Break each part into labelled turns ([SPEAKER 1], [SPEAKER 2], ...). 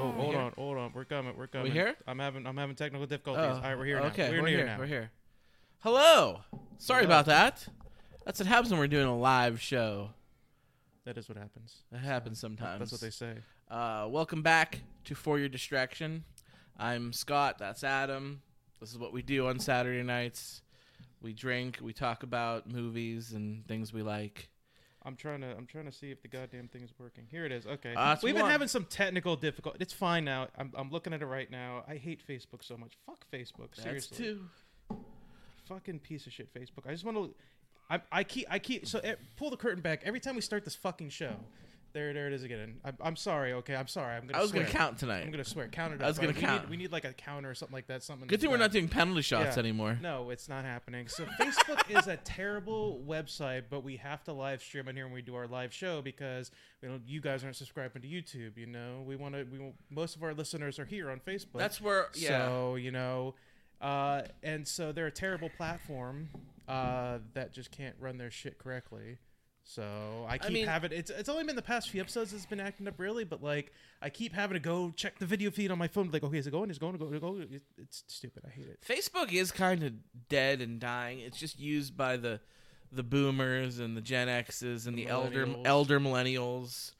[SPEAKER 1] Oh,
[SPEAKER 2] we
[SPEAKER 1] hold
[SPEAKER 2] here?
[SPEAKER 1] on, hold on. We're coming. We're coming.
[SPEAKER 2] here?
[SPEAKER 1] I'm having I'm having technical difficulties.
[SPEAKER 2] Oh,
[SPEAKER 1] All right, we're here
[SPEAKER 2] okay,
[SPEAKER 1] now. We're,
[SPEAKER 2] we're
[SPEAKER 1] in here,
[SPEAKER 2] here.
[SPEAKER 1] now.
[SPEAKER 2] We're here. Hello. Sorry
[SPEAKER 1] Hello.
[SPEAKER 2] about that. That's what happens when we're doing a live show.
[SPEAKER 1] That is what happens.
[SPEAKER 2] That happens sometimes.
[SPEAKER 1] That's what they say.
[SPEAKER 2] Uh, welcome back to For Your Distraction. I'm Scott. That's Adam. This is what we do on Saturday nights. We drink. We talk about movies and things we like.
[SPEAKER 1] I'm trying to I'm trying to see if the goddamn thing is working. Here it is. Okay.
[SPEAKER 2] Ah, that's
[SPEAKER 1] We've been
[SPEAKER 2] one.
[SPEAKER 1] having some technical difficulties. It's fine now. I'm, I'm looking at it right now. I hate Facebook so much. Fuck Facebook. Seriously.
[SPEAKER 2] That's two.
[SPEAKER 1] Fucking piece of shit Facebook. I just want to I, I keep I keep so eh, pull the curtain back every time we start this fucking show. There there it is again. I'm, I'm sorry. Okay. I'm sorry. I'm gonna
[SPEAKER 2] I was
[SPEAKER 1] swear.
[SPEAKER 2] gonna count
[SPEAKER 1] I'm
[SPEAKER 2] tonight.
[SPEAKER 1] gonna swear. Count it
[SPEAKER 2] I
[SPEAKER 1] up,
[SPEAKER 2] was gonna
[SPEAKER 1] but we need-
[SPEAKER 2] count.
[SPEAKER 1] we need like a counter or something like that. Something.
[SPEAKER 2] Good thing we're
[SPEAKER 1] that's-
[SPEAKER 2] not doing penalty shots
[SPEAKER 1] Yeah.
[SPEAKER 2] anymore.
[SPEAKER 1] No, it's not happening. So Facebook is a terrible website, but we have to live stream on here when we do our live show because you, know, you guys aren't subscribing to YouTube. You know, we want to. We want- most of our listeners are here on Facebook.
[SPEAKER 2] That's where. Yeah.
[SPEAKER 1] So you know, uh, and so they're a terrible platform uh, that just can't run their shit correctly. So I keep
[SPEAKER 2] mean-
[SPEAKER 1] having it's it's only been the past few episodes it's been acting up really, but like I keep having to go check the video feed on my phone. Like, okay, is it going? Is it going? Is it going? It- It's stupid. I hate it.
[SPEAKER 2] Facebook is kind of dead and dying. It's just used by the the boomers and the Gen X's and the, elder
[SPEAKER 1] millennials.
[SPEAKER 2] elder millennials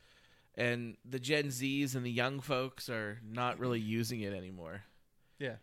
[SPEAKER 2] and the Gen Z's and the young folks are not really using it anymore.
[SPEAKER 1] Yeah.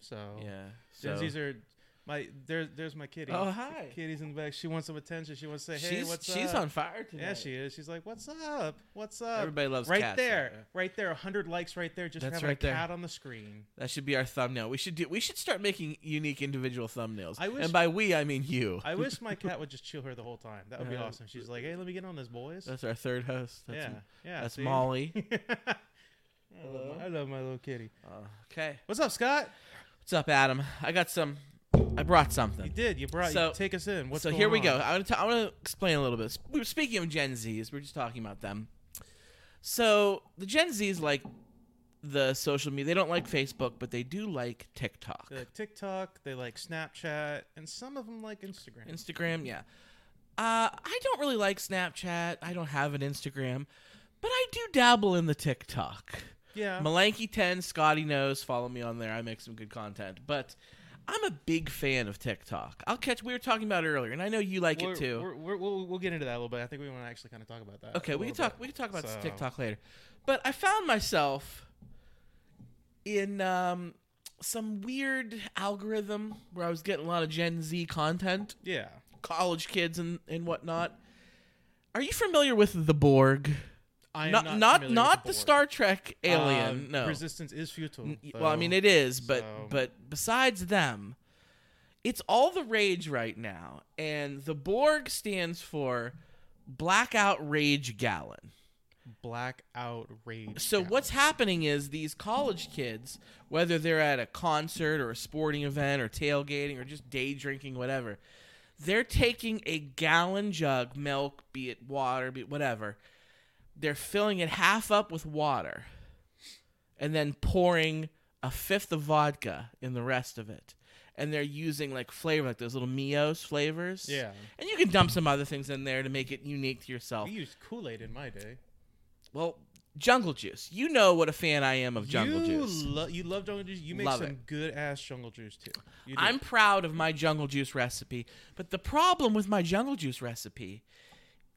[SPEAKER 1] So
[SPEAKER 2] Yeah. So
[SPEAKER 1] Oh. Gen Z's are my there. There's my kitty.
[SPEAKER 2] Oh, hi.
[SPEAKER 1] Kitty's in the back. She wants some attention. She wants to say, "Hey,
[SPEAKER 2] she's
[SPEAKER 1] what's
[SPEAKER 2] she's
[SPEAKER 1] up?"
[SPEAKER 2] on fire today.
[SPEAKER 1] Yeah, she is. She's like, "What's up? What's up?"
[SPEAKER 2] Everybody loves
[SPEAKER 1] right
[SPEAKER 2] cats,
[SPEAKER 1] there,
[SPEAKER 2] don't they?
[SPEAKER 1] right there. hundred likes right there. Just for
[SPEAKER 2] That's
[SPEAKER 1] having
[SPEAKER 2] right
[SPEAKER 1] a
[SPEAKER 2] there.
[SPEAKER 1] cat on the screen.
[SPEAKER 2] That should be our thumbnail. We should do we should start making unique individual thumbnails.
[SPEAKER 1] I wish-
[SPEAKER 2] and by we I mean you.
[SPEAKER 1] I wish my cat would just chill her the whole time. That would be
[SPEAKER 2] Yeah.
[SPEAKER 1] awesome. She's like, "Hey, let me get on this, boys."
[SPEAKER 2] that's our third host. That's,
[SPEAKER 1] yeah, yeah.
[SPEAKER 2] that's
[SPEAKER 1] see?
[SPEAKER 2] Molly.
[SPEAKER 1] I, love my, I love my little kitty.
[SPEAKER 2] Uh, okay.
[SPEAKER 1] What's up, Scott?
[SPEAKER 2] What's up, Adam? I got some I brought something.
[SPEAKER 1] You did. You brought.
[SPEAKER 2] So-
[SPEAKER 1] you take us in. What's
[SPEAKER 2] so
[SPEAKER 1] going
[SPEAKER 2] here we
[SPEAKER 1] on?
[SPEAKER 2] go. I want to I want to explain a little bit. We were speaking of Gen Zs. We are just talking about them. So the Gen Zs like the social media. They don't like Facebook, but they do like TikTok,
[SPEAKER 1] They like TikTok. They like Snapchat, and some of them like Instagram.
[SPEAKER 2] Instagram. Yeah, uh, I don't really like Snapchat. I don't have an Instagram, but I do dabble in the TikTok.
[SPEAKER 1] yeah.
[SPEAKER 2] Malanky Ten, Scotty knows. Follow me on there. I make some good content, but. I'm a big fan of TikTok. I'll catch. We were talking about it earlier, and I know you like
[SPEAKER 1] we're,
[SPEAKER 2] it too.
[SPEAKER 1] We're, we're, we'll, we'll get into that a little bit. I think we want to actually kind of talk about that.
[SPEAKER 2] Okay,
[SPEAKER 1] a
[SPEAKER 2] we can
[SPEAKER 1] little
[SPEAKER 2] talk.
[SPEAKER 1] bit.
[SPEAKER 2] We can talk about
[SPEAKER 1] So-
[SPEAKER 2] TikTok later. But I found myself in um, some weird algorithm where I was getting a lot of Gen Z content,
[SPEAKER 1] Yeah.
[SPEAKER 2] college kids and and whatnot. Are you familiar with the Borg?
[SPEAKER 1] I am
[SPEAKER 2] not
[SPEAKER 1] not
[SPEAKER 2] not,
[SPEAKER 1] familiar
[SPEAKER 2] not
[SPEAKER 1] with the,
[SPEAKER 2] the Star Trek
[SPEAKER 1] Borg.
[SPEAKER 2] alien.
[SPEAKER 1] Uh,
[SPEAKER 2] no.
[SPEAKER 1] Resistance is futile.
[SPEAKER 2] N- well, I mean it is, but
[SPEAKER 1] so-
[SPEAKER 2] but besides them, it's all the rage right now, and the Borg stands for Blackout Rage Gallon.
[SPEAKER 1] black outrage.
[SPEAKER 2] So what's happening is these college kids, whether they're at a concert or a sporting event or tailgating or just day drinking, whatever, they're taking a gallon jug, milk, be it water, be it whatever, they're filling it half up with water and then pouring a fifth of vodka in the rest of it. And they're using like flavor, like those little Mios flavors.
[SPEAKER 1] Yeah.
[SPEAKER 2] And you can dump some other things in there to make it unique to yourself.
[SPEAKER 1] We used Kool Aid in my day.
[SPEAKER 2] Well, Jungle Juice. You know what a fan I am of Jungle
[SPEAKER 1] you
[SPEAKER 2] Juice.
[SPEAKER 1] Lo- you love jungle juice. You make
[SPEAKER 2] Love
[SPEAKER 1] some
[SPEAKER 2] it.
[SPEAKER 1] good ass jungle juice too. You do.
[SPEAKER 2] I'm proud of my Jungle Juice recipe, but the problem with my Jungle Juice recipe,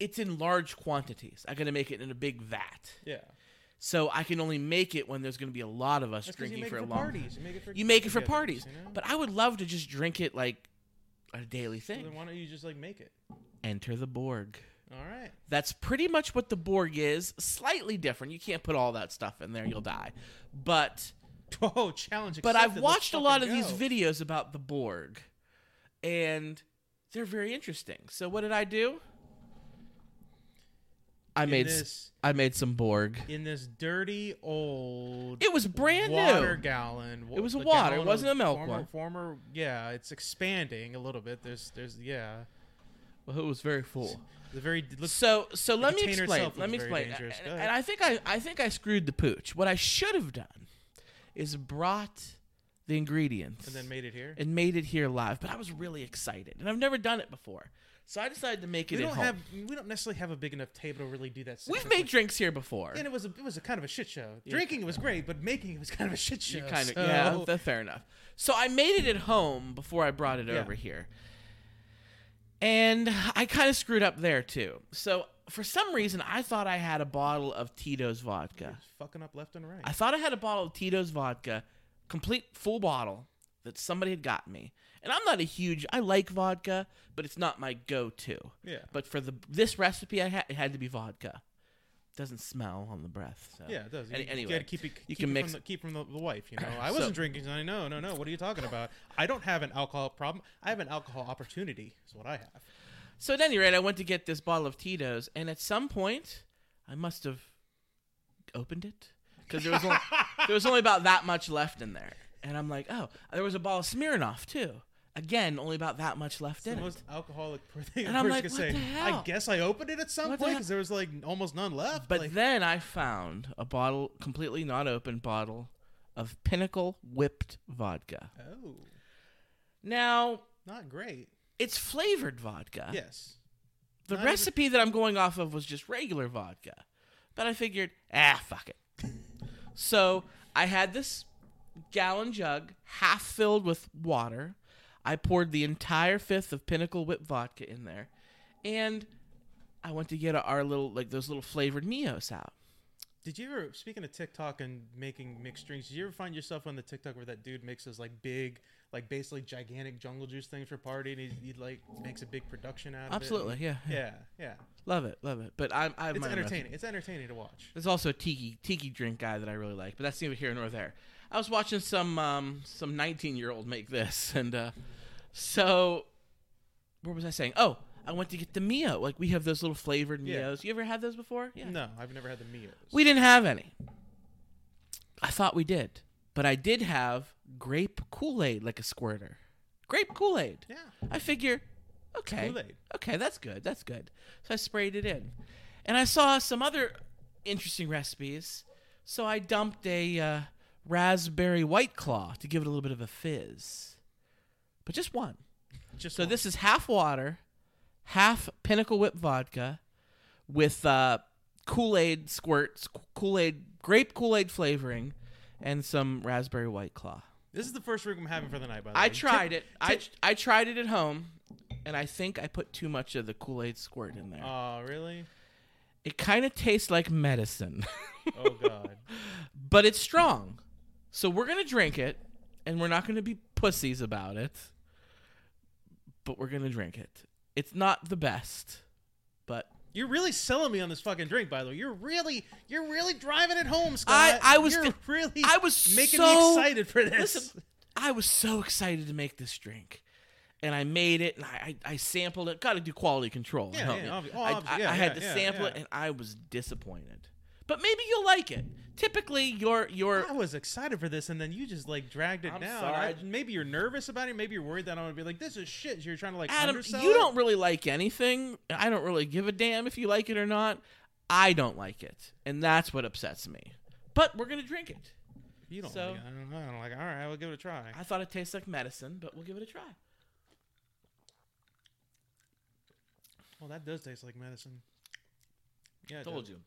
[SPEAKER 2] it's in large quantities. I got to make it in a big vat.
[SPEAKER 1] yeah.
[SPEAKER 2] So I can only make it when there's going to be a lot of us
[SPEAKER 1] That's 'cause you
[SPEAKER 2] drinking
[SPEAKER 1] make
[SPEAKER 2] for
[SPEAKER 1] it
[SPEAKER 2] a
[SPEAKER 1] for
[SPEAKER 2] long
[SPEAKER 1] parties. You make it for
[SPEAKER 2] You make it for
[SPEAKER 1] get-togethers,
[SPEAKER 2] parties.
[SPEAKER 1] you know?
[SPEAKER 2] But I would love to just drink it like a daily
[SPEAKER 1] So
[SPEAKER 2] thing.
[SPEAKER 1] then why don't you just like make it?
[SPEAKER 2] Enter the Borg.
[SPEAKER 1] All right.
[SPEAKER 2] That's pretty much what the Borg is. Slightly different. You can't put all that stuff in there; you'll die. But
[SPEAKER 1] Oh, challenge.
[SPEAKER 2] but I've
[SPEAKER 1] accepted. Let's
[SPEAKER 2] watched a lot of
[SPEAKER 1] fucking
[SPEAKER 2] these
[SPEAKER 1] go.
[SPEAKER 2] videos about the Borg, and they're very interesting. So what did I do? I
[SPEAKER 1] In
[SPEAKER 2] made s-
[SPEAKER 1] this
[SPEAKER 2] I made some Borg.
[SPEAKER 1] in this dirty old.
[SPEAKER 2] It was brand
[SPEAKER 1] water
[SPEAKER 2] new.
[SPEAKER 1] gallon.
[SPEAKER 2] It was a
[SPEAKER 1] the
[SPEAKER 2] water, it
[SPEAKER 1] gallon of
[SPEAKER 2] wasn't a milk
[SPEAKER 1] former,
[SPEAKER 2] one.
[SPEAKER 1] Former, yeah, it's expanding a little bit. There's, there's, yeah,
[SPEAKER 2] Well, it was very full.
[SPEAKER 1] the very it looks
[SPEAKER 2] So so let me
[SPEAKER 1] container
[SPEAKER 2] explain.
[SPEAKER 1] itself
[SPEAKER 2] Let
[SPEAKER 1] is
[SPEAKER 2] me
[SPEAKER 1] very
[SPEAKER 2] explain. And,
[SPEAKER 1] dangerous. Go
[SPEAKER 2] and
[SPEAKER 1] ahead.
[SPEAKER 2] I think I I think I screwed the pooch. What I should have done is brought the ingredients
[SPEAKER 1] and then made it here.
[SPEAKER 2] and made it here live. But I was really excited, and I've never done it before, so I decided to make it
[SPEAKER 1] we
[SPEAKER 2] at
[SPEAKER 1] don't
[SPEAKER 2] home.
[SPEAKER 1] have, we don't necessarily have a big enough table to really do that.
[SPEAKER 2] We've
[SPEAKER 1] successfully.
[SPEAKER 2] made drinks here before.
[SPEAKER 1] and it was a, it was a kind of a shit show. Drinking was great, but making it was kind of a shit show.
[SPEAKER 2] You kind of
[SPEAKER 1] so-
[SPEAKER 2] yeah, that's fair enough. So I made it at home before I brought it
[SPEAKER 1] Yeah.
[SPEAKER 2] over here, and I kind of screwed up there too. So for some reason, I thought I had a bottle of Tito's vodka.
[SPEAKER 1] Just fucking up left and right.
[SPEAKER 2] I thought I had a bottle of Tito's vodka, complete full bottle that somebody had got me. And I'm not a huge. I like vodka, but it's not my go-to.
[SPEAKER 1] yeah,
[SPEAKER 2] But for the this recipe, I had it had to be vodka. Doesn't smell on the breath. So.
[SPEAKER 1] yeah, it does.
[SPEAKER 2] Any-
[SPEAKER 1] you,
[SPEAKER 2] anyway,
[SPEAKER 1] you gotta keep it.
[SPEAKER 2] you
[SPEAKER 1] keep
[SPEAKER 2] can
[SPEAKER 1] it
[SPEAKER 2] mix-
[SPEAKER 1] from the, keep from the, the wife. You know, I wasn't drinking. tonight. No, no, no. What are you talking about? I don't have an alcohol problem. I have an alcohol opportunity. Is what I have.
[SPEAKER 2] So at any rate, I went to get this bottle of Tito's, and at some point, I must have opened it because there was only, there was only about that much left in there, and I'm like, oh, there was a bottle of Smirnoff too. Again, only about that much left in
[SPEAKER 1] the
[SPEAKER 2] it.
[SPEAKER 1] most alcoholic thing
[SPEAKER 2] And
[SPEAKER 1] a
[SPEAKER 2] I'm
[SPEAKER 1] person
[SPEAKER 2] like,
[SPEAKER 1] could
[SPEAKER 2] what
[SPEAKER 1] say.
[SPEAKER 2] the
[SPEAKER 1] I
[SPEAKER 2] hell?
[SPEAKER 1] guess I opened it at some
[SPEAKER 2] What the
[SPEAKER 1] point
[SPEAKER 2] hell?
[SPEAKER 1] because there was like almost none left.
[SPEAKER 2] But
[SPEAKER 1] like,
[SPEAKER 2] then I found a bottle, completely not open bottle, of Pinnacle whipped vodka.
[SPEAKER 1] oh,
[SPEAKER 2] Now
[SPEAKER 1] not great.
[SPEAKER 2] it's flavored vodka.
[SPEAKER 1] Yes,
[SPEAKER 2] The
[SPEAKER 1] Not even-
[SPEAKER 2] recipe that I'm going off of was just regular vodka. But I figured, ah, fuck it. so I had this gallon jug half filled with water. I poured the entire fifth of Pinnacle Whip vodka in there. And I went to get our little, like those little flavored Mios out.
[SPEAKER 1] Did you ever speaking of TikTok and making mixed drinks? Did you ever find yourself on the TikTok where that dude makes those like big, like basically gigantic jungle juice things for party, and he, he like makes a big production out of
[SPEAKER 2] Absolutely,
[SPEAKER 1] it?
[SPEAKER 2] yeah. yeah.
[SPEAKER 1] Yeah, yeah.
[SPEAKER 2] Love it, love it. But I'm, I have
[SPEAKER 1] It's
[SPEAKER 2] my own recipe.
[SPEAKER 1] entertaining. It's entertaining to watch.
[SPEAKER 2] There's also a tiki tiki drink guy that I really like, but that's neither here nor there. I was watching some um, some 19 year old make this, and uh, so where was I saying? Oh, I went to get the mio. Like we have those little flavored
[SPEAKER 1] Yeah.
[SPEAKER 2] mios. You ever had those before? Yeah.
[SPEAKER 1] No, I've never had the meals.
[SPEAKER 2] We didn't have any. I thought we did, but I did have grape Kool Aid, like a squirter. Grape Kool Aid.
[SPEAKER 1] yeah.
[SPEAKER 2] I figure, okay,
[SPEAKER 1] Kool-Aid.
[SPEAKER 2] okay, that's good, that's good. So I sprayed it in, and I saw some other interesting recipes. So I dumped a uh, raspberry white claw to give it a little bit of a fizz, but just one.
[SPEAKER 1] Just
[SPEAKER 2] So
[SPEAKER 1] one.
[SPEAKER 2] this is half water, half Pinnacle Whip vodka, with uh, Kool Aid squirts, Kool Aid grape Kool Aid flavoring, and some raspberry white claw.
[SPEAKER 1] this is the first drink I'm having for the night. By the way,
[SPEAKER 2] I
[SPEAKER 1] Tip-
[SPEAKER 2] tried it. I,
[SPEAKER 1] tip-
[SPEAKER 2] I tried it at home, and I think I put too much of the Kool Aid squirt in there.
[SPEAKER 1] Oh, really?
[SPEAKER 2] it kind of tastes like medicine,
[SPEAKER 1] Oh God.
[SPEAKER 2] but it's strong. So we're gonna drink it, and we're not gonna be pussies about it. But we're gonna drink it. It's not the best, but
[SPEAKER 1] You're really selling me on this fucking drink, by the way. You're really, you're really driving it home, Scott.
[SPEAKER 2] I- I was
[SPEAKER 1] You're
[SPEAKER 2] th-
[SPEAKER 1] really,
[SPEAKER 2] I was
[SPEAKER 1] making
[SPEAKER 2] so-
[SPEAKER 1] me excited for this.
[SPEAKER 2] Listen, I was so excited to make this drink. And I made it, and I, I, I sampled it. Got to do quality control.
[SPEAKER 1] Yeah,
[SPEAKER 2] help
[SPEAKER 1] yeah,
[SPEAKER 2] me.
[SPEAKER 1] obvi- oh,
[SPEAKER 2] I,
[SPEAKER 1] obvi-
[SPEAKER 2] I-
[SPEAKER 1] yeah,
[SPEAKER 2] I had
[SPEAKER 1] yeah,
[SPEAKER 2] to
[SPEAKER 1] yeah,
[SPEAKER 2] sample it,
[SPEAKER 1] yeah.
[SPEAKER 2] and I was disappointed. But maybe you'll like it. Typically, your your
[SPEAKER 1] I was excited for this, and then you just like dragged it
[SPEAKER 2] I'm
[SPEAKER 1] down.
[SPEAKER 2] sorry.
[SPEAKER 1] I- maybe you're nervous about it. Maybe you're worried that I'm gonna be like, "This is shit." You're trying to like
[SPEAKER 2] Adam,
[SPEAKER 1] undersell.
[SPEAKER 2] you
[SPEAKER 1] it?
[SPEAKER 2] don't really like anything. and I don't really give a damn if you like it or not. I don't like it, and that's what upsets me. But we're gonna drink it.
[SPEAKER 1] You don't.
[SPEAKER 2] so-
[SPEAKER 1] like it. I don't know. I'm like, all right, I'll give it a try.
[SPEAKER 2] I thought it tastes like medicine, but we'll give it a try.
[SPEAKER 1] well, that does taste like medicine. Yeah, it
[SPEAKER 2] Told
[SPEAKER 1] does.
[SPEAKER 2] you.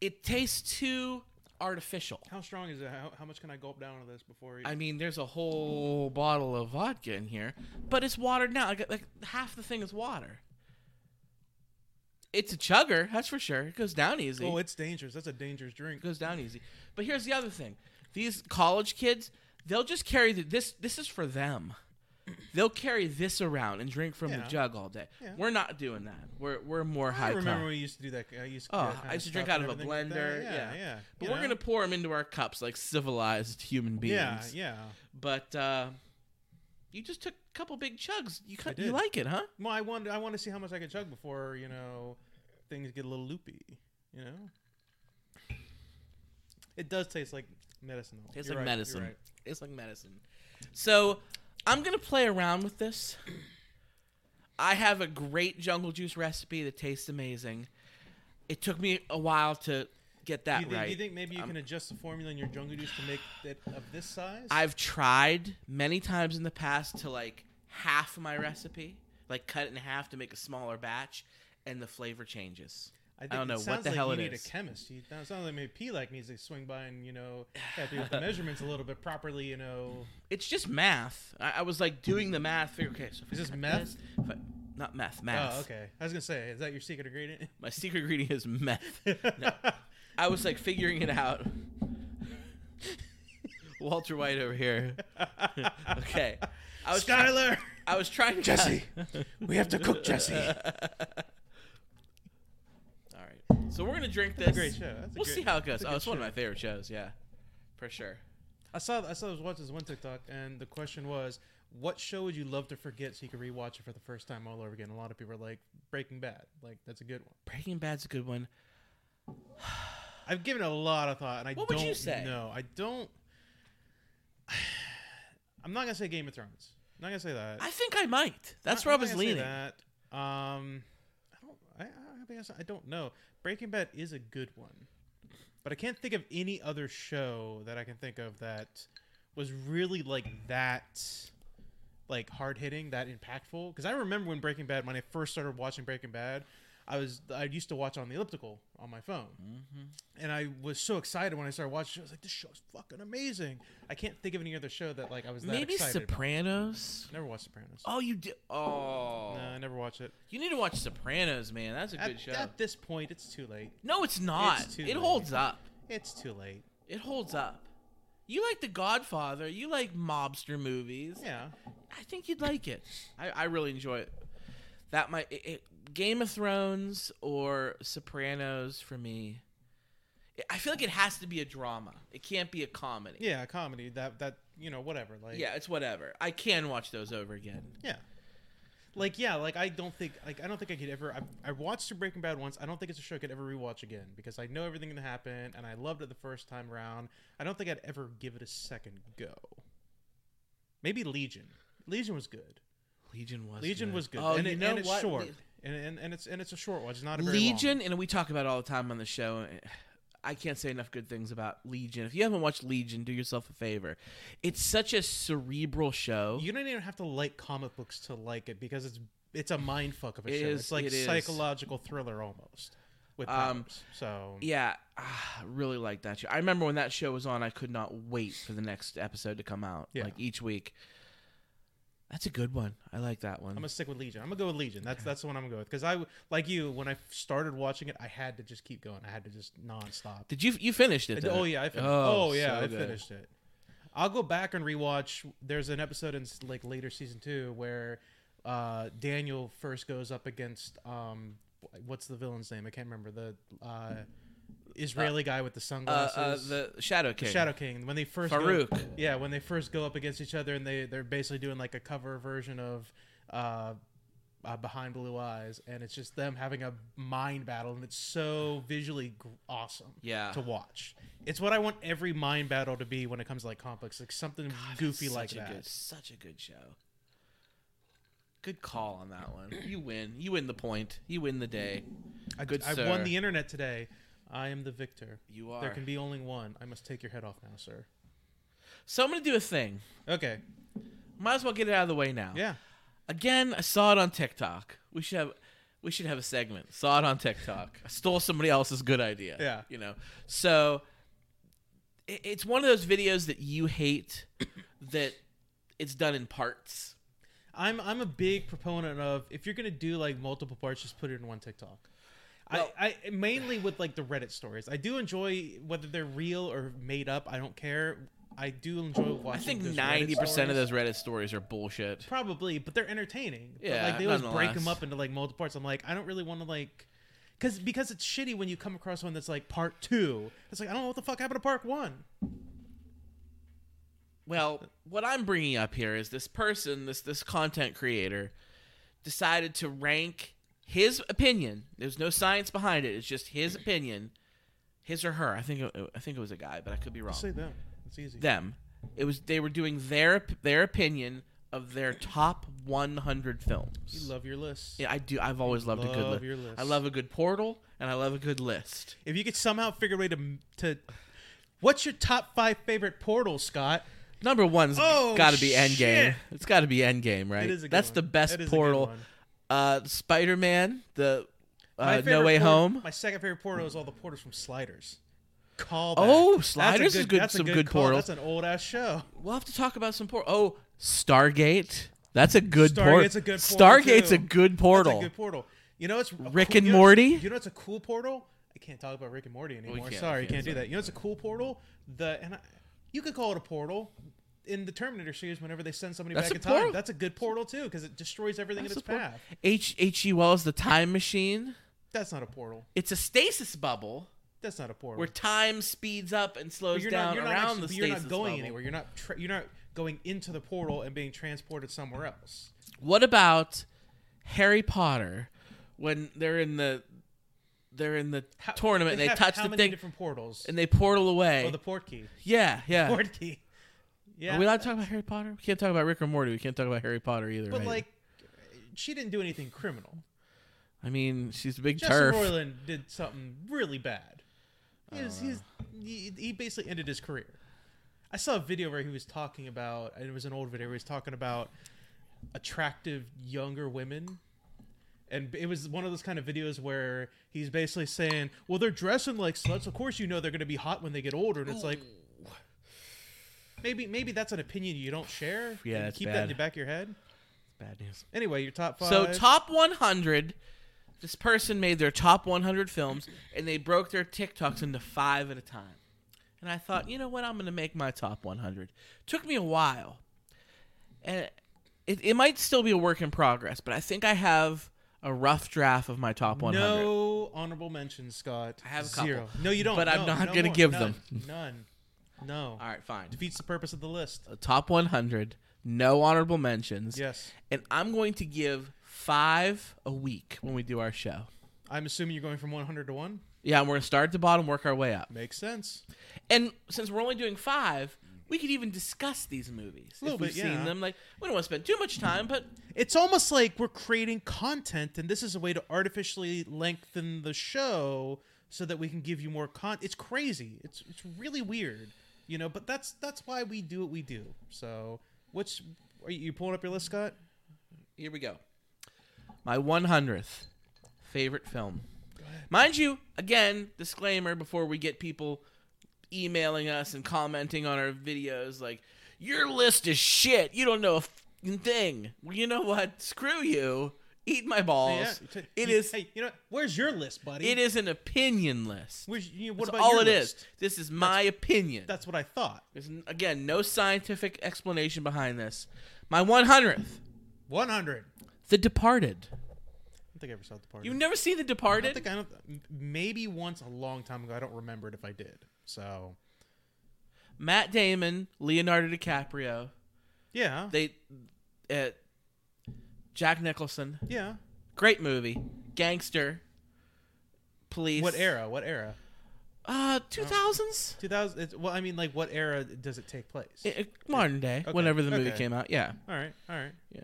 [SPEAKER 2] It tastes too artificial.
[SPEAKER 1] How strong is it? How, how much can I gulp down of this before? You...
[SPEAKER 2] I mean, there's a whole bottle of vodka in here, but it's watered now. Like, like half the thing is water. It's a chugger, that's for sure. It goes down easy.
[SPEAKER 1] oh,
[SPEAKER 2] it
[SPEAKER 1] it's dangerous. That's a dangerous drink.
[SPEAKER 2] goes down easy. But here's the other thing: these college kids, they'll just carry the, this. This is for them. they'll carry this around and drink from the
[SPEAKER 1] Yeah.
[SPEAKER 2] jug all day.
[SPEAKER 1] Yeah.
[SPEAKER 2] We're not doing that. We're we're more
[SPEAKER 1] I
[SPEAKER 2] high
[SPEAKER 1] remember
[SPEAKER 2] class.
[SPEAKER 1] when we used to do that. I used to, do
[SPEAKER 2] Oh,
[SPEAKER 1] that kind
[SPEAKER 2] I used to drink
[SPEAKER 1] stuff
[SPEAKER 2] out
[SPEAKER 1] and
[SPEAKER 2] of a
[SPEAKER 1] everything like that.
[SPEAKER 2] blender, yeah.
[SPEAKER 1] yeah, yeah.
[SPEAKER 2] But
[SPEAKER 1] you
[SPEAKER 2] we're
[SPEAKER 1] know?
[SPEAKER 2] gonna pour them into our cups like civilized human beings.
[SPEAKER 1] Yeah, yeah.
[SPEAKER 2] But uh, you just took a couple big chugs. You cut, you
[SPEAKER 1] did.
[SPEAKER 2] like it, huh?
[SPEAKER 1] Well, I want I want to see how much I can chug before you know things get a little loopy. You know, it does taste like medicine. though.
[SPEAKER 2] Tastes
[SPEAKER 1] You're
[SPEAKER 2] like
[SPEAKER 1] right, you're
[SPEAKER 2] medicine.
[SPEAKER 1] right.
[SPEAKER 2] Tastes like medicine. So I'm gonna play around with this. I have a great jungle juice recipe that tastes amazing. It took me a while to get that
[SPEAKER 1] Do you, think,
[SPEAKER 2] right.
[SPEAKER 1] do you think maybe you
[SPEAKER 2] Um,
[SPEAKER 1] can adjust the formula in your jungle juice to make it of this size?
[SPEAKER 2] I've tried many times in the past to like half my recipe, like cut it in half to make a smaller batch, and the flavor changes.
[SPEAKER 1] I, think
[SPEAKER 2] don't know
[SPEAKER 1] it
[SPEAKER 2] what
[SPEAKER 1] sounds
[SPEAKER 2] the
[SPEAKER 1] like
[SPEAKER 2] hell
[SPEAKER 1] you
[SPEAKER 2] it
[SPEAKER 1] need
[SPEAKER 2] is.
[SPEAKER 1] a chemist. You, it sounds like maybe P like needs to swing by and you know help you with the measurements a little bit properly. You know,
[SPEAKER 2] It's just math. I, I was like doing the math. Figure, okay, so if
[SPEAKER 1] Is
[SPEAKER 2] I
[SPEAKER 1] this
[SPEAKER 2] cut
[SPEAKER 1] meth?
[SPEAKER 2] this- if I- not math, math.
[SPEAKER 1] oh okay. I was gonna say, is that your secret ingredient?
[SPEAKER 2] My secret ingredient is meth. I was like figuring it out. Walter White over here. okay. I was
[SPEAKER 1] Skylar,
[SPEAKER 2] I was trying to
[SPEAKER 1] Jesse, we have to cook Jesse.
[SPEAKER 2] All right. So we're going to drink this.
[SPEAKER 1] great show. That's a
[SPEAKER 2] we'll
[SPEAKER 1] great-
[SPEAKER 2] see how it goes.
[SPEAKER 1] that's a
[SPEAKER 2] Oh,
[SPEAKER 1] good
[SPEAKER 2] it's one of
[SPEAKER 1] show.
[SPEAKER 2] my favorite shows, yeah. For sure.
[SPEAKER 1] I saw I saw I was watching this one TikTok and the question was, what show would you love to forget so you could rewatch it for the first time all over again? A lot of people are like Breaking Bad, like that's a good one.
[SPEAKER 2] Breaking Bad's a good one.
[SPEAKER 1] I've given it a lot of thought and I
[SPEAKER 2] What would
[SPEAKER 1] don't
[SPEAKER 2] you say?
[SPEAKER 1] know. I don't. I'm not gonna say Game of Thrones. I'm not gonna say that.
[SPEAKER 2] I think I might. That's where I
[SPEAKER 1] I'm not
[SPEAKER 2] was
[SPEAKER 1] gonna say
[SPEAKER 2] leaning.
[SPEAKER 1] That. Um, I don't. I, I, I guess I don't know. Breaking Bad is a good one, but I can't think of any other show that I can think of that was really like that, like hard hitting, that impactful. Because I remember when Breaking Bad, when I first started watching Breaking Bad, I was I used to watch on the elliptical on my phone,
[SPEAKER 2] Mm-hmm.
[SPEAKER 1] and I was so excited when I started watching. I was like, "This show's fucking amazing!" I can't think of any other show that like I was that
[SPEAKER 2] Maybe
[SPEAKER 1] excited. about.
[SPEAKER 2] Sopranos.
[SPEAKER 1] Never watched Sopranos.
[SPEAKER 2] Oh, you did. Oh.
[SPEAKER 1] No, I never watched it.
[SPEAKER 2] You need to watch Sopranos, man. That's a good
[SPEAKER 1] at,
[SPEAKER 2] show.
[SPEAKER 1] at this point, it's too late.
[SPEAKER 2] no, it's not.
[SPEAKER 1] It's too
[SPEAKER 2] it
[SPEAKER 1] late.
[SPEAKER 2] holds up.
[SPEAKER 1] It's too late.
[SPEAKER 2] It holds up. You like The Godfather. You like mobster movies.
[SPEAKER 1] Yeah.
[SPEAKER 2] I think you'd like it. I, I really enjoy it. That might it, it- Game of Thrones or Sopranos for me. I- I feel like it has to be a drama. It can't be a comedy.
[SPEAKER 1] Yeah, comedy. That that you know whatever. Like
[SPEAKER 2] Yeah, it's whatever. I can watch those over again.
[SPEAKER 1] yeah. Like yeah, like I don't think like I don't think I could ever. I, I watched Breaking Bad once. I don't think it's a show I could ever rewatch again because I know everything that happened and I loved it the first time around. I don't think I'd ever give it a second go. Maybe Legion. Legion was good.
[SPEAKER 2] Legion was
[SPEAKER 1] Legion
[SPEAKER 2] good.
[SPEAKER 1] was good.
[SPEAKER 2] Oh,
[SPEAKER 1] and,
[SPEAKER 2] you
[SPEAKER 1] it-
[SPEAKER 2] know
[SPEAKER 1] and it's
[SPEAKER 2] what?
[SPEAKER 1] short.
[SPEAKER 2] Le-
[SPEAKER 1] And, and and it's and it's a short one. It's not a very long-
[SPEAKER 2] Legion, and we talk about it all the time on the show. I can't say enough good things about Legion. If you haven't watched Legion, do yourself a favor. It's such a cerebral show.
[SPEAKER 1] You don't even have to like comic books to like it because it's it's a mind fuck of a
[SPEAKER 2] It
[SPEAKER 1] show.
[SPEAKER 2] is-
[SPEAKER 1] it's like
[SPEAKER 2] it is.
[SPEAKER 1] psychological thriller almost with
[SPEAKER 2] Um,
[SPEAKER 1] powers. so
[SPEAKER 2] Yeah, ah, I really like that show. I remember when that show was on, I could not wait for the next episode to come out.
[SPEAKER 1] Yeah.
[SPEAKER 2] Like each week. That's a good one. I like that one.
[SPEAKER 1] I'm gonna stick with Legion. I'm gonna go with Legion. That's that's the one I'm gonna go with because I like you when I started watching it, I had to just keep going. I had to just nonstop.
[SPEAKER 2] Did you you finished it?
[SPEAKER 1] And-
[SPEAKER 2] though?
[SPEAKER 1] oh yeah, I finished. Oh, yeah,
[SPEAKER 2] so
[SPEAKER 1] I
[SPEAKER 2] good.
[SPEAKER 1] finished it. I'll go back and rewatch. There's an episode in s- like later season two where uh, Daniel first goes up against um, wh- what's the villain's name? I can't remember the uh, Israeli guy with the
[SPEAKER 2] Uh,
[SPEAKER 1] sunglasses.
[SPEAKER 2] uh, the Shadow King.
[SPEAKER 1] Shadow King. When they first Go,
[SPEAKER 2] Farouk.
[SPEAKER 1] yeah, when they first go up against each other, and they they're basically doing like a cover version of. Uh, uh, behind blue eyes and it's just them having a mind battle and it's so visually gr- awesome
[SPEAKER 2] Yeah.
[SPEAKER 1] to watch it's what i want every mind battle to be when it comes to like complex like something goofy
[SPEAKER 2] such
[SPEAKER 1] like
[SPEAKER 2] a
[SPEAKER 1] that
[SPEAKER 2] Good, such a good show. Good call on that one. You win. You win the point. You win the day.
[SPEAKER 1] I,
[SPEAKER 2] Good
[SPEAKER 1] I
[SPEAKER 2] sir.
[SPEAKER 1] won the internet today i am the victor
[SPEAKER 2] You are.
[SPEAKER 1] there can be only one i must take your head off now sir
[SPEAKER 2] so I'm gonna do a thing.
[SPEAKER 1] okay
[SPEAKER 2] Might as well get it out of the way now.
[SPEAKER 1] yeah
[SPEAKER 2] Again, I saw it on TikTok. We should have we should have a segment. Saw it on TikTok. I stole somebody else's good idea.
[SPEAKER 1] Yeah.
[SPEAKER 2] You know. So i- it's one of those videos that you hate that it's done in parts.
[SPEAKER 1] I'm I'm a big proponent of if you're gonna do like multiple parts, just put it in one TikTok.
[SPEAKER 2] Well-
[SPEAKER 1] I, I mainly with like the Reddit stories. I do enjoy whether they're real or made up. I don't care. I do enjoy watching.
[SPEAKER 2] I think
[SPEAKER 1] those Reddit
[SPEAKER 2] ninety percent of
[SPEAKER 1] stories.
[SPEAKER 2] those Reddit stories are bullshit.
[SPEAKER 1] probably, but they're entertaining. But,
[SPEAKER 2] Yeah,
[SPEAKER 1] like they always break
[SPEAKER 2] nonetheless.
[SPEAKER 1] them up into like multiple parts. I'm like, I don't really want to like, because because it's shitty when you come across one that's like part two. It's like I don't know what the fuck happened to part one.
[SPEAKER 2] Well, what I'm bringing up here is this person, this this content creator, decided to rank his opinion. There's no science behind it. It's just his opinion, his or her. I think it, I think it was a guy, but I could be wrong.
[SPEAKER 1] Just say them. It's easy.
[SPEAKER 2] Them. It was they were doing their their opinion of their top 100 films.
[SPEAKER 1] You love your list.
[SPEAKER 2] yeah, I do. I've always loved a
[SPEAKER 1] Love
[SPEAKER 2] good
[SPEAKER 1] your
[SPEAKER 2] list.
[SPEAKER 1] list.
[SPEAKER 2] I love a good portal, and I love a good list.
[SPEAKER 1] If you could somehow figure a way to to, what's your top five favorite portal, Scott?
[SPEAKER 2] Number one's
[SPEAKER 1] Oh,
[SPEAKER 2] got to be
[SPEAKER 1] shit.
[SPEAKER 2] Endgame. It's got to be Endgame, right?
[SPEAKER 1] It is a good
[SPEAKER 2] That's
[SPEAKER 1] one.
[SPEAKER 2] the best
[SPEAKER 1] It is a good
[SPEAKER 2] portal.
[SPEAKER 1] one.
[SPEAKER 2] Uh, Spider Man, the
[SPEAKER 1] My
[SPEAKER 2] uh, No
[SPEAKER 1] favorite
[SPEAKER 2] Way
[SPEAKER 1] port-
[SPEAKER 2] Home.
[SPEAKER 1] My second favorite portal is all the portals from Sliders. Call
[SPEAKER 2] Oh, Sliders is good-
[SPEAKER 1] That's a
[SPEAKER 2] some
[SPEAKER 1] good,
[SPEAKER 2] good
[SPEAKER 1] call.
[SPEAKER 2] portal.
[SPEAKER 1] That's an old ass show.
[SPEAKER 2] We'll have to talk about some port. Oh, Stargate. That's a good portal.
[SPEAKER 1] Stargate's a good portal,
[SPEAKER 2] Stargate's
[SPEAKER 1] too.
[SPEAKER 2] a good
[SPEAKER 1] That's
[SPEAKER 2] portal.
[SPEAKER 1] a good portal. You know it's
[SPEAKER 2] Rick and
[SPEAKER 1] you know-
[SPEAKER 2] Morty?
[SPEAKER 1] You know it's a cool portal. I can't talk about Rick and Morty anymore.
[SPEAKER 2] can't,
[SPEAKER 1] sorry,
[SPEAKER 2] we
[SPEAKER 1] you can't
[SPEAKER 2] can't,
[SPEAKER 1] do that. You know it's a cool portal. The and I, you could call it a portal. In the Terminator series, whenever they send somebody
[SPEAKER 2] That's
[SPEAKER 1] back
[SPEAKER 2] a
[SPEAKER 1] in time,
[SPEAKER 2] portal.
[SPEAKER 1] that's a good portal too because it destroys everything
[SPEAKER 2] That's
[SPEAKER 1] in
[SPEAKER 2] a
[SPEAKER 1] its
[SPEAKER 2] portal.
[SPEAKER 1] path.
[SPEAKER 2] H. H. E. Wells, The Time Machine.
[SPEAKER 1] That's not a portal.
[SPEAKER 2] It's a stasis bubble
[SPEAKER 1] That's not a portal.
[SPEAKER 2] where time speeds up and
[SPEAKER 1] But
[SPEAKER 2] slows
[SPEAKER 1] you're
[SPEAKER 2] down
[SPEAKER 1] not, you're
[SPEAKER 2] around
[SPEAKER 1] not actually-
[SPEAKER 2] the
[SPEAKER 1] but
[SPEAKER 2] stasis
[SPEAKER 1] You're not going
[SPEAKER 2] bubble.
[SPEAKER 1] anywhere. You're not. Tra- you're not going into the portal and being transported somewhere else.
[SPEAKER 2] What about Harry Potter when they're in the they're in the
[SPEAKER 1] How-
[SPEAKER 2] tournament and they,
[SPEAKER 1] have
[SPEAKER 2] touch
[SPEAKER 1] how
[SPEAKER 2] the
[SPEAKER 1] many
[SPEAKER 2] thing
[SPEAKER 1] different portals.
[SPEAKER 2] and they portal away?
[SPEAKER 1] oh, the port key.
[SPEAKER 2] yeah, yeah.
[SPEAKER 1] Port key. Yeah.
[SPEAKER 2] Are we allowed to talk about Harry Potter? We can't talk about Rick or Morty. We can't talk about Harry Potter either.
[SPEAKER 1] but
[SPEAKER 2] right?
[SPEAKER 1] like, she didn't do anything criminal.
[SPEAKER 2] I mean, she's a big
[SPEAKER 1] Justin
[SPEAKER 2] turf.
[SPEAKER 1] Roiland did something really bad. He, was, he, was- he, he basically ended his career. I saw a video where he was talking about, and it was an old video where he was talking about attractive younger women. And it was one of those kind of videos where he's basically saying, well, they're dressing like sluts. Of course, you know they're going to be hot when they get older. And it's like, maybe maybe that's an opinion you don't share.
[SPEAKER 2] Yeah,
[SPEAKER 1] and
[SPEAKER 2] that's
[SPEAKER 1] Keep that
[SPEAKER 2] bad.
[SPEAKER 1] in the back of your head.
[SPEAKER 2] Bad news.
[SPEAKER 1] Anyway, your top five.
[SPEAKER 2] So top 100. This person made their top 100 films, and they broke their TikToks into five at a time. And I thought, you know what? I'm going to make my top 100. Took me a while, and it, it might still be a work in progress, but I think I have a rough draft of my top 100.
[SPEAKER 1] No honorable mentions, Scott.
[SPEAKER 2] I have a
[SPEAKER 1] zero.
[SPEAKER 2] couple.
[SPEAKER 1] No, you don't.
[SPEAKER 2] But I'm
[SPEAKER 1] No,
[SPEAKER 2] not
[SPEAKER 1] no
[SPEAKER 2] gonna
[SPEAKER 1] more.
[SPEAKER 2] give
[SPEAKER 1] None.
[SPEAKER 2] them.
[SPEAKER 1] None. No.
[SPEAKER 2] All right, fine.
[SPEAKER 1] Defeats the purpose of the list.
[SPEAKER 2] Top 100. No honorable mentions.
[SPEAKER 1] Yes.
[SPEAKER 2] And I'm going to give five a week when we do our show.
[SPEAKER 1] I'm assuming you're going from 100 to one.
[SPEAKER 2] Yeah, and we're gonna start at the bottom, work our way up.
[SPEAKER 1] Makes sense.
[SPEAKER 2] And since we're only doing five, we could even discuss these movies
[SPEAKER 1] Little
[SPEAKER 2] if we've
[SPEAKER 1] bit,
[SPEAKER 2] seen
[SPEAKER 1] yeah.
[SPEAKER 2] them. Like we don't want to spend too much time, but
[SPEAKER 1] It's almost like we're creating content, and this is a way to artificially lengthen the show so that we can give you more con. It's crazy. It's it's really weird, you know. But that's that's why we do what we do. So, which are you you pulling up your list, Scott?
[SPEAKER 2] here we go. My 100th favorite film. Mind you, again, disclaimer before we get people emailing us and commenting on our videos like your list is shit. You don't know a fucking thing. Well, you know what? Screw you. Eat my balls.
[SPEAKER 1] Yeah.
[SPEAKER 2] It
[SPEAKER 1] You-
[SPEAKER 2] is
[SPEAKER 1] Hey, you know, where's your list, buddy?
[SPEAKER 2] it is an opinion list.
[SPEAKER 1] Where's, you, what
[SPEAKER 2] That's
[SPEAKER 1] about
[SPEAKER 2] all
[SPEAKER 1] your
[SPEAKER 2] it is.
[SPEAKER 1] list?
[SPEAKER 2] This is my opinion.
[SPEAKER 1] That's what I thought.
[SPEAKER 2] There's n- again no scientific explanation behind this. My 100th,
[SPEAKER 1] 100. I
[SPEAKER 2] The Departed.
[SPEAKER 1] don't think I ever saw the party.
[SPEAKER 2] You've never seen The
[SPEAKER 1] I don't
[SPEAKER 2] Departed?
[SPEAKER 1] think I don't, m- maybe once a long time ago. I don't remember it if I did. So
[SPEAKER 2] Matt Damon, Leonardo DiCaprio,
[SPEAKER 1] yeah,
[SPEAKER 2] they, uh, Jack Nicholson.
[SPEAKER 1] yeah.
[SPEAKER 2] Great movie. Gangster. Police.
[SPEAKER 1] What era? What era?
[SPEAKER 2] Uh, 2000s.
[SPEAKER 1] 2000. It's, well, I mean, like, what era does it take place?
[SPEAKER 2] I- I- modern day.
[SPEAKER 1] Okay,
[SPEAKER 2] Whenever the movie
[SPEAKER 1] okay.
[SPEAKER 2] came out. Yeah.
[SPEAKER 1] all right, all right.
[SPEAKER 2] Yeah.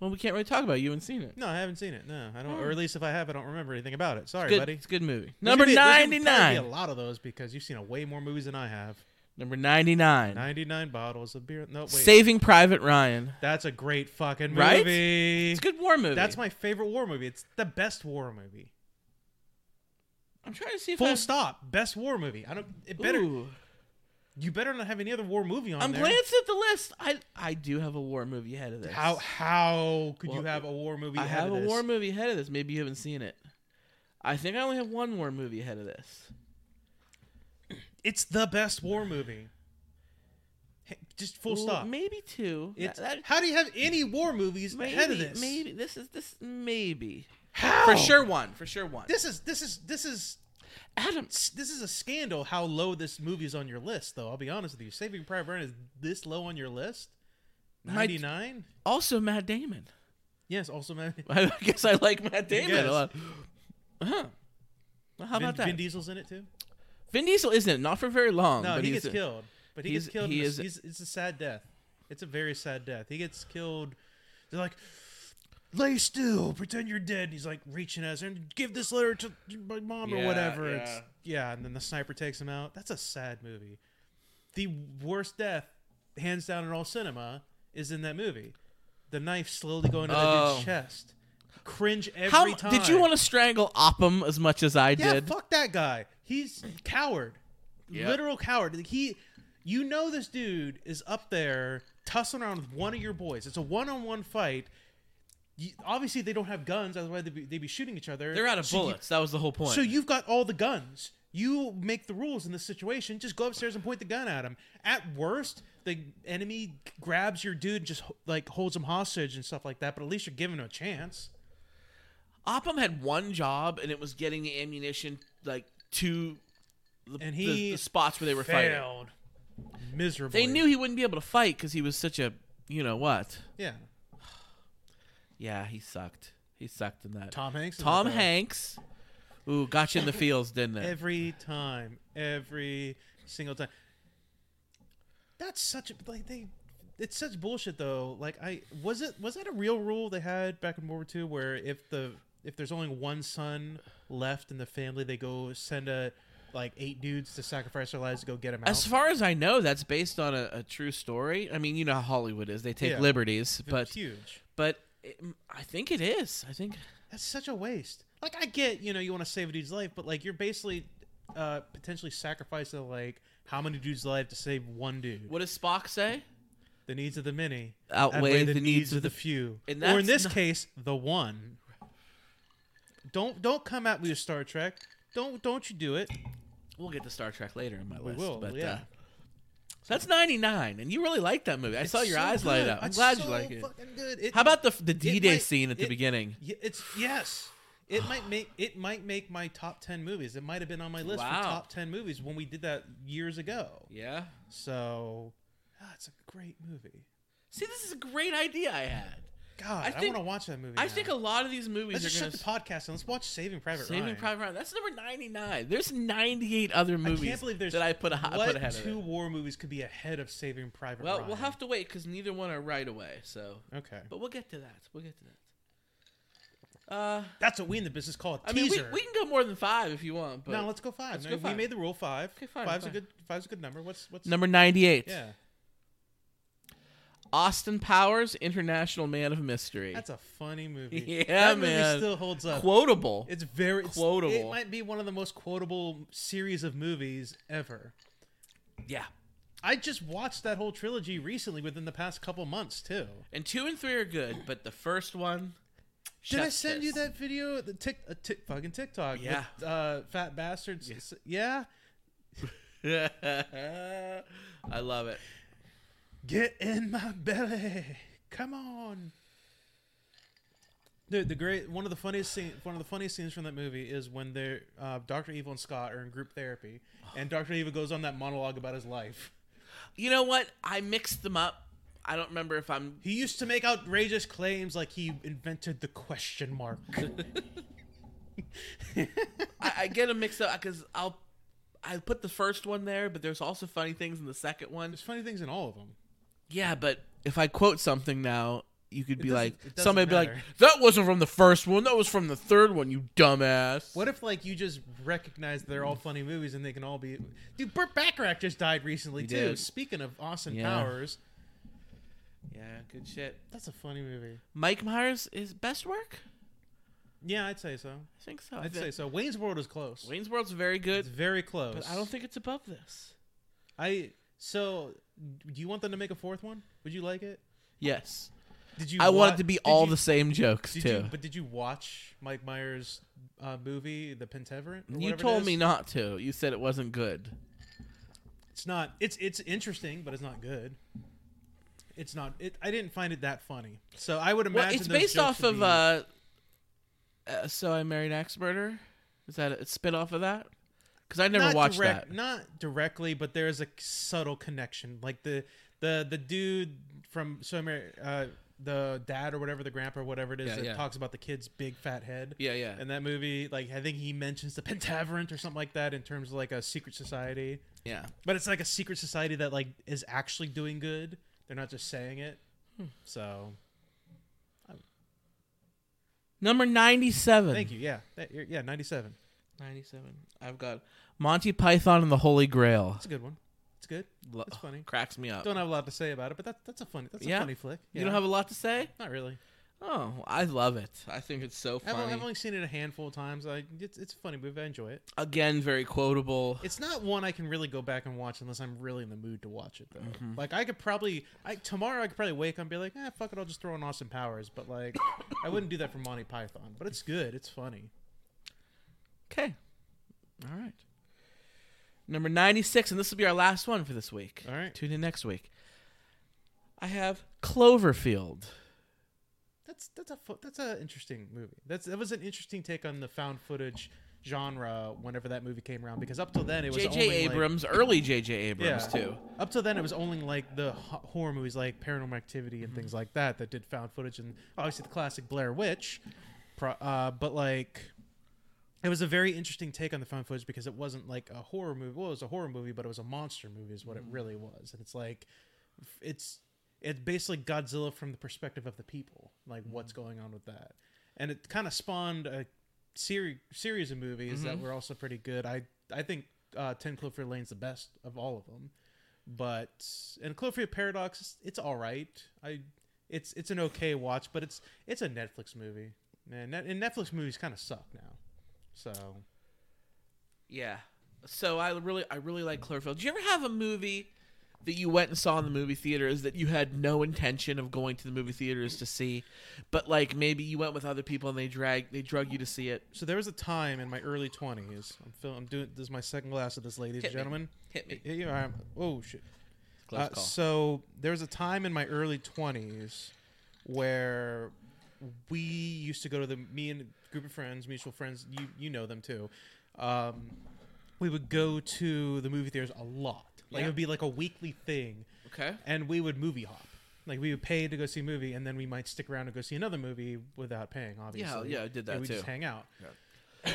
[SPEAKER 2] Well, we can't really talk about it. you haven't seen it.
[SPEAKER 1] No, I haven't seen it. No, I don't. Or at least if I have, I don't remember anything about it. Sorry,
[SPEAKER 2] Hmm. Good,
[SPEAKER 1] buddy.
[SPEAKER 2] It's a good movie.
[SPEAKER 1] There's
[SPEAKER 2] Number
[SPEAKER 1] gonna be- there's gonna be probably
[SPEAKER 2] 99.
[SPEAKER 1] A lot of those because you've seen a way more movies than I have.
[SPEAKER 2] Number 99.
[SPEAKER 1] 99 bottles of beer. No, wait.
[SPEAKER 2] Saving Private Ryan.
[SPEAKER 1] That's a great fucking movie.
[SPEAKER 2] Right? It's a good war movie.
[SPEAKER 1] That's my favorite war movie. It's the best war movie.
[SPEAKER 2] I'm trying to see if
[SPEAKER 1] Full
[SPEAKER 2] I've-
[SPEAKER 1] stop. Best war movie. I don't. It better.
[SPEAKER 2] Ooh.
[SPEAKER 1] You better not have any other war movie on
[SPEAKER 2] I'm
[SPEAKER 1] there.
[SPEAKER 2] glancing at the list. I I do have a war movie ahead of this.
[SPEAKER 1] How how could
[SPEAKER 2] Well,
[SPEAKER 1] you have a war movie?
[SPEAKER 2] I
[SPEAKER 1] ahead
[SPEAKER 2] have
[SPEAKER 1] of
[SPEAKER 2] a
[SPEAKER 1] this?
[SPEAKER 2] war movie ahead of this. Maybe you haven't seen it. I think I only have one war movie ahead of this.
[SPEAKER 1] It's the best war movie. Hey, Just full
[SPEAKER 2] Well,
[SPEAKER 1] stop.
[SPEAKER 2] Maybe two.
[SPEAKER 1] It's,
[SPEAKER 2] That- that-
[SPEAKER 1] how do you have any war movies
[SPEAKER 2] maybe,
[SPEAKER 1] ahead of this?
[SPEAKER 2] Maybe this is this maybe
[SPEAKER 1] How?
[SPEAKER 2] for sure one for sure one.
[SPEAKER 1] This is this is this is
[SPEAKER 2] Adam,
[SPEAKER 1] this is a scandal how low this movie is on your list though. I'll be honest with you. Saving Private Ryan is this low on your list?
[SPEAKER 2] My-
[SPEAKER 1] 99?
[SPEAKER 2] also Matt Damon.
[SPEAKER 1] Yes, also man.
[SPEAKER 2] I guess I like Matt Damon
[SPEAKER 1] guess.
[SPEAKER 2] a lot. Huh. Well, how
[SPEAKER 1] Vin,
[SPEAKER 2] about that?
[SPEAKER 1] Vin Diesel's in it too?
[SPEAKER 2] Vin Diesel isn't not for very long.
[SPEAKER 1] No,
[SPEAKER 2] but
[SPEAKER 1] he
[SPEAKER 2] he's
[SPEAKER 1] gets
[SPEAKER 2] a-
[SPEAKER 1] killed. But he gets
[SPEAKER 2] he's-
[SPEAKER 1] killed.
[SPEAKER 2] he
[SPEAKER 1] in a-
[SPEAKER 2] is-
[SPEAKER 1] he's- it's a sad death. It's a very sad death. He gets killed. They're like, lay still, pretend you're dead. And he's like reaching us and give this letter to my mom
[SPEAKER 2] Yeah,
[SPEAKER 1] or whatever.
[SPEAKER 2] yeah.
[SPEAKER 1] It's, yeah, and then the sniper takes him out. That's a sad movie. The worst death, hands down, in all cinema, is in that movie. The knife slowly going into the
[SPEAKER 2] Oh.
[SPEAKER 1] dude's chest. Cringe every
[SPEAKER 2] How
[SPEAKER 1] time.
[SPEAKER 2] did you want to strangle Oppum as much as I
[SPEAKER 1] Yeah,
[SPEAKER 2] did?
[SPEAKER 1] fuck that guy. He's coward.
[SPEAKER 2] Yeah.
[SPEAKER 1] Literal coward. Like, He you know this dude is up there tussling around with one of your boys. It's a one-on-one fight. You, obviously they don't have guns, otherwise they'd be, they'd be shooting each other.
[SPEAKER 2] They're out of
[SPEAKER 1] So you-
[SPEAKER 2] bullets. that was the whole point.
[SPEAKER 1] so you've got all the guns. You make the rules in this situation. Just go upstairs and point the gun at him. At worst, the enemy grabs your dude and just like holds him hostage and stuff like that, but at least you're giving him a chance.
[SPEAKER 2] Oppum had one job, and it was getting the ammunition like to the,
[SPEAKER 1] And
[SPEAKER 2] the-
[SPEAKER 1] he
[SPEAKER 2] the spots where they were fighting.
[SPEAKER 1] Failed. Miserably.
[SPEAKER 2] They knew he wouldn't be able to fight because he was such a you know what?
[SPEAKER 1] Yeah.
[SPEAKER 2] Yeah, he sucked. He sucked in that.
[SPEAKER 1] Tom Hanks. is
[SPEAKER 2] Tom
[SPEAKER 1] like that.
[SPEAKER 2] Hanks. Ooh, got you in the feels, didn't it?
[SPEAKER 1] Every time, every single time. That's such a like they. It's such bullshit though. Like I was it was that a real rule they had back in World War Two where if the if there's only one son left in the family, they go send a like eight dudes to sacrifice their lives to go get him out.
[SPEAKER 2] As far as I know, that's based on a, a true story. I mean, you know how Hollywood is; they take
[SPEAKER 1] Yeah.
[SPEAKER 2] liberties,
[SPEAKER 1] It's
[SPEAKER 2] but
[SPEAKER 1] huge.
[SPEAKER 2] but it, I think it is. I think
[SPEAKER 1] That's such a waste. Like I get, you know, you want to save a dude's life, but like you're basically uh potentially sacrificing like how many dudes' life to save one dude.
[SPEAKER 2] what does Spock say?
[SPEAKER 1] The needs of the many
[SPEAKER 2] Outweigh the needs of the-
[SPEAKER 1] few,
[SPEAKER 2] And
[SPEAKER 1] or in
[SPEAKER 2] that's
[SPEAKER 1] this
[SPEAKER 2] not-
[SPEAKER 1] case, the one. Don't don't come at me with Star Trek. Don't don't you do it.
[SPEAKER 2] We'll get to Star Trek later in my
[SPEAKER 1] We
[SPEAKER 2] list,
[SPEAKER 1] will,
[SPEAKER 2] but
[SPEAKER 1] yeah.
[SPEAKER 2] uh, that's ninety nine, and you really like that movie. I saw
[SPEAKER 1] It's
[SPEAKER 2] your
[SPEAKER 1] so
[SPEAKER 2] eyes light
[SPEAKER 1] good.
[SPEAKER 2] up. I'm
[SPEAKER 1] It's
[SPEAKER 2] glad
[SPEAKER 1] so
[SPEAKER 2] you like it.
[SPEAKER 1] fucking good. It-
[SPEAKER 2] How about the the D Day
[SPEAKER 1] might-
[SPEAKER 2] scene at the
[SPEAKER 1] it-
[SPEAKER 2] beginning?
[SPEAKER 1] y- It's yes. It might make it might make my top ten movies. It might have been on my list
[SPEAKER 2] Wow.
[SPEAKER 1] for top ten movies when we did that years ago.
[SPEAKER 2] Yeah.
[SPEAKER 1] So, ah, it's a great movie.
[SPEAKER 2] See, this is a great idea I had.
[SPEAKER 1] God,
[SPEAKER 2] I
[SPEAKER 1] I,
[SPEAKER 2] think-
[SPEAKER 1] want to watch that movie.
[SPEAKER 2] I
[SPEAKER 1] now.
[SPEAKER 2] think a lot of these movies
[SPEAKER 1] let's just
[SPEAKER 2] are
[SPEAKER 1] shut
[SPEAKER 2] going
[SPEAKER 1] the
[SPEAKER 2] to
[SPEAKER 1] podcast and let's watch Saving Private
[SPEAKER 2] Saving
[SPEAKER 1] Ryan.
[SPEAKER 2] Private Ryan. That's number ninety nine. There's ninety eight other movies
[SPEAKER 1] I can't believe there's
[SPEAKER 2] that I put a, I
[SPEAKER 1] what
[SPEAKER 2] put ahead of
[SPEAKER 1] two
[SPEAKER 2] it.
[SPEAKER 1] war movies could be ahead of Saving Private
[SPEAKER 2] Well,
[SPEAKER 1] Ryan.
[SPEAKER 2] we'll have to wait because neither one are right away. So,
[SPEAKER 1] Okay,
[SPEAKER 2] but we'll get to that. We'll get to that. Uh,
[SPEAKER 1] that's what we in the business call a
[SPEAKER 2] I mean, we,
[SPEAKER 1] teaser.
[SPEAKER 2] we can go more than five if you want. But
[SPEAKER 1] no, let's go 5
[SPEAKER 2] Let's
[SPEAKER 1] No,
[SPEAKER 2] go
[SPEAKER 1] We
[SPEAKER 2] five.
[SPEAKER 1] made the rule five.
[SPEAKER 2] Okay, fine,
[SPEAKER 1] five's
[SPEAKER 2] fine.
[SPEAKER 1] a good five's a good number. What's what's
[SPEAKER 2] number ninety eight.
[SPEAKER 1] Yeah,
[SPEAKER 2] Austin Powers, International Man of Mystery.
[SPEAKER 1] that's a funny movie.
[SPEAKER 2] Yeah,
[SPEAKER 1] that
[SPEAKER 2] man.
[SPEAKER 1] movie still holds up.
[SPEAKER 2] quotable.
[SPEAKER 1] it's very it's-
[SPEAKER 2] quotable.
[SPEAKER 1] It might be one of the most quotable series of movies ever.
[SPEAKER 2] yeah.
[SPEAKER 1] I just watched that whole trilogy recently within the past couple months too.
[SPEAKER 2] And two and three are good, but the first one.
[SPEAKER 1] Did I
[SPEAKER 2] shuts
[SPEAKER 1] send
[SPEAKER 2] this.
[SPEAKER 1] you that video? The tick, uh, tick fucking TikTok. with,
[SPEAKER 2] Yeah.
[SPEAKER 1] uh, fat bastards. s- yeah.
[SPEAKER 2] I love it.
[SPEAKER 1] Get in my belly. Come on. Dude, the great one of the funniest scene, one of the funniest scenes from that movie is when they're uh, Doctor Evil and Scott are in group therapy, and Doctor Evil goes on that monologue about his life.
[SPEAKER 2] You know what? I mixed them up. I don't remember if I'm.
[SPEAKER 1] He used to make outrageous claims like he invented the question mark.
[SPEAKER 2] I, I get them mixed up because I'll. I put the first one there, but there's also funny things in the second one.
[SPEAKER 1] There's funny things in all of them.
[SPEAKER 2] Yeah, but if I quote something now, you could be
[SPEAKER 1] doesn't-
[SPEAKER 2] like,
[SPEAKER 1] it doesn't
[SPEAKER 2] somebody be like,
[SPEAKER 1] matter.
[SPEAKER 2] that wasn't from the first one. That was from the third one. You dumbass.
[SPEAKER 1] What if like you just recognize they're all funny movies and they can all be? Dude, Burt Bacharach just died recently
[SPEAKER 2] He
[SPEAKER 1] too.
[SPEAKER 2] did.
[SPEAKER 1] Speaking of Austin
[SPEAKER 2] Yeah.
[SPEAKER 1] Powers,
[SPEAKER 2] Yeah, good shit.
[SPEAKER 1] that's a funny movie.
[SPEAKER 2] Mike Myers is best work.
[SPEAKER 1] Yeah, I'd say so.
[SPEAKER 2] I think so. I
[SPEAKER 1] I'd
[SPEAKER 2] think-
[SPEAKER 1] say so. Wayne's World is close.
[SPEAKER 2] Wayne's World's very
[SPEAKER 1] It's
[SPEAKER 2] good,
[SPEAKER 1] very close.
[SPEAKER 2] but I don't think it's above this.
[SPEAKER 1] I. So, do you want them to make a fourth one? Would you like it?
[SPEAKER 2] Yes,
[SPEAKER 1] Did you?
[SPEAKER 2] I want
[SPEAKER 1] wa-
[SPEAKER 2] it to be
[SPEAKER 1] did
[SPEAKER 2] all
[SPEAKER 1] you-
[SPEAKER 2] the same jokes
[SPEAKER 1] Did
[SPEAKER 2] too.
[SPEAKER 1] you? But did you watch Mike Myers' uh, movie, The Pentaverant? or
[SPEAKER 2] you
[SPEAKER 1] whatever it
[SPEAKER 2] told
[SPEAKER 1] is?
[SPEAKER 2] me not to. You said it wasn't good.
[SPEAKER 1] It's not. It's it's interesting, but it's not good. It's not. It, I didn't find it that funny. So I would imagine
[SPEAKER 2] Well, it's
[SPEAKER 1] those
[SPEAKER 2] based
[SPEAKER 1] jokes
[SPEAKER 2] off
[SPEAKER 1] would
[SPEAKER 2] of
[SPEAKER 1] be-
[SPEAKER 2] uh, uh, so I married an axe murderer. Is that a, a spit off of that? Because I never
[SPEAKER 1] not
[SPEAKER 2] watched
[SPEAKER 1] direct-
[SPEAKER 2] that.
[SPEAKER 1] Not directly, but there is a subtle connection. Like the the the dude from somewhere, uh, the dad or whatever, the grandpa or whatever it is
[SPEAKER 2] Yeah,
[SPEAKER 1] that
[SPEAKER 2] yeah.
[SPEAKER 1] talks about the kid's big fat head.
[SPEAKER 2] Yeah, yeah.
[SPEAKER 1] In that movie, like I think he mentions the Pentaverant or something like that in terms of like a secret society.
[SPEAKER 2] yeah.
[SPEAKER 1] But it's like a secret society that like is actually doing good. They're not just saying it.
[SPEAKER 2] Hmm.
[SPEAKER 1] So
[SPEAKER 2] Number ninety-seven.
[SPEAKER 1] thank you. Yeah, That- you're- yeah. Ninety seven.
[SPEAKER 2] Ninety-seven. I've got Monty Python and the Holy Grail.
[SPEAKER 1] That's a good one. It's good.
[SPEAKER 2] Lo-
[SPEAKER 1] It's funny.
[SPEAKER 2] Cracks me up.
[SPEAKER 1] Don't have a lot to say about it, but that, that's a funny. That's
[SPEAKER 2] Yeah.
[SPEAKER 1] a funny flick.
[SPEAKER 2] You don't have a lot to say?
[SPEAKER 1] Not really.
[SPEAKER 2] Oh, I love it. I think it's so
[SPEAKER 1] I've,
[SPEAKER 2] funny.
[SPEAKER 1] I've only seen it a handful of times. I it's it's a funny movie. I enjoy it.
[SPEAKER 2] Again, very quotable.
[SPEAKER 1] It's not one I can really go back and watch unless I'm really in the mood to watch it though.
[SPEAKER 2] Mm-hmm.
[SPEAKER 1] Like I could probably I tomorrow I could probably wake up and be like, ah, fuck it, I'll just throw in Austin Powers. But like, I wouldn't do that for Monty Python. But it's good. It's funny.
[SPEAKER 2] Okay. All right. Number 96, and this will be our last one for this week.
[SPEAKER 1] All right.
[SPEAKER 2] Tune in next week. I have Cloverfield.
[SPEAKER 1] That's that's a fo- that's an interesting movie. That's that was an interesting take on the found footage genre whenever that movie came around because up till then it was
[SPEAKER 2] J.J.
[SPEAKER 1] only like-
[SPEAKER 2] Abrams, early J.J. Abrams,
[SPEAKER 1] Yeah.
[SPEAKER 2] too.
[SPEAKER 1] Up till then, it was only like the ho- horror movies, like Paranormal Activity and things like that, that did found footage, and obviously the classic Blair Witch. Pro- uh, but like, it was a very interesting take on the found footage because it wasn't like a horror movie. Well, it was a horror movie, but it was a monster movie, is what it really was. And it's like, f- it's it's basically Godzilla from the perspective of the people, like what's going on with that, and it kind of spawned a series series of movies that
[SPEAKER 2] Mm-hmm.
[SPEAKER 1] were also pretty good. I I think uh, Ten Cloverfield Lane's the best of all of them, but and Cloverfield Paradox it's, it's all right. I it's it's an okay watch, but it's it's a Netflix movie, man. Net, and Netflix movies kind of suck now, so
[SPEAKER 2] Yeah. So I really I really like Cloverfield. Do you ever have a movie that you went and saw in the movie theaters that you had no intention of going to the movie theaters to see, but like maybe you went with other people and they drag they drug you to see it?
[SPEAKER 1] so there was a time in my early twenties. I'm feeling I'm doing this is my second glass of this, ladies
[SPEAKER 2] Hit
[SPEAKER 1] and
[SPEAKER 2] me.
[SPEAKER 1] gentlemen.
[SPEAKER 2] Hit me.
[SPEAKER 1] Yeah, yeah, I'm- oh shit.
[SPEAKER 2] Close
[SPEAKER 1] Uh,
[SPEAKER 2] call.
[SPEAKER 1] So there was a time in my early twenties where we used to go to the me and a group of friends, mutual friends. You you know them too. Um, we would go to the movie theaters a lot. Like
[SPEAKER 2] Yeah.
[SPEAKER 1] it would be like a weekly thing,
[SPEAKER 2] Okay.
[SPEAKER 1] and we would movie hop. Like we would pay to go see a movie, and then we might stick around to go see another movie without paying. Obviously,
[SPEAKER 2] yeah, I did that
[SPEAKER 1] we
[SPEAKER 2] too.
[SPEAKER 1] just hang out.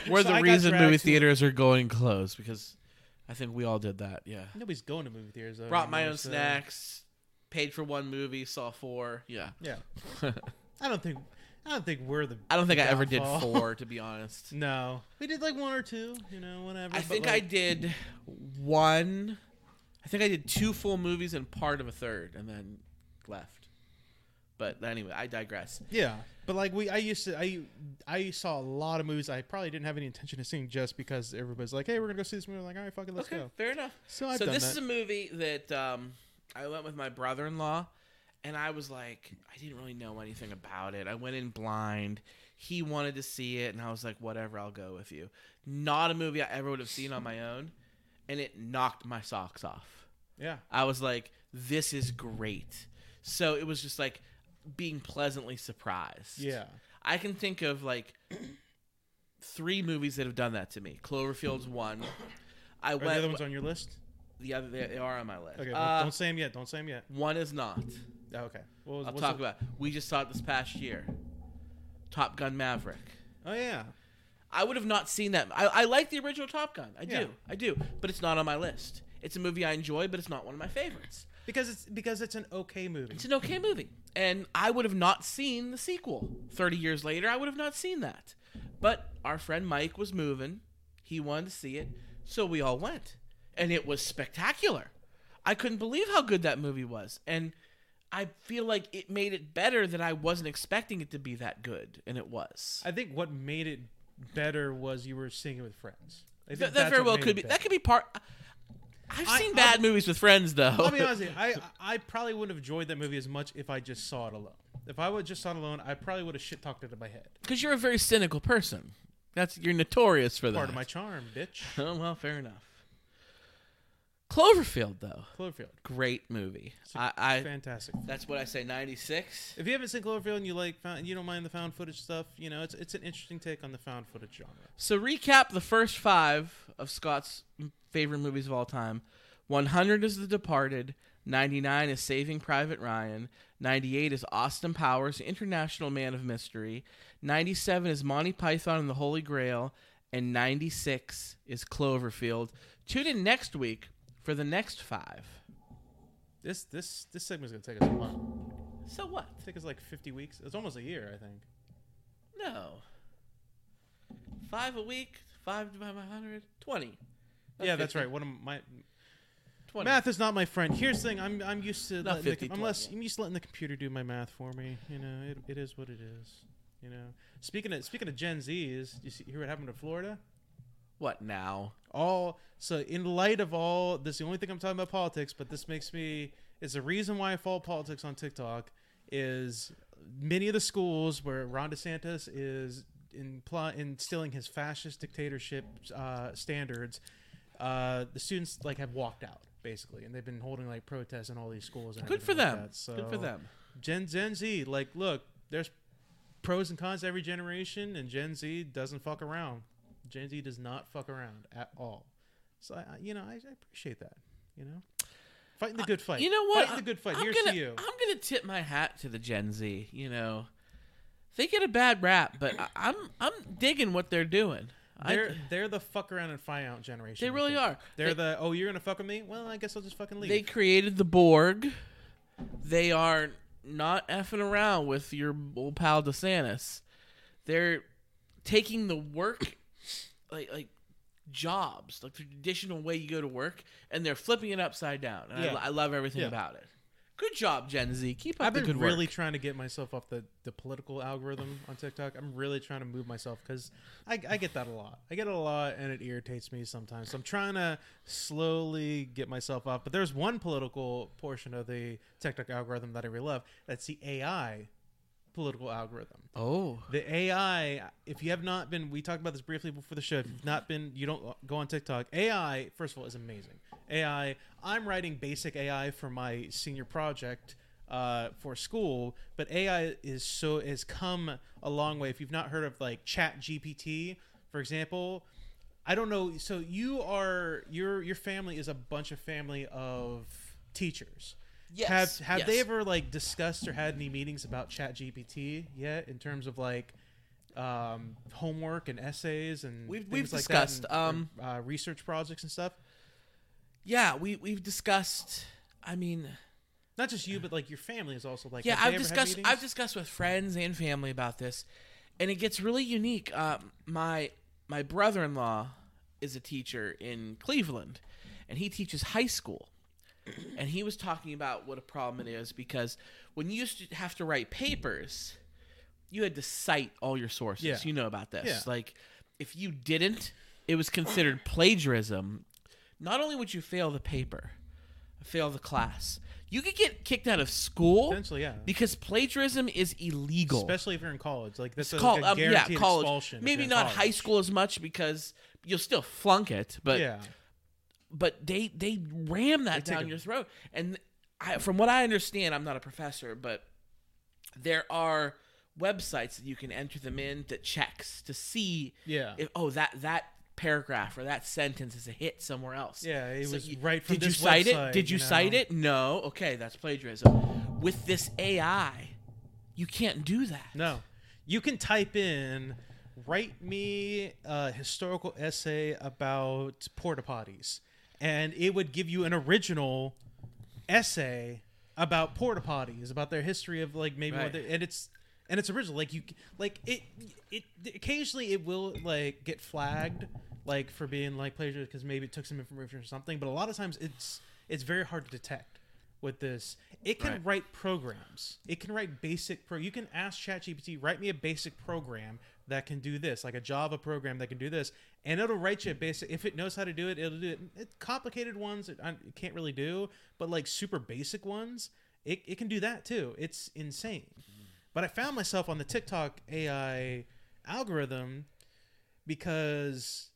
[SPEAKER 2] We're
[SPEAKER 1] So
[SPEAKER 2] the
[SPEAKER 1] I got
[SPEAKER 2] reason
[SPEAKER 1] dragged
[SPEAKER 2] movie
[SPEAKER 1] to-
[SPEAKER 2] theaters are going closed because I think we all did that. Yeah.
[SPEAKER 1] Nobody's going to movie theaters. Though,
[SPEAKER 2] Brought my
[SPEAKER 1] anymore,
[SPEAKER 2] own
[SPEAKER 1] so-
[SPEAKER 2] snacks, paid for one movie, saw four. Yeah.
[SPEAKER 1] Yeah, I don't think I don't think we're the.
[SPEAKER 2] I don't think I ever did
[SPEAKER 1] downfall.
[SPEAKER 2] four, to be honest.
[SPEAKER 1] No, we did like one or two, you know, whatever.
[SPEAKER 2] I
[SPEAKER 1] but,
[SPEAKER 2] think I
[SPEAKER 1] like,
[SPEAKER 2] did one. I think I did two full movies and part of a third, and then left. But anyway, I digress.
[SPEAKER 1] Yeah, but like we, I used to, I, I saw a lot of movies. I probably didn't have any intention of seeing just because everybody's like, "Hey, we're gonna go see this movie." I'm like, all right, fuck it, let's
[SPEAKER 2] Okay,
[SPEAKER 1] go.
[SPEAKER 2] fair enough.
[SPEAKER 1] So I've
[SPEAKER 2] so
[SPEAKER 1] done
[SPEAKER 2] this
[SPEAKER 1] that.
[SPEAKER 2] is a movie that um, I went with my brother-in-law, and I was like, I didn't really know anything about it. I went in blind. He wanted to see it, and I was like, whatever, I'll go with you. Not a movie I ever would have seen on my own, and it knocked my socks off.
[SPEAKER 1] yeah,
[SPEAKER 2] I was like, this is great. So it was just like being pleasantly surprised.
[SPEAKER 1] yeah,
[SPEAKER 2] I can think of like three movies that have done that to me. Cloverfield's one. I
[SPEAKER 1] Are
[SPEAKER 2] went
[SPEAKER 1] the other ones on your list?
[SPEAKER 2] the other they, they are on my list.
[SPEAKER 1] Okay, well,
[SPEAKER 2] uh,
[SPEAKER 1] don't say them yet. Don't say them yet.
[SPEAKER 2] one is not.
[SPEAKER 1] Oh, okay, what was,
[SPEAKER 2] I'll
[SPEAKER 1] what's
[SPEAKER 2] talk
[SPEAKER 1] the-
[SPEAKER 2] about. We just saw it this past year. Top Gun Maverick.
[SPEAKER 1] Oh yeah,
[SPEAKER 2] I would have not seen that. I, I like the original Top Gun. I
[SPEAKER 1] Yeah.
[SPEAKER 2] do. I do. But it's not on my list. It's a movie I enjoy, but it's not one of my favorites.
[SPEAKER 1] because it's because it's an okay movie.
[SPEAKER 2] It's an okay movie. And I would have not seen the sequel. 30 years later, I would have not seen that. But our friend Mike was moving. He wanted to see it. So we all went. And it was spectacular. I couldn't believe how good that movie was. And I feel like it made it better that I wasn't expecting it to be that good. And it was.
[SPEAKER 1] I think what made it better was you were seeing it with friends. I think
[SPEAKER 2] Th- that
[SPEAKER 1] that's
[SPEAKER 2] very
[SPEAKER 1] what
[SPEAKER 2] well
[SPEAKER 1] made
[SPEAKER 2] could
[SPEAKER 1] it
[SPEAKER 2] be.
[SPEAKER 1] better.
[SPEAKER 2] That could be part. I've
[SPEAKER 1] I-
[SPEAKER 2] seen
[SPEAKER 1] I'll-
[SPEAKER 2] bad movies with friends, though.
[SPEAKER 1] I'll be honest. With you, I I probably wouldn't have enjoyed that movie as much if I just saw it alone. If I would have just saw it alone, I probably would have shit talked it in my head.
[SPEAKER 2] Because you're a very cynical person. That's You're notorious for that.
[SPEAKER 1] Part of my charm, bitch.
[SPEAKER 2] Oh well, fair enough. Cloverfield, though,
[SPEAKER 1] Cloverfield.
[SPEAKER 2] great movie.
[SPEAKER 1] It's a
[SPEAKER 2] I, I
[SPEAKER 1] fantastic.
[SPEAKER 2] that's what I say. Ninety six.
[SPEAKER 1] If you haven't seen Cloverfield and you like found, you don't mind the found footage stuff, you know it's it's an interesting take on the found footage genre.
[SPEAKER 2] So recap the first five of Scott's favorite movies of all time. 100 is The Departed. 99 is Saving Private Ryan. 98 is Austin Powers, International Man of Mystery. 97 is Monty Python and the Holy Grail. And 96 is Cloverfield. Tune in next week for the next five.
[SPEAKER 1] This this this segment's gonna take us a while.
[SPEAKER 2] So what?
[SPEAKER 1] Take us like 50 weeks. It's almost a year, I think.
[SPEAKER 2] No. Five a week, five divided by 100, 20.
[SPEAKER 1] yeah, that's right. One of my
[SPEAKER 2] 20.
[SPEAKER 1] math is not my friend. Here's the thing. I'm I'm used to
[SPEAKER 2] Not
[SPEAKER 1] letting the
[SPEAKER 2] 50,
[SPEAKER 1] com- unless
[SPEAKER 2] 20,
[SPEAKER 1] I'm used to letting the computer do my math for me. You know, it, it is what it is. You know, speaking of speaking of Gen Zs, you see, hear what happened to Florida?
[SPEAKER 2] What now?
[SPEAKER 1] all so in light of all this the only thing i'm talking about politics but this makes me it's the reason why i follow politics on tiktok is many of the schools where ron desantis is impl- instilling his fascist dictatorship uh, standards uh, the students like have walked out basically and they've been holding like protests in all these schools and
[SPEAKER 2] Good for
[SPEAKER 1] everything like
[SPEAKER 2] them.
[SPEAKER 1] that. so
[SPEAKER 2] Good for them.
[SPEAKER 1] gen, gen z like look there's pros and cons to every generation, and Gen Z doesn't fuck around. Gen Z does not fuck around at all. So I, I- you know, I, I appreciate that. You know, fighting the good fight.
[SPEAKER 2] You know what?
[SPEAKER 1] Fighting the good fight.
[SPEAKER 2] I'm
[SPEAKER 1] Here's
[SPEAKER 2] gonna,
[SPEAKER 1] to you.
[SPEAKER 2] I'm gonna tip my hat to the Gen Z. You know, they get a bad rap, but I, I'm I'm digging what they're doing.
[SPEAKER 1] They're
[SPEAKER 2] I,
[SPEAKER 1] they're the fuck around and find out generation.
[SPEAKER 2] They
[SPEAKER 1] I
[SPEAKER 2] really
[SPEAKER 1] think.
[SPEAKER 2] are.
[SPEAKER 1] They're
[SPEAKER 2] They-
[SPEAKER 1] the oh you're gonna fuck with me. Well, I guess I'll just fucking leave.
[SPEAKER 2] they created the Borg. They are not effing around with your old pal DeSantis. They're taking the work, like like jobs, like the traditional way you go to work, and they're flipping it upside down. And
[SPEAKER 1] Yeah.
[SPEAKER 2] I, I love everything
[SPEAKER 1] Yeah.
[SPEAKER 2] about it. Good job, Gen Z. Keep up
[SPEAKER 1] I've
[SPEAKER 2] the
[SPEAKER 1] been
[SPEAKER 2] good work.
[SPEAKER 1] really trying to get myself off the, the political algorithm on TikTok. I'm really trying to move myself because I, I get that a lot. I get it a lot, and it irritates me sometimes. So I'm trying to slowly get myself off. But there's one political portion of the TikTok algorithm that I really love. That's the AI political algorithm.
[SPEAKER 2] Oh.
[SPEAKER 1] The AI, if you have not been, we talked about this briefly before the show. If you've not been, you don't go on TikTok. AI, first of all, is amazing. AI, I'm writing basic AI for my senior project uh, for school, but AI is so has come a long way. If you've not heard of like Chat GPT, for example, I don't know. So you are your your family is a bunch of family of teachers.
[SPEAKER 2] Yes,
[SPEAKER 1] Have have they
[SPEAKER 2] yes.
[SPEAKER 1] ever like discussed or had any meetings about Chat GPT yet in terms of like um, homework and essays and
[SPEAKER 2] We've-
[SPEAKER 1] things
[SPEAKER 2] we've
[SPEAKER 1] like
[SPEAKER 2] discussed,
[SPEAKER 1] that and,
[SPEAKER 2] um,
[SPEAKER 1] or, uh, research projects and stuff?
[SPEAKER 2] Yeah, we we've discussed. I mean,
[SPEAKER 1] Not just you, but like your family is also like.
[SPEAKER 2] yeah,
[SPEAKER 1] have
[SPEAKER 2] I've
[SPEAKER 1] they ever had
[SPEAKER 2] discussed.
[SPEAKER 1] meetings?
[SPEAKER 2] I've discussed with friends and family about this, and it gets really unique. Uh, my my brother in law is a teacher in Cleveland, and he teaches high school. And he was talking about what a problem it is because when you used to have to write papers, you had to cite all your sources.
[SPEAKER 1] Yeah.
[SPEAKER 2] You know about this.
[SPEAKER 1] Yeah.
[SPEAKER 2] Like, if you didn't, it was considered plagiarism. Not only would you fail the paper, fail the class, you could get kicked out of school
[SPEAKER 1] Potentially, yeah.
[SPEAKER 2] because plagiarism is illegal.
[SPEAKER 1] especially if you're in college. Like this
[SPEAKER 2] It's
[SPEAKER 1] is
[SPEAKER 2] called-
[SPEAKER 1] like
[SPEAKER 2] um,
[SPEAKER 1] a
[SPEAKER 2] yeah,
[SPEAKER 1] guaranteed
[SPEAKER 2] college.
[SPEAKER 1] expulsion. if you're
[SPEAKER 2] Maybe
[SPEAKER 1] in
[SPEAKER 2] not high
[SPEAKER 1] college.
[SPEAKER 2] school as much because you'll still flunk it, but
[SPEAKER 1] Yeah,
[SPEAKER 2] but they they ram that
[SPEAKER 1] They take
[SPEAKER 2] down
[SPEAKER 1] a-
[SPEAKER 2] your throat. And I, from what I understand, I'm not a professor, but there are websites that you can enter them in that checks to see
[SPEAKER 1] yeah.
[SPEAKER 2] if oh that that paragraph or that sentence is a hit somewhere else.
[SPEAKER 1] Yeah, it
[SPEAKER 2] So
[SPEAKER 1] was
[SPEAKER 2] you-
[SPEAKER 1] right from
[SPEAKER 2] Did
[SPEAKER 1] this
[SPEAKER 2] you cite
[SPEAKER 1] website,
[SPEAKER 2] it? Did you,
[SPEAKER 1] you
[SPEAKER 2] cite
[SPEAKER 1] know.
[SPEAKER 2] it? No. Okay, that's plagiarism. With this AI, you can't do that.
[SPEAKER 1] No, you can type in "write me a historical essay about porta potties," and it would give you an original essay about porta potties, about their history of like maybe
[SPEAKER 2] Right.
[SPEAKER 1] what they and it's and it's original. Like you, like it, it occasionally it will like get flagged like for being like plagiarism because maybe it took some information or something. But a lot of times it's it's very hard to detect with this. It can
[SPEAKER 2] Right.
[SPEAKER 1] write programs. It can write basic pro. You can ask ChatGPT write me a basic program that can do this, like a Java program that can do this, and it'll write you a basic. If it knows how to do it, it'll do it. it complicated ones it, I- it can't really do, but like super basic ones, it, it can do that too. It's insane. But I found myself on the TikTok AI algorithm because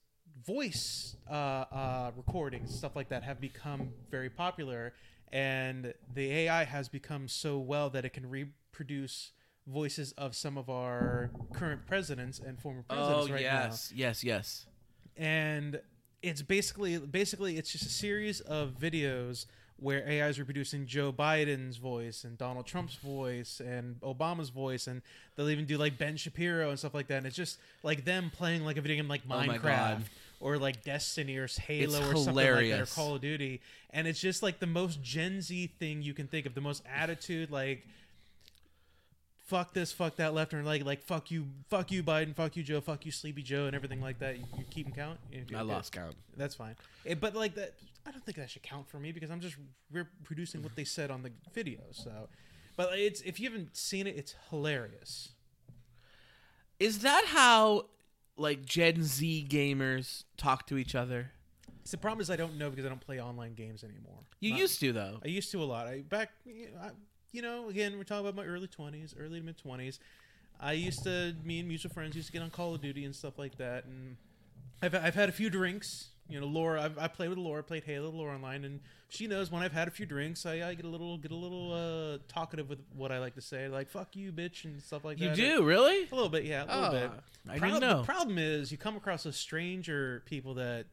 [SPEAKER 1] voice uh, uh, recordings, stuff like that, have become very popular, and the AI has become so well that it can reproduce voices of some of our current presidents and former presidents
[SPEAKER 2] Oh
[SPEAKER 1] right
[SPEAKER 2] yes, yes, yes.
[SPEAKER 1] now. And it's basically basically it's just a series of videos where AI is reproducing Joe Biden's voice and Donald Trump's voice and Obama's voice, and they'll even do like Ben Shapiro and stuff like that. And it's just like them playing like a video game like
[SPEAKER 2] Oh my
[SPEAKER 1] Minecraft
[SPEAKER 2] God.
[SPEAKER 1] or like Destiny or Halo
[SPEAKER 2] It's
[SPEAKER 1] or something like that or
[SPEAKER 2] hilarious.
[SPEAKER 1] Call of Duty. And it's just like the most Gen Z thing you can think of, the most attitude like. Fuck this, fuck that, left and right, like fuck you, fuck you, Biden, fuck you, Joe, fuck you, Sleepy Joe, and everything like that. You, you keep 'em count. You- you-
[SPEAKER 2] I lost count.
[SPEAKER 1] that's fine. Eh, but like that, I don't think that should count for me because I'm just reproducing what they said on the video. So, but it's if you haven't seen it, it's hilarious.
[SPEAKER 2] Is that how like Gen Z gamers talk to each other?
[SPEAKER 1] So the problem is I don't know because I don't play online games anymore.
[SPEAKER 2] You
[SPEAKER 1] Not-
[SPEAKER 2] used to though.
[SPEAKER 1] I used to a lot. I back, I, you know, again we're talking about my early twenties, early to mid twenties. I used to, me and mutual friends used to get on Call of Duty and stuff like that, and I've, I've had a few drinks. You know, Laura, I've, I play with Laura, played Halo, with Laura online, and she knows when I've had a few drinks, I, I get a little get a little uh, talkative with what I like to say, like "fuck you, bitch" and stuff like
[SPEAKER 2] You
[SPEAKER 1] that.
[SPEAKER 2] do really?
[SPEAKER 1] a little bit, yeah, a little
[SPEAKER 2] Oh,
[SPEAKER 1] bit.
[SPEAKER 2] I
[SPEAKER 1] Prob-
[SPEAKER 2] didn't know.
[SPEAKER 1] The problem is you come across those stranger people that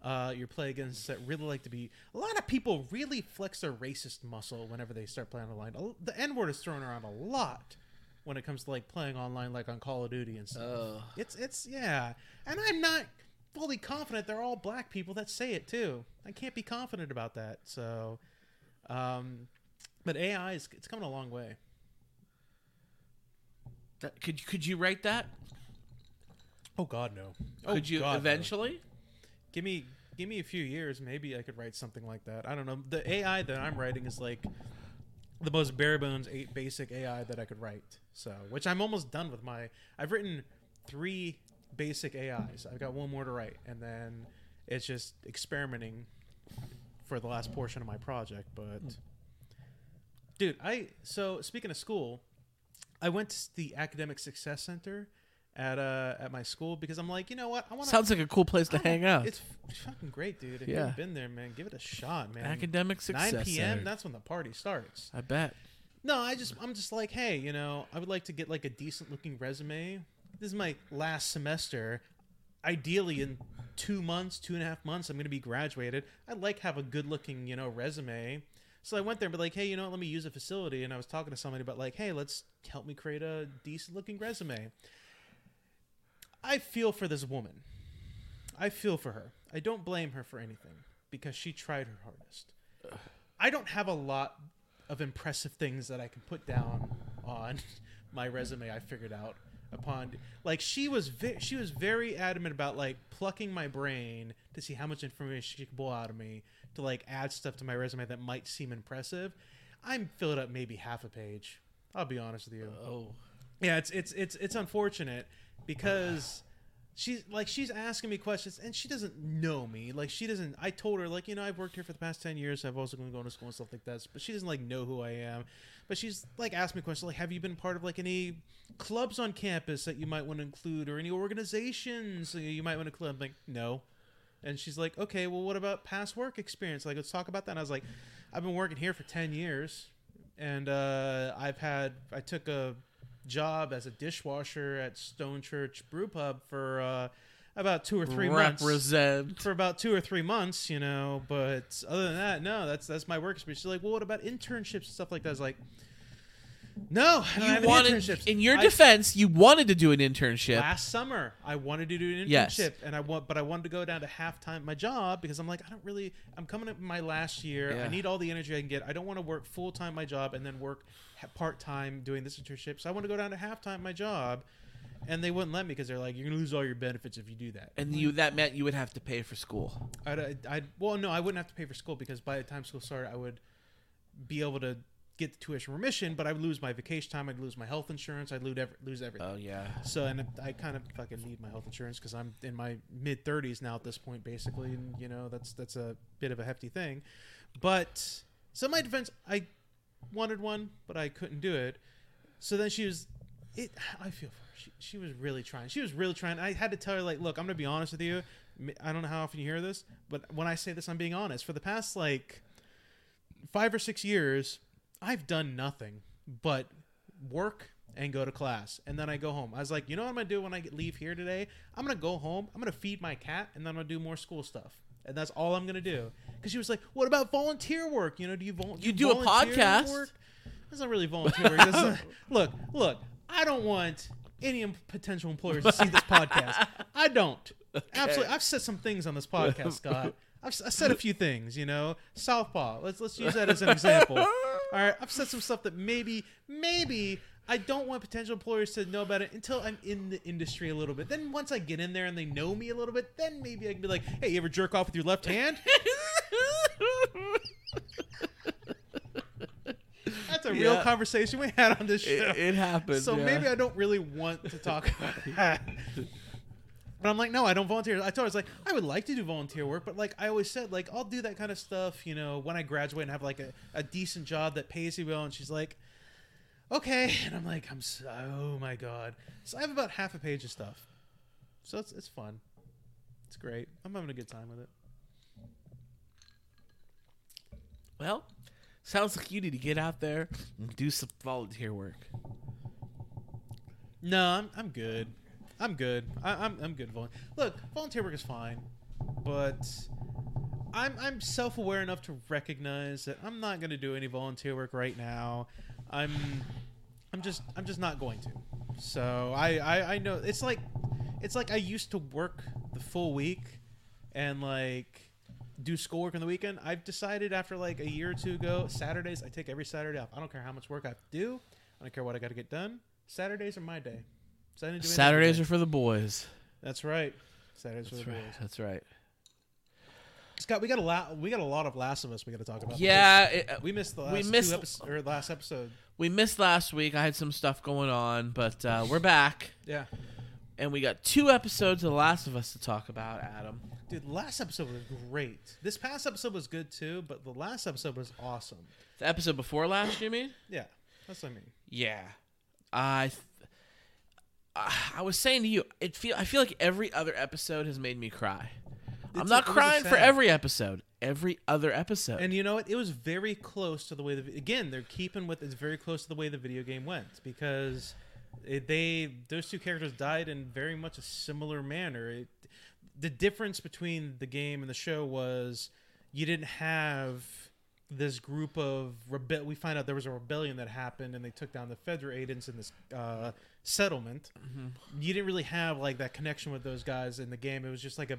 [SPEAKER 1] uh, you're playing against that really like to be. A lot of people really flex their racist muscle whenever they start playing online. A- The N word is thrown around a lot when it comes to like playing online, like on Call of Duty and stuff.
[SPEAKER 2] Oh.
[SPEAKER 1] It's it's yeah, and I'm not fully confident they're all black people that say it too. I can't be confident about that. So, um, but AI is it's coming a long way.
[SPEAKER 2] That- could could you write that?
[SPEAKER 1] Oh God, no. Oh,
[SPEAKER 2] could you
[SPEAKER 1] God, no.
[SPEAKER 2] eventually?
[SPEAKER 1] give me give me a few years maybe i could write something like that i don't know the ai that i'm writing is like the most bare bones eight basic ai that i could write so which i'm almost done with my i've written three basic ais i've got one more to write and then it's just experimenting for the last portion of my project but dude i so speaking of school i went to the academic success center at uh at my school because i'm like you know what i want to
[SPEAKER 2] Sounds like a cool place to hang out.
[SPEAKER 1] it's f- fucking great, dude. If
[SPEAKER 2] Yeah.
[SPEAKER 1] you've been there, man, give it a shot, man.
[SPEAKER 2] Academic success.
[SPEAKER 1] 9 p.m.
[SPEAKER 2] Center.
[SPEAKER 1] That's when the party starts.
[SPEAKER 2] I bet.
[SPEAKER 1] No, I just I'm just like, hey, you know, I would like to get like a decent looking resume. This is my last semester. Ideally, in two months, two and a half months, I'm gonna be graduated. I'd like to have a good looking, you know, resume. So I went there, but like, hey, you know, what, let me use a facility. And I was talking to somebody about like, hey, let's help me create a decent looking resume. I feel for this woman. I feel for her. I don't blame her for anything because she tried her hardest. I don't have a lot of impressive things that I can put down on my resume. I figured out upon like she was ve- she was very adamant about like plucking my brain to see how much information she could pull out of me to like add stuff to my resume that might seem impressive. I'm filled up maybe half a page. I'll be honest with you.
[SPEAKER 2] Oh.
[SPEAKER 1] Yeah, it's it's it's it's unfortunate because she's like she's asking me questions and she doesn't know me. Like she doesn't. I told her like you know I've worked here for the past ten years. I've also been going to school and stuff like that. But she doesn't like know who I am. But she's like asked me questions like Have you been part of like any clubs on campus that you might want to include or any organizations that you might want to include? I'm like no. And she's like, okay, well, what about past work experience? Like, let's talk about that. And I was like, I've been working here for 10 years. And uh, I've had, I took a job as a dishwasher at Stone Church Brew Pub for uh, about two or three months
[SPEAKER 2] Represent.
[SPEAKER 1] for about two or three months, you know. But other than that, no, that's that's my work experience. She's like, well, what about internships and stuff like that? I was like, no, I don't have
[SPEAKER 2] You
[SPEAKER 1] any
[SPEAKER 2] wanted,
[SPEAKER 1] internships.
[SPEAKER 2] in your
[SPEAKER 1] I-
[SPEAKER 2] defense, you wanted to do an internship.
[SPEAKER 1] Last summer, I wanted to do an internship,
[SPEAKER 2] Yes.
[SPEAKER 1] and I want, but I wanted to go down to half time my job because I'm like, I don't really, I'm coming up my last year. I
[SPEAKER 2] Yeah.
[SPEAKER 1] need all the energy I can get. I don't want to work full time my job and then work part time doing this internship. So I want to go down to half time my job, and they wouldn't let me because they're like, you're gonna lose all your benefits if you do that.
[SPEAKER 2] and you that meant you would have to pay for school.
[SPEAKER 1] I'd, I'd, I'd well, no, I wouldn't have to pay for school because by the time school started, I would be able to get the tuition remission, but I would lose my vacation time. I'd lose my health insurance. I'd lose, ev- lose everything.
[SPEAKER 2] Oh yeah.
[SPEAKER 1] So and I kind of fucking need my health insurance because I'm in my mid 30s now at this point, basically, and you know that's that's a bit of a hefty thing. But so in my defense, I wanted one, but I couldn't do it. So then she was, it. I feel for her. She, she was really trying. She was really trying. I had to tell her like, look, I'm gonna be honest with you. m- I don't know how often you hear this, but when I say this, I'm being honest. For the past like five or six years, I've done nothing but work and go to class, and then I go home. I was like, you know what I'm gonna do when I get- leave here today? I'm gonna go home. I'm gonna feed my cat, and then I'm gonna do more school stuff. And that's all I'm gonna do. Because she was like, "What about volunteer work? You know, do you vol-
[SPEAKER 2] You do a
[SPEAKER 1] volunteer
[SPEAKER 2] podcast.
[SPEAKER 1] work?" That's not really volunteer work. That's not- look, look, I don't want any em- potential employers to see this podcast. I don't. Absolutely, I've said some things on this podcast, Scott. I've s- I said a few things, you know. Southpaw. Let's let's use that as an example. All right, I've said some stuff that maybe maybe I don't want potential employers to know about it until I'm in the industry a little bit. Then once I get in there and they know me a little bit, then maybe I can be like, "Hey, you ever jerk off with your left hand?" That's a real
[SPEAKER 2] Yeah.
[SPEAKER 1] conversation we had on this show.
[SPEAKER 2] it, it happens.
[SPEAKER 1] So
[SPEAKER 2] yeah.
[SPEAKER 1] maybe I don't really want to talk about that. But I'm like, no, I don't volunteer. I told her, I was like, I would like to do volunteer work, but like I always said, like I'll do that kind of stuff, you know, when I graduate and have like a, a decent job that pays you well. And she's like, okay. And I'm like, I'm so, oh my God. So I have about half a page of stuff. So it's, it's fun. It's great. I'm having a good time with it.
[SPEAKER 2] Well, sounds like you need to get out there and do some volunteer work.
[SPEAKER 1] No, I'm, I'm good. I'm good. I, I'm, I'm good. Volu- Look, volunteer work is fine, but I'm, I'm self aware enough to recognize that I'm not going to do any volunteer work right now. I'm, I'm just, I'm just not going to. So I, I, I know it's like, it's like I used to work the full week, and like do schoolwork on the weekend. I've decided after like a year or two ago, Saturdays I take every Saturday off. I don't care how much work I have to do. I don't care what I got to get done. Saturdays are my day. So I didn't do anything
[SPEAKER 2] Saturdays
[SPEAKER 1] today.
[SPEAKER 2] are for the boys.
[SPEAKER 1] That's right. Saturdays
[SPEAKER 2] That's
[SPEAKER 1] are the
[SPEAKER 2] right.
[SPEAKER 1] boys.
[SPEAKER 2] That's right.
[SPEAKER 1] Scott, we got a lot. we got a lot of Last of Us we got to talk about.
[SPEAKER 2] Yeah, it, uh,
[SPEAKER 1] we missed the
[SPEAKER 2] We
[SPEAKER 1] last
[SPEAKER 2] missed-
[SPEAKER 1] two episode or last episode.
[SPEAKER 2] we missed last week. I had some stuff going on, but uh, we're back,
[SPEAKER 1] Yeah,
[SPEAKER 2] and we got two episodes of The Last of Us to talk about. Adam,
[SPEAKER 1] dude, last episode was great. This past episode was good too, but the last episode was awesome.
[SPEAKER 2] the episode before last, you mean?
[SPEAKER 1] Yeah, that's what I mean.
[SPEAKER 2] Yeah, I. Th- uh, I- I was saying to you, it feel I feel like every other episode has made me cry. I'm
[SPEAKER 1] It's-
[SPEAKER 2] not
[SPEAKER 1] it was
[SPEAKER 2] crying for
[SPEAKER 1] sad.
[SPEAKER 2] every episode. Every other episode.
[SPEAKER 1] And you know what? It was very close to the way the again they're keeping with it's very close to the way the video game went because it, they those two characters died in very much a similar manner. It, the difference between the game and the show was you didn't have this group of rebel. We find out there was a rebellion that happened and they took down the Federatans in this uh, settlement. You didn't really have like that connection with those guys in the game. It was just like a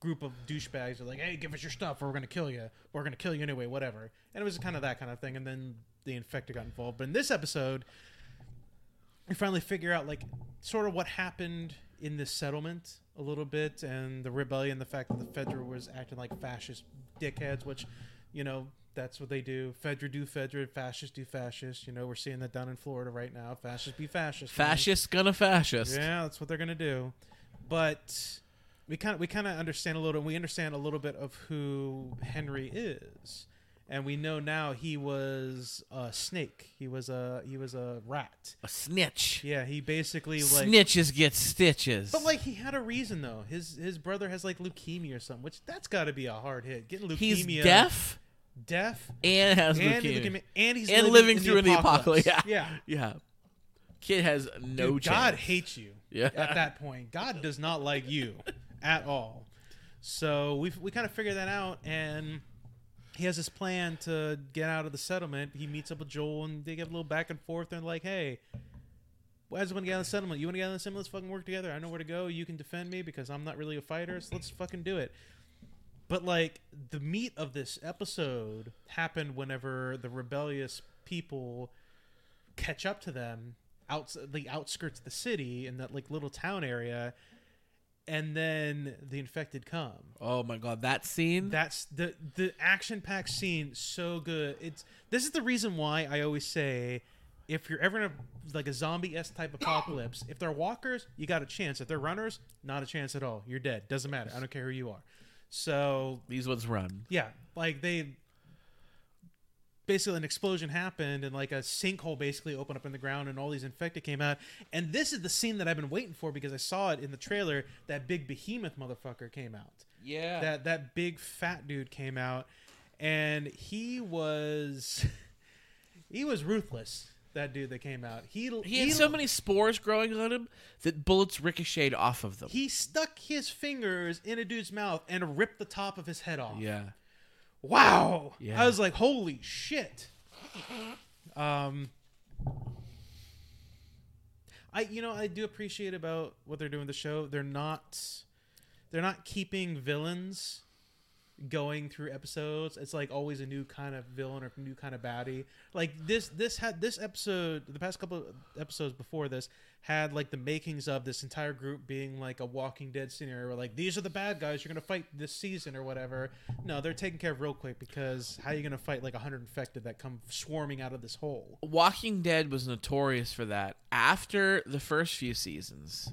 [SPEAKER 1] group of douchebags are like, "Hey, give us your stuff, or we're gonna kill you. We're gonna kill you anyway, whatever." And it was kind of that kind of thing. And then the infected got involved. But in this episode, we finally figure out like sort of what happened in this settlement a little bit, and the rebellion, the fact that the Fedra was acting like fascist dickheads, which, you know. That's what they do. Fedra do Fedra, fascist do fascist. You know, we're seeing that down in Florida right now. Fascist be fascist. man.
[SPEAKER 2] fascist gonna fascist.
[SPEAKER 1] Yeah, that's what they're gonna do. But we kind of we kind of understand a little. We understand a little bit of who Henry is, and we know now he was a snake. He was a he was a rat.
[SPEAKER 2] A snitch.
[SPEAKER 1] Yeah, he basically like.
[SPEAKER 2] Snitches get stitches.
[SPEAKER 1] But like he had a reason though. His his brother has like leukemia or something, which that's got to be a hard hit. Getting leukemia,
[SPEAKER 2] he's deaf
[SPEAKER 1] deaf,
[SPEAKER 2] and has
[SPEAKER 1] and
[SPEAKER 2] leukemia.
[SPEAKER 1] leukemia, and he's
[SPEAKER 2] And living
[SPEAKER 1] in
[SPEAKER 2] through the apocalypse.
[SPEAKER 1] Yeah,
[SPEAKER 2] Yeah, kid has no
[SPEAKER 1] Dude,
[SPEAKER 2] chance.
[SPEAKER 1] God hates you.
[SPEAKER 2] Yeah.
[SPEAKER 1] At that point, God does not like you at all. So we we kind of figure that out, and he has this plan to get out of the settlement. He meets up with Joel, and they get a little back and forth. And like, hey, why does want to get out of the settlement? You want to get out of the settlement? Let's fucking work together. I know where to go. You can defend me because I'm not really a fighter. So let's fucking do it. But like the meat of this episode happened whenever the rebellious people catch up to them out the outskirts of the city in that like little town area, and then the infected come.
[SPEAKER 2] Oh my god, that scene.
[SPEAKER 1] That's the the action packed scene so good. It's this is the reason why I always say if you're ever in a like a zombie s type apocalypse, if they're walkers, you got a chance. If they're runners, not a chance at all. You're dead. Doesn't matter. I don't care who you are. So
[SPEAKER 2] These ones run.
[SPEAKER 1] yeah, like they basically an explosion happened and like a sinkhole basically opened up in the ground and all these infected came out. And this is the scene that I've been waiting for because I saw it in the trailer. That big behemoth motherfucker came out.
[SPEAKER 2] Yeah.
[SPEAKER 1] That that big fat dude came out, and he was he was ruthless. That dude that came out. He
[SPEAKER 2] he had so many spores growing on him that bullets ricocheted off of them.
[SPEAKER 1] He stuck his fingers in a dude's mouth and ripped the top of his head off.
[SPEAKER 2] yeah.
[SPEAKER 1] Wow.
[SPEAKER 2] Yeah.
[SPEAKER 1] I was like, holy shit. Um I you know, I do appreciate about what they're doing with the show. They're not they're not keeping villains going through episodes. It's like always a new kind of villain or new kind of baddie. Like this this had this episode the past couple of episodes before this had like the makings of this entire group being like a Walking Dead scenario where like these are the bad guys you're gonna fight this season or whatever. No, they're taken care of real quick because how you gonna fight like hundred infected that come swarming out of this hole?
[SPEAKER 2] Walking Dead was notorious for that. After the first few seasons,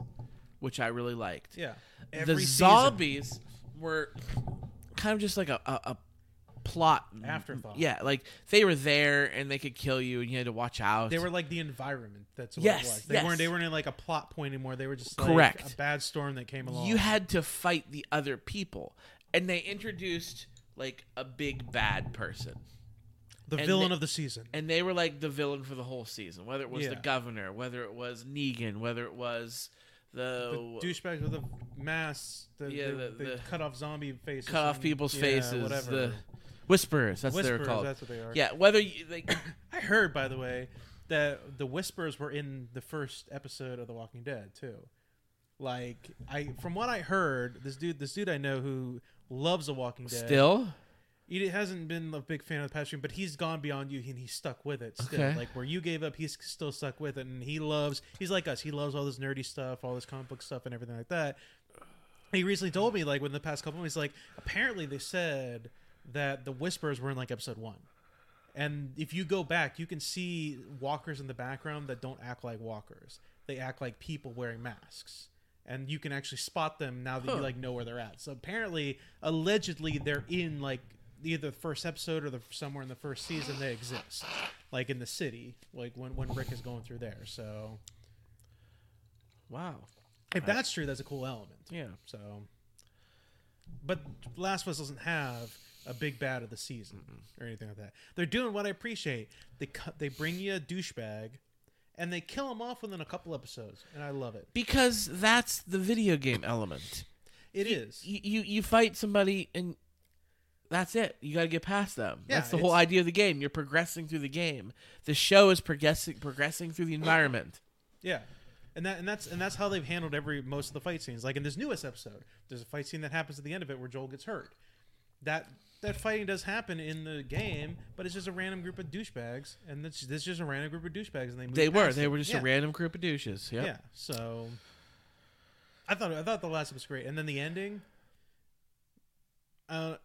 [SPEAKER 2] which I really liked,
[SPEAKER 1] Yeah.
[SPEAKER 2] the
[SPEAKER 1] season.
[SPEAKER 2] zombies were kind of just like a, a, a plot
[SPEAKER 1] Afterthought.
[SPEAKER 2] Yeah, like they were there and they could kill you, and you had to watch out.
[SPEAKER 1] They were like the environment. That's what
[SPEAKER 2] Yes,
[SPEAKER 1] it was. They
[SPEAKER 2] yes.
[SPEAKER 1] weren't. They weren't in like a plot point anymore. They were just like
[SPEAKER 2] Correct.
[SPEAKER 1] a bad storm that came along.
[SPEAKER 2] you had to fight the other people, and they introduced like a big bad person.
[SPEAKER 1] the
[SPEAKER 2] and
[SPEAKER 1] villain
[SPEAKER 2] they-
[SPEAKER 1] of the season.
[SPEAKER 2] and they were like the villain for the whole season. Whether it was the
[SPEAKER 1] Yeah.
[SPEAKER 2] governor, whether it was Negan, whether it was the,
[SPEAKER 1] the douchebags with the masks. The,
[SPEAKER 2] uh, Yeah,
[SPEAKER 1] the,
[SPEAKER 2] the-
[SPEAKER 1] the,
[SPEAKER 2] the-
[SPEAKER 1] cut off zombie faces.
[SPEAKER 2] cut off
[SPEAKER 1] and-
[SPEAKER 2] people's
[SPEAKER 1] yeah,
[SPEAKER 2] faces,
[SPEAKER 1] Whatever.
[SPEAKER 2] the whisperers. That's what
[SPEAKER 1] Whisperers,
[SPEAKER 2] they were called.
[SPEAKER 1] that's what they are.
[SPEAKER 2] Yeah, whether you, like
[SPEAKER 1] I heard, by the way, that the whispers were in the first episode of The Walking Dead too. Like I, from what I heard, this dude, this dude I know who loves The Walking Dead,
[SPEAKER 2] still
[SPEAKER 1] he hasn't been a big fan of the passion, but he's gone beyond you and he's stuck with it still.
[SPEAKER 2] Okay.
[SPEAKER 1] Like where you gave up, he's still stuck with it, and he loves. He's like us. He loves all this nerdy stuff, all this comic book stuff, and everything like that. He recently told me, like within the past couple months, like apparently they said that the whispers were in like episode one, and if you go back, you can see walkers in the background that don't act like walkers. They act like people wearing masks. And you can actually spot them now that
[SPEAKER 2] Huh.
[SPEAKER 1] you like know where they're at. So apparently, allegedly, they're in like either the first episode or the somewhere in the first season they exist, like in the city, like when when Rick is going through there. So
[SPEAKER 2] wow.
[SPEAKER 1] if that's true, that's a cool element.
[SPEAKER 2] Yeah.
[SPEAKER 1] So, but Last of Us doesn't have a big bad of the season or anything like that. They're doing what I appreciate. They cut, they bring you a douchebag, and they kill him off within a couple episodes, and I love it.
[SPEAKER 2] Because that's the video game element.
[SPEAKER 1] It is.
[SPEAKER 2] You you, you fight somebody and that's it. You got to get past them.
[SPEAKER 1] Yeah,
[SPEAKER 2] that's the whole
[SPEAKER 1] it's-
[SPEAKER 2] idea of the game. You're progressing through the game. The show is progressing progressing through the environment.
[SPEAKER 1] Yeah. And that and that's and that's how they've handled every most of the fight scenes. Like in this newest episode, there's a fight scene that happens at the end of it where Joel gets hurt. That that fighting does happen in the game, but it's just a random group of douchebags, and this this is just a random group of douchebags, and they move
[SPEAKER 2] They were
[SPEAKER 1] past
[SPEAKER 2] they
[SPEAKER 1] it.
[SPEAKER 2] were just
[SPEAKER 1] Yeah.
[SPEAKER 2] a random group of douches. Yep.
[SPEAKER 1] Yeah. So I thought I thought the last one was great, and then the ending. Uh,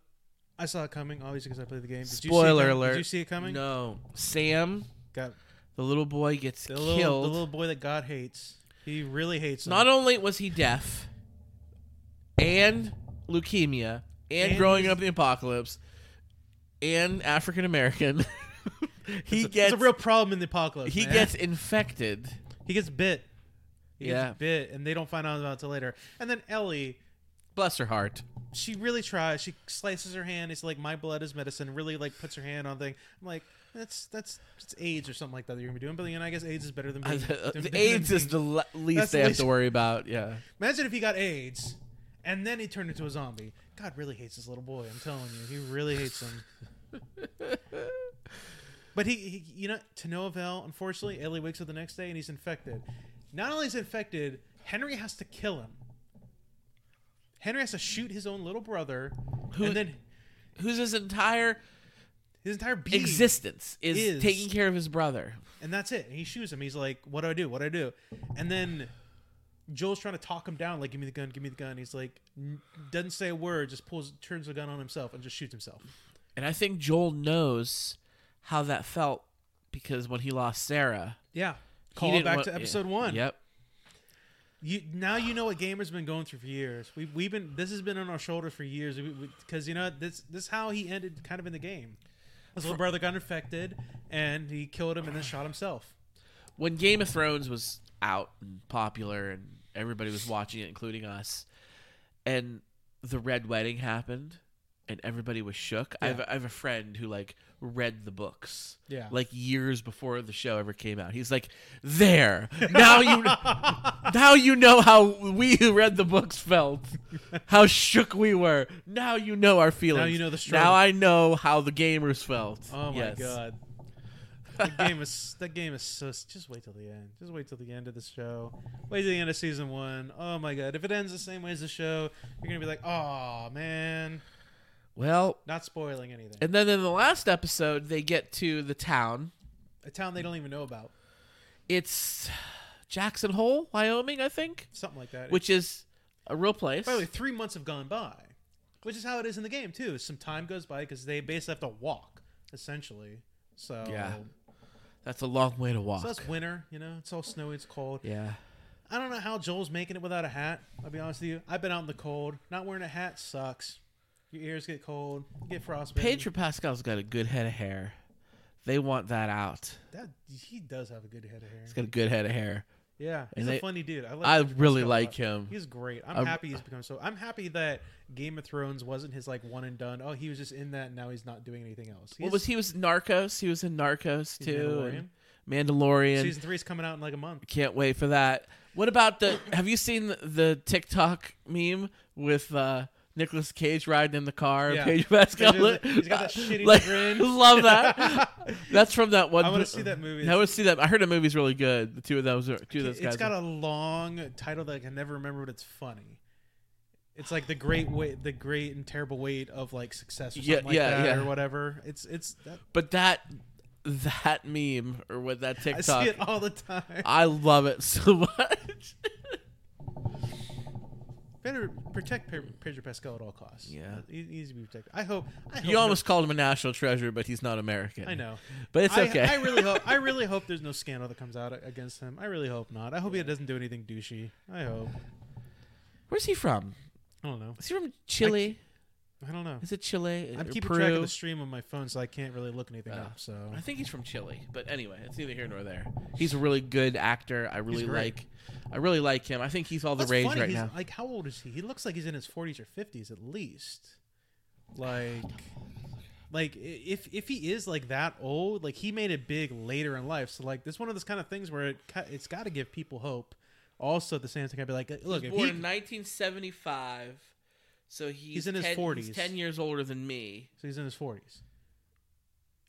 [SPEAKER 1] I saw it coming, obviously, because I played the game. Did you see it
[SPEAKER 2] Spoiler
[SPEAKER 1] coming?
[SPEAKER 2] alert.
[SPEAKER 1] Did you see it coming?
[SPEAKER 2] No. Sam,
[SPEAKER 1] Got
[SPEAKER 2] the little boy, gets
[SPEAKER 1] the
[SPEAKER 2] killed.
[SPEAKER 1] little, the little boy that God hates. He really hates him.
[SPEAKER 2] Not only was he deaf and leukemia and,
[SPEAKER 1] And
[SPEAKER 2] growing
[SPEAKER 1] he's-
[SPEAKER 2] up in the apocalypse and African American, he
[SPEAKER 1] it's a,
[SPEAKER 2] gets
[SPEAKER 1] it's a real problem in the apocalypse.
[SPEAKER 2] he
[SPEAKER 1] man.
[SPEAKER 2] gets infected.
[SPEAKER 1] he gets bit. He
[SPEAKER 2] Yeah.
[SPEAKER 1] gets bit, and they don't find out about it till later. And then Ellie,
[SPEAKER 2] Bless her heart.
[SPEAKER 1] she really tries. She slices her hand. It's like my blood is medicine. Really like puts her hand on thing. I'm like, that's that's it's AIDS or something like that. That you're gonna be doing, but then I guess AIDS is better than being, than-
[SPEAKER 2] Uh, the
[SPEAKER 1] than
[SPEAKER 2] AIDS is
[SPEAKER 1] being-
[SPEAKER 2] the le- least
[SPEAKER 1] That's
[SPEAKER 2] they
[SPEAKER 1] the
[SPEAKER 2] have
[SPEAKER 1] least-
[SPEAKER 2] to worry about. Yeah.
[SPEAKER 1] Imagine if he got AIDS, and then he turned into a zombie. God really hates this little boy. I'm telling you, he really hates him. but he, he, you know, to no avail. Unfortunately, Ellie wakes up the next day and he's infected. Not only is he infected, Henry has to kill him. Henry has to shoot his own little brother,
[SPEAKER 2] Who-
[SPEAKER 1] and then
[SPEAKER 2] Whose his entire
[SPEAKER 1] his entire being
[SPEAKER 2] existence is,
[SPEAKER 1] is-
[SPEAKER 2] taking care of his brother.
[SPEAKER 1] And that's it. And he shoots him. He's like, "What do I do? What do I do?" And then Joel's trying to talk him down, like, "Give me the gun, give me the gun." He's like, n- doesn't say a word, just pulls, turns the gun on himself, and just shoots himself.
[SPEAKER 2] And I think Joel knows how that felt because when he lost Sarah,
[SPEAKER 1] Yeah.
[SPEAKER 2] he
[SPEAKER 1] Call
[SPEAKER 2] didn't
[SPEAKER 1] back
[SPEAKER 2] wa-
[SPEAKER 1] to episode one.
[SPEAKER 2] Yep.
[SPEAKER 1] You now you know what gamers been going through for years. We we've been this has been on our shoulders for years because you know this this is how he ended kind of in the game. His little brother got infected, and he killed him and then shot himself.
[SPEAKER 2] when Game of Thrones was out and popular and everybody was watching it, including us, and the Red Wedding happened and everybody was shook. I, have, I have a friend who like read the books
[SPEAKER 1] Yeah.
[SPEAKER 2] like years before the show ever came out. He's like, "There now you now you know how we who read the books felt, how shook we were. Now you know our feelings.
[SPEAKER 1] you know the struggle."
[SPEAKER 2] Now I know how the gamers felt.
[SPEAKER 1] Oh my
[SPEAKER 2] Yes.
[SPEAKER 1] god. That game is that game is so just wait till the end. Just wait till the end of the show. Wait till the end of season one. Oh my god. If it ends the same way as the show, you're gonna be like, oh man.
[SPEAKER 2] Well,
[SPEAKER 1] Not spoiling anything.
[SPEAKER 2] And then in the last episode, they get to the town.
[SPEAKER 1] A town they don't even know about.
[SPEAKER 2] It's Jackson Hole, Wyoming, I think,
[SPEAKER 1] Something like that.
[SPEAKER 2] which is a real place.
[SPEAKER 1] by the way, three months have gone by. Which is how it is in the game too. Some time goes by because they basically have to walk, essentially. So
[SPEAKER 2] Yeah. That's a long way to walk.
[SPEAKER 1] So it's winter, you know. It's all snowy. It's cold.
[SPEAKER 2] yeah.
[SPEAKER 1] I don't know how Joel's making it without a hat. I'll be honest with you. I've been out in the cold. Not wearing a hat sucks. Your ears get cold. You get frostbitten.
[SPEAKER 2] Pedro Pascal's got a good head of hair. They want that out.
[SPEAKER 1] That, he does have a good head of hair.
[SPEAKER 2] He's got a good head of hair.
[SPEAKER 1] Yeah, he's
[SPEAKER 2] And
[SPEAKER 1] a
[SPEAKER 2] they-
[SPEAKER 1] funny dude. I, like
[SPEAKER 2] I
[SPEAKER 1] Pedro
[SPEAKER 2] really
[SPEAKER 1] Pascal a
[SPEAKER 2] like
[SPEAKER 1] lot.
[SPEAKER 2] him.
[SPEAKER 1] He's great. I'm
[SPEAKER 2] I'm-
[SPEAKER 1] happy he's become so. I'm happy that Game of Thrones wasn't his like one and done. Oh, he was just in that. and Now he's not doing anything else.
[SPEAKER 2] What was he? Was Narcos? He was in Narcos
[SPEAKER 1] He's
[SPEAKER 2] too.
[SPEAKER 1] Mandalorian.
[SPEAKER 2] and Mandalorian.
[SPEAKER 1] Season three's coming out in like a month.
[SPEAKER 2] Can't wait for that. What about the? Have you seen the, the TikTok meme with uh, Nicolas Cage riding in the car?
[SPEAKER 1] Yeah.
[SPEAKER 2] Yeah. Pedro Pascal.
[SPEAKER 1] He's- he's got that shitty grin.
[SPEAKER 2] Love that. That's from that one.
[SPEAKER 1] I want to see that movie.
[SPEAKER 2] I want to see that. I heard the movie's really good. The two of those, are- two of those
[SPEAKER 1] It's
[SPEAKER 2] guys.
[SPEAKER 1] got
[SPEAKER 2] are-
[SPEAKER 1] a long title that I can never remember, but it's funny. It's like the great weight, the great and terrible weight of like success, or something
[SPEAKER 2] Yeah,
[SPEAKER 1] like
[SPEAKER 2] yeah,
[SPEAKER 1] that,
[SPEAKER 2] yeah.
[SPEAKER 1] or whatever. It's it's. That,
[SPEAKER 2] but that that meme or what that
[SPEAKER 1] I
[SPEAKER 2] TikTok. I,
[SPEAKER 1] see it all the time.
[SPEAKER 2] love it so much.
[SPEAKER 1] Better protect Pe- Pedro Pascal at all costs.
[SPEAKER 2] Yeah.
[SPEAKER 1] he, he needs to be protected. I hope. I hope
[SPEAKER 2] you almost called him a national treasure, but he's not American.
[SPEAKER 1] No, I know.
[SPEAKER 2] but it's
[SPEAKER 1] I-
[SPEAKER 2] okay.
[SPEAKER 1] I, really hope. I really hope there's no scandal that comes out against him. I really hope not. I hope he doesn't do anything douchey. I hope.
[SPEAKER 2] Where's he from?
[SPEAKER 1] I don't know.
[SPEAKER 2] Is he from Chile?
[SPEAKER 1] I don't know.
[SPEAKER 2] Is it Chile?
[SPEAKER 1] I'm
[SPEAKER 2] or
[SPEAKER 1] keeping
[SPEAKER 2] Peru?
[SPEAKER 1] track of the stream on my phone, so I can't really look anything
[SPEAKER 2] Oh.
[SPEAKER 1] up. So
[SPEAKER 2] I think he's from Chile, but anyway, it's neither here nor there. He's a really good actor. I really
[SPEAKER 1] great.
[SPEAKER 2] like, I really like him. I think he's all the
[SPEAKER 1] That's
[SPEAKER 2] rage
[SPEAKER 1] funny,
[SPEAKER 2] right
[SPEAKER 1] he's-
[SPEAKER 2] now.
[SPEAKER 1] Like, how old is he? He looks like he's in his forties or fifties at least. Like, like i- if if he is like that old, like he made it big later in life. So like, this one of those kind of things where it ki- it's got to give people hope. Also, at the same time, I'd be like, look,
[SPEAKER 2] he
[SPEAKER 1] if
[SPEAKER 2] was born
[SPEAKER 1] he,
[SPEAKER 2] in 1975, so he's,
[SPEAKER 1] in his
[SPEAKER 2] 10
[SPEAKER 1] 40s.
[SPEAKER 2] Ten years older than me,
[SPEAKER 1] so he's in his forties.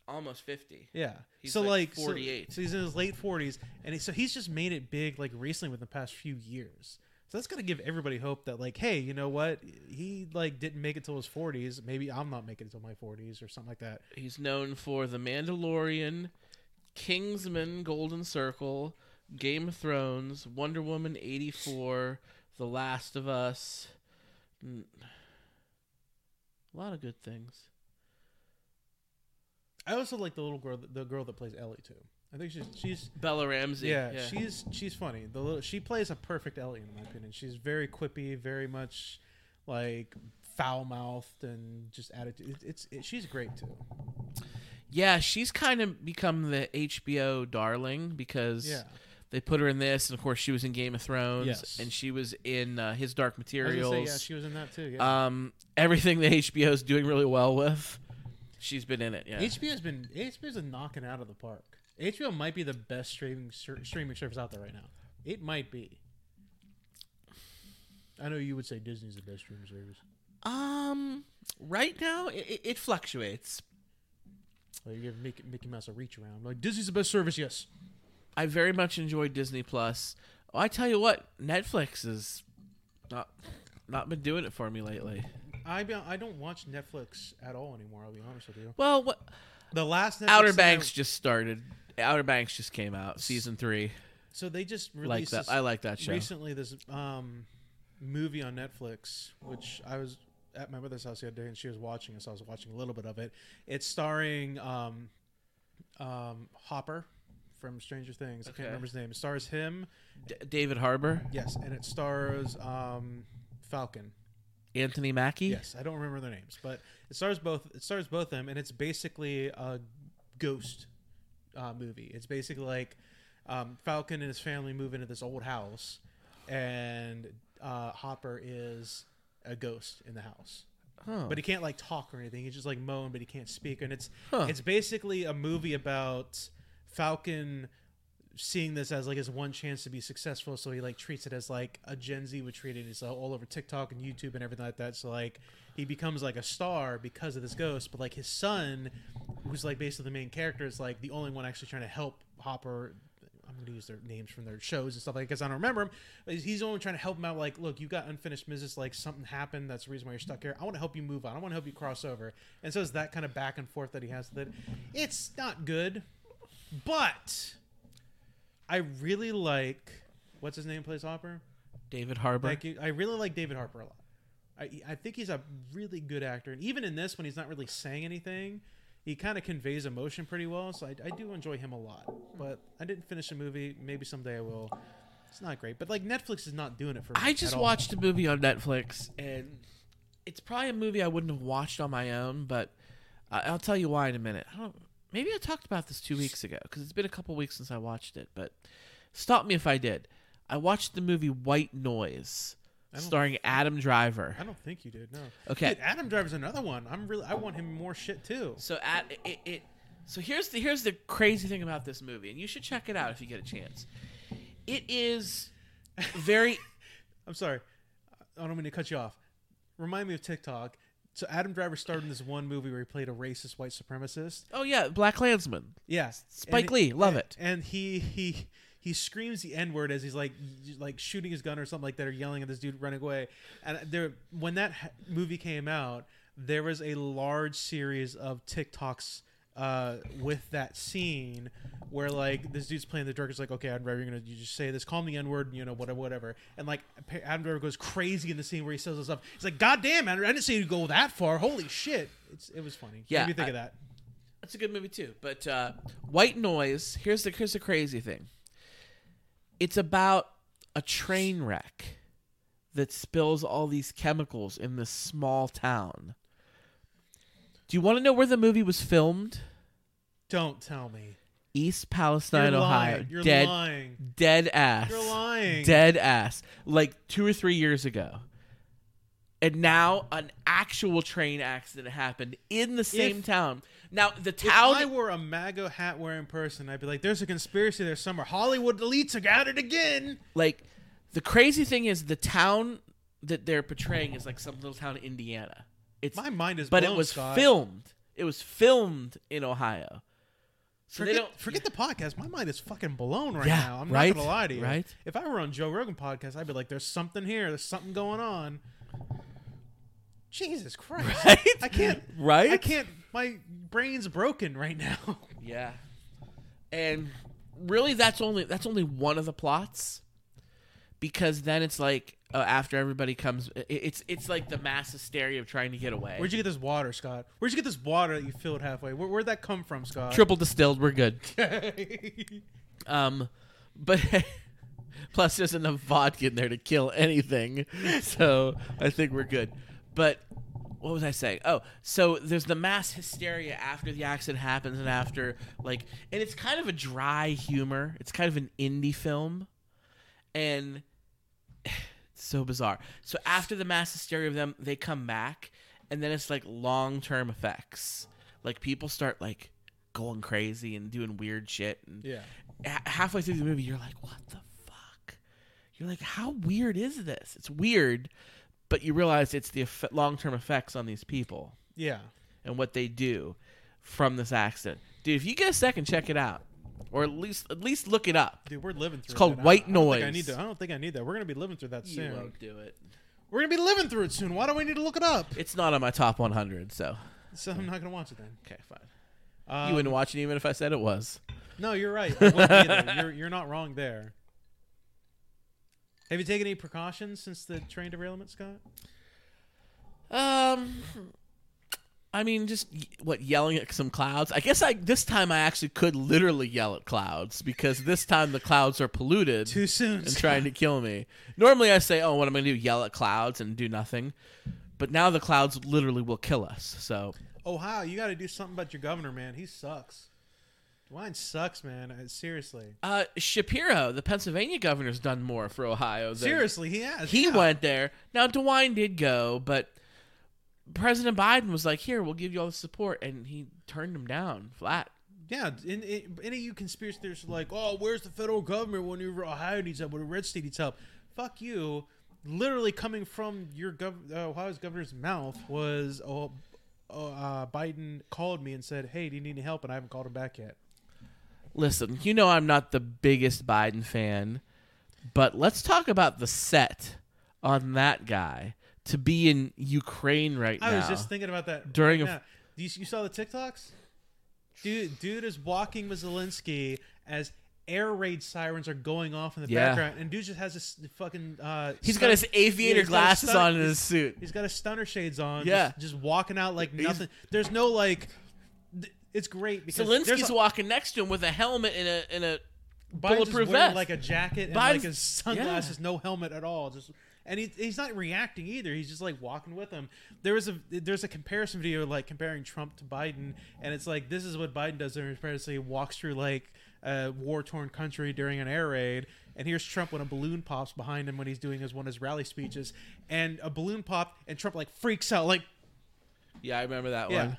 [SPEAKER 2] almost 50.
[SPEAKER 1] Yeah.
[SPEAKER 2] He's,
[SPEAKER 1] so
[SPEAKER 2] like,
[SPEAKER 1] like, so-
[SPEAKER 2] 48.
[SPEAKER 1] So, he's in his late forties, and he, so he's just made it big like recently within the past few years. So that's gonna give everybody hope that like, hey, you know what? He like didn't make it till his forties. Maybe I'm not making it till my forties or something like that.
[SPEAKER 2] He's known for The Mandalorian, Kingsman, Golden Circle, Game of Thrones, Wonder Woman 84, The Last of Us. Mm. A lot of good things.
[SPEAKER 1] I also like the little girl, the girl that plays Ellie too. I think she's she's
[SPEAKER 2] Bella Ramsey.
[SPEAKER 1] yeah, she's she's funny. The little, she plays a perfect Ellie in my opinion. She's very quippy, very much like foul mouthed and just attitude. It, it's it, she's great too.
[SPEAKER 2] Yeah, she's kind of become the HBO darling because
[SPEAKER 1] Yeah,
[SPEAKER 2] they put her in this, and of course she was in Game of Thrones,
[SPEAKER 1] Yes.
[SPEAKER 2] and she was in uh, His Dark
[SPEAKER 1] I was gonna
[SPEAKER 2] Materials.
[SPEAKER 1] say, yeah, she was in that too. Yeah.
[SPEAKER 2] um, everything that HBO is doing really well with, she's been in it. Yeah,
[SPEAKER 1] HBO's been HBO's been knocking out of the park. HBO might be the best streaming ser- streaming service out there right now. It might be. I know you would say Disney's the best streaming service.
[SPEAKER 2] um, right now it, it fluctuates.
[SPEAKER 1] Like you give Mickey, Mickey Mouse a reach around. Like Disney's the best service, yes.
[SPEAKER 2] I very much enjoy Disney Plus. Oh, I tell you what, Netflix is not not been doing it for me lately.
[SPEAKER 1] I be, I don't watch Netflix at all anymore. I'll be honest with you.
[SPEAKER 2] Well, what,
[SPEAKER 1] The last Netflix
[SPEAKER 2] Outer
[SPEAKER 1] thing I-
[SPEAKER 2] Banks just started. Outer Banks just came out, season three.
[SPEAKER 1] so they just
[SPEAKER 2] like
[SPEAKER 1] released
[SPEAKER 2] that.
[SPEAKER 1] this-
[SPEAKER 2] I like that show.
[SPEAKER 1] recently this um, movie on Netflix, which I was at my mother's house the other day and she was watching it, so I was watching a little bit of it. It's starring um, um, Hopper from Stranger Things. I
[SPEAKER 2] Okay.
[SPEAKER 1] can't remember his name. It stars him,
[SPEAKER 2] D- David Harbor.
[SPEAKER 1] yes, and it stars um, Falcon.
[SPEAKER 2] Anthony Mackie.
[SPEAKER 1] Yes, I don't remember their names, but it stars both. It stars both them, and it's basically a ghost uh, movie. It's basically like um, Falcon and his family move into this old house, and uh, Hopper is a ghost in the house.
[SPEAKER 2] Oh.
[SPEAKER 1] But he can't like talk or anything. He's just like moan, but he can't speak. And it's
[SPEAKER 2] Huh.
[SPEAKER 1] it's basically a movie about Falcon seeing this as like his one chance to be successful, so he like treats it as like a Gen Z would treat it. It's all all over TikTok and YouTube and everything like that. So like he becomes like a star because of this ghost. But like his son, who's like basically the main character, is like the only one actually trying to help Hopper. I'm gonna use their names from their shows and stuff like because I don't remember him. But he's- He's the only trying to help him out. Like, look, you got unfinished business. Like something happened. That's the reason why you're stuck here. I want to help you move on. I want to help you cross over. And so it's that kind of back and forth that he has with it. It's not good, but I really like what's his name plays Hopper.
[SPEAKER 2] David Harbour.
[SPEAKER 1] Thank you. I really like David Harper a lot. I I think he's a really good actor, and even in this, when he's not really saying anything, he kind of conveys emotion pretty well. So I, I do enjoy him a lot. But I didn't finish the movie. Maybe someday I will. It's not great, but like Netflix is not doing it for me.
[SPEAKER 2] I just
[SPEAKER 1] at all.
[SPEAKER 2] watched a movie on Netflix, and it's probably a movie I wouldn't have watched on my own, but I- I'll tell you why in a minute. I don't. Maybe I talked about this two weeks ago because it's been a couple weeks since I watched it. But stop me if I did. I watched the movie White Noise,
[SPEAKER 1] I don't-
[SPEAKER 2] starring Adam Driver.
[SPEAKER 1] I don't think you did. No.
[SPEAKER 2] Okay.
[SPEAKER 1] Dude, Adam Driver's another one. I'm really. I want him more shit too.
[SPEAKER 2] So at it, it so here's the here's the crazy thing about this movie, and you should check it out if you get a chance. It is very
[SPEAKER 1] I'm sorry. I don't mean to cut you off. Remind me of TikTok. So Adam Driver starred in this one movie where he played a racist white supremacist.
[SPEAKER 2] oh yeah, Black Landsman.
[SPEAKER 1] Yes,
[SPEAKER 2] Spike
[SPEAKER 1] And-
[SPEAKER 2] Lee, love it.
[SPEAKER 1] And he he he screams the n word as he's like y- like shooting his gun or something like that, or yelling at this dude running away. And there, when that ha- movie came out, there was a large series of TikToks. Uh, with that scene where like this dude's playing the director's like okay Adam Driver you're gonna you just say this call me the n word you know whatever whatever and like Pa- Adam Driver goes crazy in the scene where he says this stuff he's like god damn Adam, I didn't see you go that far holy shit it's it was funny
[SPEAKER 2] Yeah,
[SPEAKER 1] made me think
[SPEAKER 2] I-
[SPEAKER 1] of that
[SPEAKER 2] That's a good movie too. But uh, White Noise. Here's the here's the crazy thing. It's about a train wreck that spills all these chemicals in this small town. Do you want to know where the movie was filmed?
[SPEAKER 1] don't tell me
[SPEAKER 2] East Palestine,
[SPEAKER 1] You're
[SPEAKER 2] Ohio.
[SPEAKER 1] lying. You're
[SPEAKER 2] dead,
[SPEAKER 1] lying.
[SPEAKER 2] dead ass.
[SPEAKER 1] You're lying.
[SPEAKER 2] Dead ass. Like two or three years ago. And now an actual train accident happened in the same town. Now the
[SPEAKER 1] If
[SPEAKER 2] town
[SPEAKER 1] I were a MAGA hat wearing person, I'd be like, "There's a conspiracy there somewhere. Hollywood elites are at it again."
[SPEAKER 2] like the crazy thing is the town that they're portraying is like some little town in Indiana. It's
[SPEAKER 1] My mind is
[SPEAKER 2] but
[SPEAKER 1] blown.
[SPEAKER 2] it was
[SPEAKER 1] Scott.
[SPEAKER 2] filmed. It was filmed in Ohio. So
[SPEAKER 1] Forget,
[SPEAKER 2] they don't
[SPEAKER 1] forget the podcast. My mind is fucking blown right
[SPEAKER 2] Yeah,
[SPEAKER 1] now. I'm
[SPEAKER 2] right,
[SPEAKER 1] not gonna lie to you.
[SPEAKER 2] right.
[SPEAKER 1] If I were on Joe Rogan podcast, I'd be like, "There's something here. There's something going on." Jesus Christ!
[SPEAKER 2] Right?
[SPEAKER 1] I can't.
[SPEAKER 2] Right?
[SPEAKER 1] I can't. My brain's broken right now.
[SPEAKER 2] Yeah. And really that's only that's only one of the plots because then it's like uh, after everybody comes i- it's it's like the mass hysteria of trying to get away.
[SPEAKER 1] Where'd you get this water, Scott? Where'd you get this water that you filled halfway? Where, where'd that come from, Scott?
[SPEAKER 2] Triple distilled, we're good. Um but plus there's enough vodka in there to kill anything. So I think we're good. But what was I saying? Oh, so there's the mass hysteria after the accident happens and after like and it's kind of a dry humor. It's kind of an indie film. And it's so bizarre. So after the mass hysteria of them, they come back and then it's like long term effects. Like people start like going crazy and doing weird shit and
[SPEAKER 1] yeah.
[SPEAKER 2] ha- halfway through the movie, you're like, what the fuck? You're like, how weird is this? It's weird, but you realize it's the eff- long term effects on these people
[SPEAKER 1] Yeah.
[SPEAKER 2] and what they do from this accident. Dude, if you get a second, check it out, or at least at least look it up.
[SPEAKER 1] Dude, we're living through. It's
[SPEAKER 2] called white
[SPEAKER 1] I, don't think I
[SPEAKER 2] noise.
[SPEAKER 1] need to. I don't think I need that. We're gonna be living through that soon.
[SPEAKER 2] do it.
[SPEAKER 1] We're gonna be living through it soon. Why do we need to look it up?
[SPEAKER 2] It's not on my top 100, so
[SPEAKER 1] So I'm not gonna watch it then.
[SPEAKER 2] okay, fine.
[SPEAKER 1] Um,
[SPEAKER 2] you wouldn't watch it even if I said it was.
[SPEAKER 1] No, you're right. I wouldn't either. You're you're not wrong there. Have you taken any precautions since the train derailment, Scott?
[SPEAKER 2] Um, I mean, just y- what yelling at some clouds. I guess I this time I actually could literally yell at clouds because this time the clouds are polluted
[SPEAKER 1] Too soon.
[SPEAKER 2] and trying to kill me. Normally I say, "Oh, what am I going to do? Yell at clouds and do nothing." But now the clouds literally will kill us. So
[SPEAKER 1] Ohio, you got to do something about your governor, man. He sucks. Dwayne sucks, man. Uh, Seriously.
[SPEAKER 2] Uh, Shapiro, the Pennsylvania governor's done more for Ohio. Than
[SPEAKER 1] Seriously, he has.
[SPEAKER 2] He
[SPEAKER 1] yeah.
[SPEAKER 2] went there. Now, DeWine did go, but President Biden was like, here, we'll give you all the support. And he turned him down flat.
[SPEAKER 1] Yeah, and, and any of you conspiracy theorists are like, oh, where's the federal government when your Ohio needs help, when a red state needs help? Fuck you. Literally coming from your gov- uh, Ohio's governor's mouth was, oh, oh, uh, Biden called me and said, hey, do you need any help? And I haven't called him back yet.
[SPEAKER 2] Listen, you know I'm not the biggest Biden fan, but let's talk about the set on that guy to be in Ukraine right
[SPEAKER 1] I
[SPEAKER 2] now.
[SPEAKER 1] was just thinking about that
[SPEAKER 2] During
[SPEAKER 1] right
[SPEAKER 2] a-
[SPEAKER 1] now. Do you, you saw the TikToks? Dude, dude is walking with Zelensky as air raid sirens are going off in the
[SPEAKER 2] Yeah.
[SPEAKER 1] background, and dude just has this fucking. Uh,
[SPEAKER 2] He's
[SPEAKER 1] stun-
[SPEAKER 2] got his
[SPEAKER 1] Yeah,
[SPEAKER 2] aviator
[SPEAKER 1] he's got his
[SPEAKER 2] glasses
[SPEAKER 1] stun-
[SPEAKER 2] on in his suit.
[SPEAKER 1] He's got his stunner shades on.
[SPEAKER 2] Yeah.
[SPEAKER 1] just, just walking out like
[SPEAKER 2] He's-
[SPEAKER 1] nothing. There's no like. th- It's great because there's
[SPEAKER 2] Zelensky's
[SPEAKER 1] a,
[SPEAKER 2] walking next to him with a helmet and a and a
[SPEAKER 1] Biden's just
[SPEAKER 2] bulletproof
[SPEAKER 1] wearing,
[SPEAKER 2] vest.
[SPEAKER 1] like a jacket and like
[SPEAKER 2] Biden's-
[SPEAKER 1] his sunglasses, no helmet at all. Just and he, he's not reacting either. He's just like walking with him. There was a there's a comparison video like comparing Trump to Biden, and it's like this is what Biden does during his presidency. He walks through like a war torn country during an air raid, and here's Trump when a balloon pops behind him when he's doing his one of his rally speeches, and a balloon pop, and Trump like freaks out like
[SPEAKER 2] Yeah, I remember that
[SPEAKER 1] Yeah.
[SPEAKER 2] one.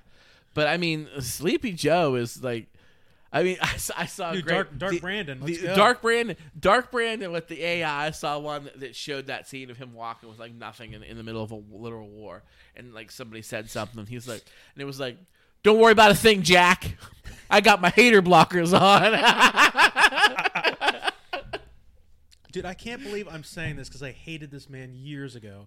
[SPEAKER 2] But I mean, Sleepy Joe is like, I mean, I, s- I saw a
[SPEAKER 1] Dude,
[SPEAKER 2] great,
[SPEAKER 1] Dark- Dark
[SPEAKER 2] the-
[SPEAKER 1] Brandon,
[SPEAKER 2] the-
[SPEAKER 1] let's go.
[SPEAKER 2] Dark Brandon, Dark Brandon with the AI. I saw one that- that showed that scene of him walking with like nothing in, in the middle of a literal war, and like somebody said something. He's like, and it was like, "Don't worry about a thing, Jack. I got my hater blockers on."
[SPEAKER 1] Dude, I can't believe I'm saying this because I hated this man years ago.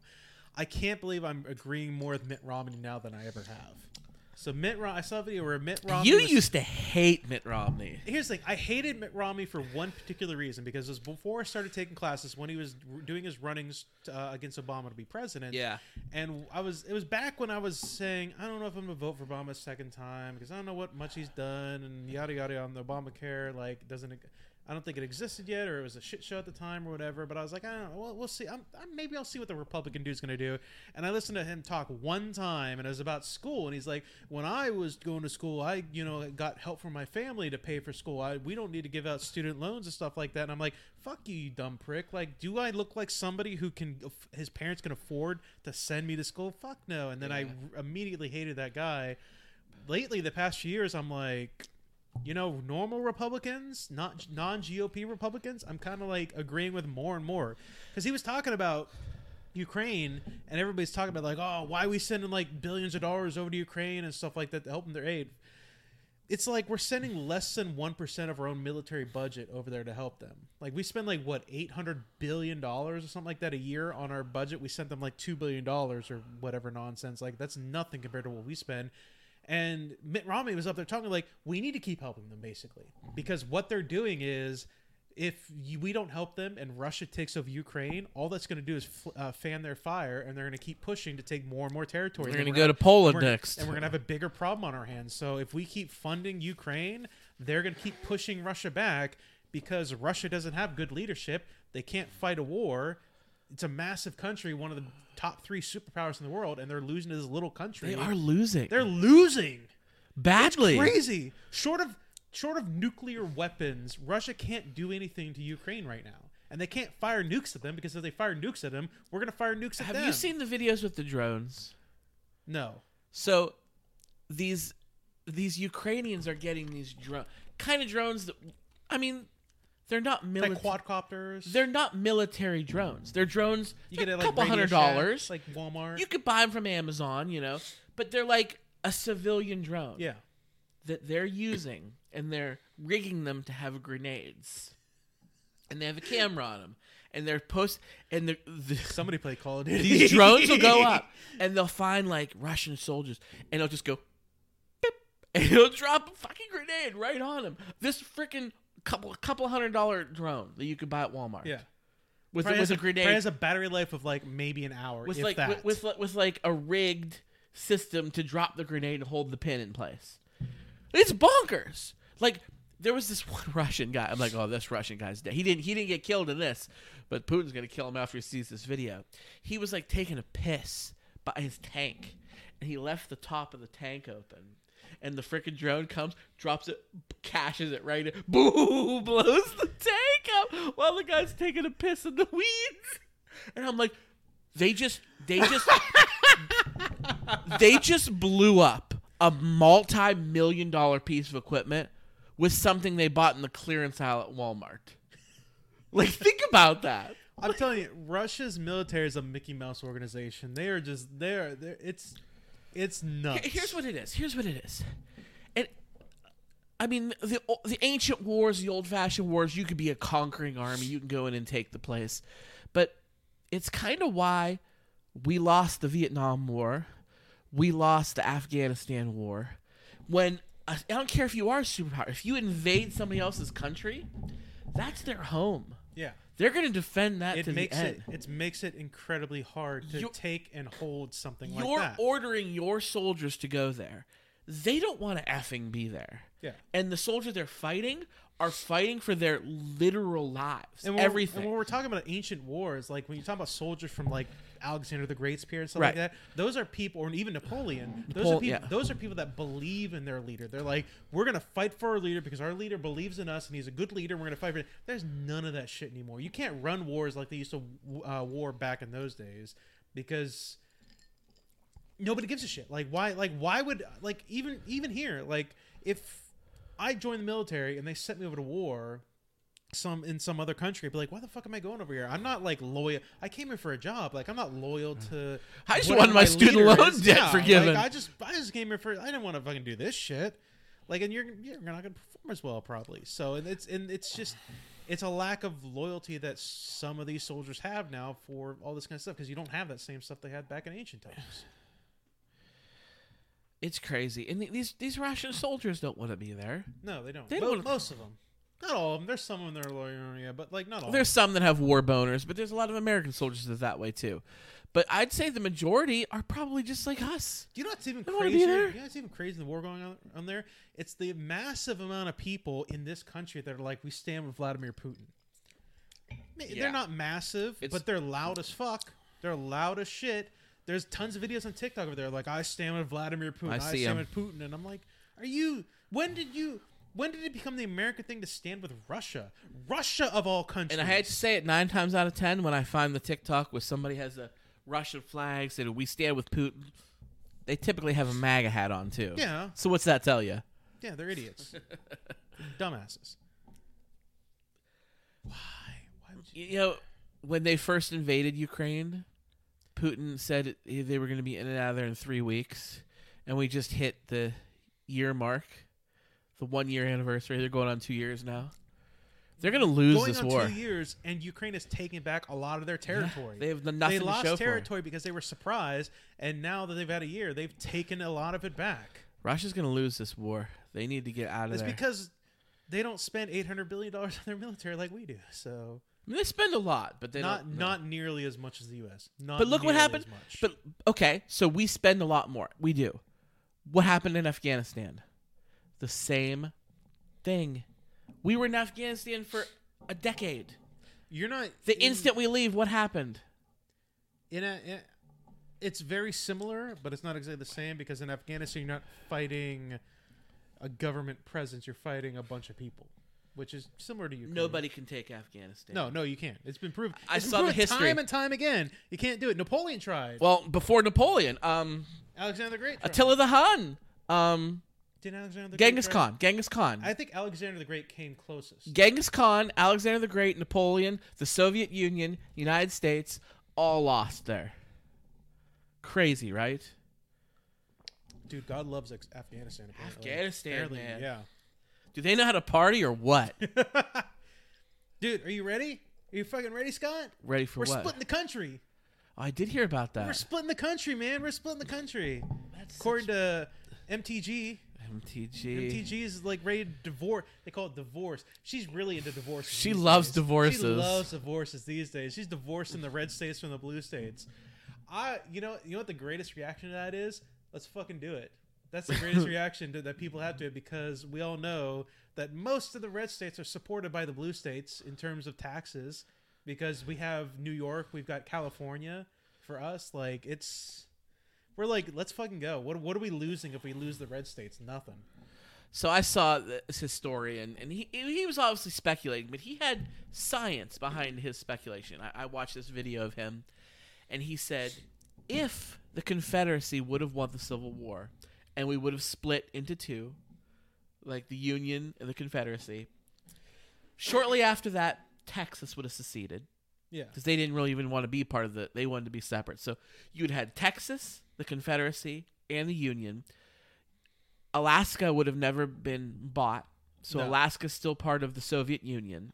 [SPEAKER 1] I can't believe I'm agreeing more with Mitt Romney now than I ever have. So Mitt Romney, I saw a video where Mitt Romney.
[SPEAKER 2] you
[SPEAKER 1] was-
[SPEAKER 2] used to hate Mitt Romney.
[SPEAKER 1] Here's the thing: I hated Mitt Romney for one particular reason because it was before I started taking classes when he was r- doing his runnings uh, against Obama to be president.
[SPEAKER 2] Yeah.
[SPEAKER 1] and I was it was back when I was saying I don't know if I'm gonna vote for Obama a second time because I don't know what much he's done and yada yada on the Obamacare like doesn't I don't think it existed yet or it was a shit show at the time or whatever but I was like I don't know we'll, we'll see I'm, i maybe I'll see what the Republican dude's gonna do and I listened to him talk one time and it was about school and he's like when I was going to school I you know got help from my family to pay for school I we don't need to give out student loans and stuff like that and I'm like fuck you you dumb prick like do I look like somebody who can his parents can afford to send me to school fuck no and then I r- immediately hated that guy lately the past few years I'm like you know, normal Republicans, not non GOP Republicans, I'm kind of like agreeing with more and more because he was talking about Ukraine and everybody's talking about like, oh, why are we sending like billions of dollars over to Ukraine and stuff like that to help them their aid? It's like we're sending less than one percent of our own military budget over there to help them. Like we spend like what eight hundred billion dollars or something like that a year on our budget. We sent them like two billion dollars or whatever nonsense. Like that's nothing compared to what we spend. And Mitt Romney was up there talking like we need to keep helping them basically because what they're doing is if you, we don't help them and Russia takes over Ukraine, all that's going to do is fl- uh, fan their fire and they're going to keep pushing to take more and more territory.
[SPEAKER 2] They're
[SPEAKER 1] Then
[SPEAKER 2] gonna
[SPEAKER 1] we're
[SPEAKER 2] go to
[SPEAKER 1] gonna-
[SPEAKER 2] Poland
[SPEAKER 1] and we're-
[SPEAKER 2] next.
[SPEAKER 1] and we're gonna have a bigger problem on our hands. So if we keep funding Ukraine, they're gonna keep pushing Russia back because Russia doesn't have good leadership. They can't fight a war. It's a massive country, one of the top three superpowers in the world, and they're losing to this little country.
[SPEAKER 2] They are losing.
[SPEAKER 1] They're losing
[SPEAKER 2] badly.
[SPEAKER 1] crazy. Short of short of nuclear weapons, Russia can't do anything to Ukraine right now, and they can't fire nukes at them because if they fire nukes at them, we're gonna fire nukes at
[SPEAKER 2] Have
[SPEAKER 1] them.
[SPEAKER 2] you seen the videos with the drones?
[SPEAKER 1] No.
[SPEAKER 2] So these these Ukrainians are getting these drone kind of drones that I mean they're not
[SPEAKER 1] Like
[SPEAKER 2] military
[SPEAKER 1] quadcopters.
[SPEAKER 2] they're not military drones. They're drones
[SPEAKER 1] You
[SPEAKER 2] they're
[SPEAKER 1] get it
[SPEAKER 2] a
[SPEAKER 1] like
[SPEAKER 2] couple
[SPEAKER 1] Radio
[SPEAKER 2] hundred
[SPEAKER 1] Shack,
[SPEAKER 2] dollars.
[SPEAKER 1] like Walmart.
[SPEAKER 2] you could buy them from Amazon, you know, but they're like a civilian drone
[SPEAKER 1] yeah,
[SPEAKER 2] that they're using and they're rigging them to have grenades. And they have a camera on them and they're post and they're, the
[SPEAKER 1] somebody play Call of Duty.
[SPEAKER 2] these drones will go up and they'll find like Russian soldiers and they'll just go "Beep," and it'll drop a fucking grenade right on them. This freaking couple couple hundred dollar drone that you could buy at Walmart.
[SPEAKER 1] Yeah,
[SPEAKER 2] With,
[SPEAKER 1] probably
[SPEAKER 2] with
[SPEAKER 1] has
[SPEAKER 2] a
[SPEAKER 1] probably
[SPEAKER 2] grenade
[SPEAKER 1] has a battery life of like maybe an hour,
[SPEAKER 2] with
[SPEAKER 1] if
[SPEAKER 2] like
[SPEAKER 1] that.
[SPEAKER 2] with, with like- with like a rigged system to drop the grenade and hold the pin in place. It's bonkers. Like there was this one Russian guy. I'm like, oh, this Russian guy's dead. He didn't he didn't get killed in this, but Putin's gonna kill him after he sees this video. He was like taking a piss by his tank, and he left the top of the tank open. And the freaking drone comes, drops it, cashes it right in, boom, blows the tank up while the guy's taking a piss in the weeds. And I'm like, they just, they just, they just blew up a multi-million dollar piece of equipment with something they bought in the clearance aisle at Walmart. Like, think about that.
[SPEAKER 1] I'm telling you, Russia's military is a Mickey Mouse organization. They are just they are they're- it's it's nuts.
[SPEAKER 2] Here- Here's what it is. Here's what it is. And I mean, the the ancient wars, the old fashioned wars. You could be a conquering army. You can go in and take the place. But it's kind of why we lost the Vietnam War. We lost the Afghanistan War. When uh, I don't care if you are a superpower. If you invade somebody else's country, that's their home.
[SPEAKER 1] yeah.
[SPEAKER 2] They're going to defend that
[SPEAKER 1] It
[SPEAKER 2] to
[SPEAKER 1] makes
[SPEAKER 2] the end.
[SPEAKER 1] it it makes it incredibly hard to
[SPEAKER 2] You're-
[SPEAKER 1] take and hold something
[SPEAKER 2] You're
[SPEAKER 1] like that.
[SPEAKER 2] ordering your soldiers to go there. They don't want to effing be there.
[SPEAKER 1] yeah.
[SPEAKER 2] and the soldiers they're fighting are fighting for their literal lives.
[SPEAKER 1] And when,
[SPEAKER 2] Everything.
[SPEAKER 1] And when we're talking about ancient wars, like when you talk about soldiers from like Alexander the Great's period, stuff
[SPEAKER 2] Right.
[SPEAKER 1] like that, those are people, or even Napoleon. Those
[SPEAKER 2] Napole-
[SPEAKER 1] are people.
[SPEAKER 2] yeah.
[SPEAKER 1] Those are people that believe in their leader. They're like, we're gonna fight for our leader because our leader believes in us and he's a good leader. We're gonna fight for. it. There's none of that shit anymore. You can't run wars like they used to uh, war back in those days because nobody gives a shit. Like why like why would like even even here, like if I joined the military and they sent me over to war some in some other country, I'd be like, why the fuck am I going over here? I'm not like loyal I came here for a job. Like I'm not loyal to
[SPEAKER 2] I just
[SPEAKER 1] whatever
[SPEAKER 2] wanted my student
[SPEAKER 1] leader
[SPEAKER 2] loan
[SPEAKER 1] is.
[SPEAKER 2] debt
[SPEAKER 1] Yeah,
[SPEAKER 2] forgiven.
[SPEAKER 1] Like, I just I just came here for I didn't want to fucking do this shit. Like and you're you're not gonna perform as well probably. So and it's and it's just it's a lack of loyalty that some of these soldiers have now for all this kind of stuff because you don't have that same stuff they had back in ancient times.
[SPEAKER 2] it's crazy. And th- these these Russian soldiers don't want to be there.
[SPEAKER 1] No, they don't.
[SPEAKER 2] They
[SPEAKER 1] Mo-
[SPEAKER 2] don't-
[SPEAKER 1] Most of them. Not all of them. There's some of them that are loyal, yeah, but like not all.
[SPEAKER 2] There's some that have war boners, but there's a lot of American soldiers that's that way too. But I'd say the majority are probably just like us.
[SPEAKER 1] Do you know what's even
[SPEAKER 2] They wanna be
[SPEAKER 1] crazier?
[SPEAKER 2] there.
[SPEAKER 1] You know what's even crazy in the war going on, on there? It's the massive amount of people in this country that are like, we stand with Vladimir Putin. Ma-
[SPEAKER 2] Yeah.
[SPEAKER 1] They're not massive,
[SPEAKER 2] It's-
[SPEAKER 1] but they're loud as fuck. They're loud as shit. There's tons of videos on TikTok over there like, I stand with Vladimir Putin.
[SPEAKER 2] I
[SPEAKER 1] I,
[SPEAKER 2] see
[SPEAKER 1] stand
[SPEAKER 2] 'em.
[SPEAKER 1] with Putin. And I'm like, are you, when did you, when did it become the American thing to stand with Russia? Russia of all countries.
[SPEAKER 2] And I had to say it nine times out of ten when I find the TikTok where somebody has a Russian flag saying "We stand with Putin." They typically have a MAGA hat on too.
[SPEAKER 1] Yeah.
[SPEAKER 2] So what's that tell you?
[SPEAKER 1] Yeah, they're idiots. Dumbasses. Why? Why would you?
[SPEAKER 2] you know, when they first invaded Ukraine, Putin said they were going to be in and out of there in three weeks, and we just hit the year mark, the one year anniversary. They're going on two years now. They're going to lose
[SPEAKER 1] Going
[SPEAKER 2] this
[SPEAKER 1] on
[SPEAKER 2] war.
[SPEAKER 1] two years, and Ukraine has taken back a lot of their territory.
[SPEAKER 2] They have nothing
[SPEAKER 1] They
[SPEAKER 2] to
[SPEAKER 1] lost
[SPEAKER 2] show for.
[SPEAKER 1] territory because they were surprised, and now that they've had a year, they've taken a lot of it back.
[SPEAKER 2] it. Russia's going to lose this war. They need to get out of
[SPEAKER 1] That's
[SPEAKER 2] there.
[SPEAKER 1] because they don't spend eight hundred billion dollars on their military like we do. So
[SPEAKER 2] I mean, they spend a lot, but they
[SPEAKER 1] not
[SPEAKER 2] don't, no.
[SPEAKER 1] not nearly as much as the U.S. Not
[SPEAKER 2] But look what
[SPEAKER 1] nearly
[SPEAKER 2] happened.
[SPEAKER 1] as much.
[SPEAKER 2] But okay, so we spend a lot more. We do. What happened in Afghanistan? The same thing. We were in Afghanistan for a decade.
[SPEAKER 1] you're not
[SPEAKER 2] The
[SPEAKER 1] in-
[SPEAKER 2] instant we leave, what happened?
[SPEAKER 1] in a, in- it's very similar, but it's not exactly the same because in Afghanistan you're not fighting a government presence; you're fighting a bunch of people, which is similar to Ukraine.
[SPEAKER 2] Nobody can take Afghanistan.
[SPEAKER 1] No, no, you can't. It's been proven.
[SPEAKER 2] I
[SPEAKER 1] It's been
[SPEAKER 2] saw the
[SPEAKER 1] proven
[SPEAKER 2] history.
[SPEAKER 1] time and time again. You can't do it. Napoleon tried.
[SPEAKER 2] Well, before Napoleon, um,
[SPEAKER 1] Alexander the Great. Tried.
[SPEAKER 2] Attila the Hun, um,
[SPEAKER 1] Did Alexander the
[SPEAKER 2] Genghis
[SPEAKER 1] Great try?
[SPEAKER 2] Khan, Genghis Khan,
[SPEAKER 1] I think Alexander the Great came closest.
[SPEAKER 2] Genghis Khan, Alexander the Great, Napoleon, the Soviet Union, United States, all lost there. Crazy, right?
[SPEAKER 1] Dude, God loves ex- Afghanistan. Apparently.
[SPEAKER 2] Afghanistan,
[SPEAKER 1] apparently,
[SPEAKER 2] man.
[SPEAKER 1] Yeah.
[SPEAKER 2] Do they know how to party or what?
[SPEAKER 1] Dude, are you ready? Are you fucking ready, Scott?
[SPEAKER 2] Ready for
[SPEAKER 1] We're
[SPEAKER 2] what?
[SPEAKER 1] splitting the country.
[SPEAKER 2] Oh, I did hear about that.
[SPEAKER 1] We're splitting the country, man. We're splitting the country.
[SPEAKER 2] That's
[SPEAKER 1] According to MTG,
[SPEAKER 2] MTG.
[SPEAKER 1] MTG is like ready to divorce. They call it divorce. She's really into divorces.
[SPEAKER 2] She
[SPEAKER 1] these
[SPEAKER 2] loves
[SPEAKER 1] days.
[SPEAKER 2] divorces.
[SPEAKER 1] She loves divorces these days. She's divorcing the red states from the blue states. I, you know, you know what the greatest reaction to that is? let's fucking do it. That's the greatest reaction to, that people have to it because we all know that most of the red states are supported by the blue states in terms of taxes because we have New York, we've got California for us. Like, it's. We're like, let's fucking go. What, what are we losing if we lose the red states? Nothing.
[SPEAKER 2] So I saw this historian, and he he was obviously speculating, but he had science behind his speculation. I, I watched this video of him, and he said, if the Confederacy would have won the Civil War, and we would have split into two, like the Union and the Confederacy, shortly after that, Texas would have seceded
[SPEAKER 1] Yeah.
[SPEAKER 2] because they didn't really even want to be part of the they wanted to be separate so you'd had texas the confederacy and the union alaska would have never been bought so
[SPEAKER 1] No.
[SPEAKER 2] alaska's still part of the soviet union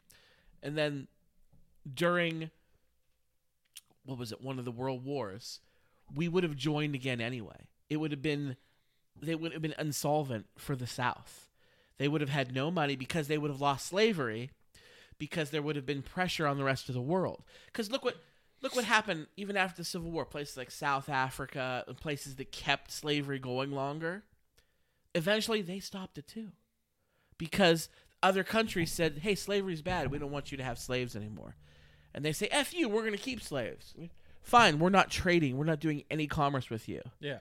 [SPEAKER 2] and then during what was it one of the world wars we would have joined again anyway it would have been they would have been insolvent for the south they would have had no money because they would have lost slavery because there would have been pressure on the rest of the world. Because look what look what happened even after the Civil War. Places like South Africa and places that kept slavery going longer, eventually they stopped it too, because other countries said, "Hey, slavery's bad. We don't want you to have slaves anymore," and they say, "F you. We're going to keep slaves." Fine, we're not trading. We're not doing any commerce with you.
[SPEAKER 1] Yeah.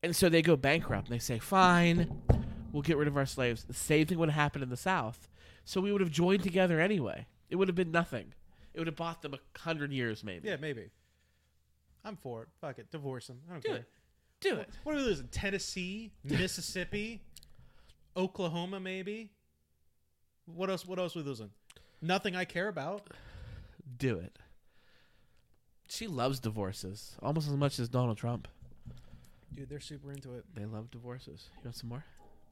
[SPEAKER 2] And so they go bankrupt and they say, fine, we'll get rid of our slaves. The same thing would have happened in the South. So we would have joined together anyway. It would have been nothing. It would have bought them a hundred years, maybe.
[SPEAKER 1] Yeah, maybe. I'm for it. Fuck it. Divorce them. I don't
[SPEAKER 2] Do
[SPEAKER 1] care.
[SPEAKER 2] it. Do it.
[SPEAKER 1] What are we losing? Tennessee, Mississippi, Oklahoma, maybe. What else? What else we losing? Nothing I care about.
[SPEAKER 2] Do it. She loves divorces almost as much as Donald Trump.
[SPEAKER 1] Dude, they're super into it.
[SPEAKER 2] They love divorces. You want some more?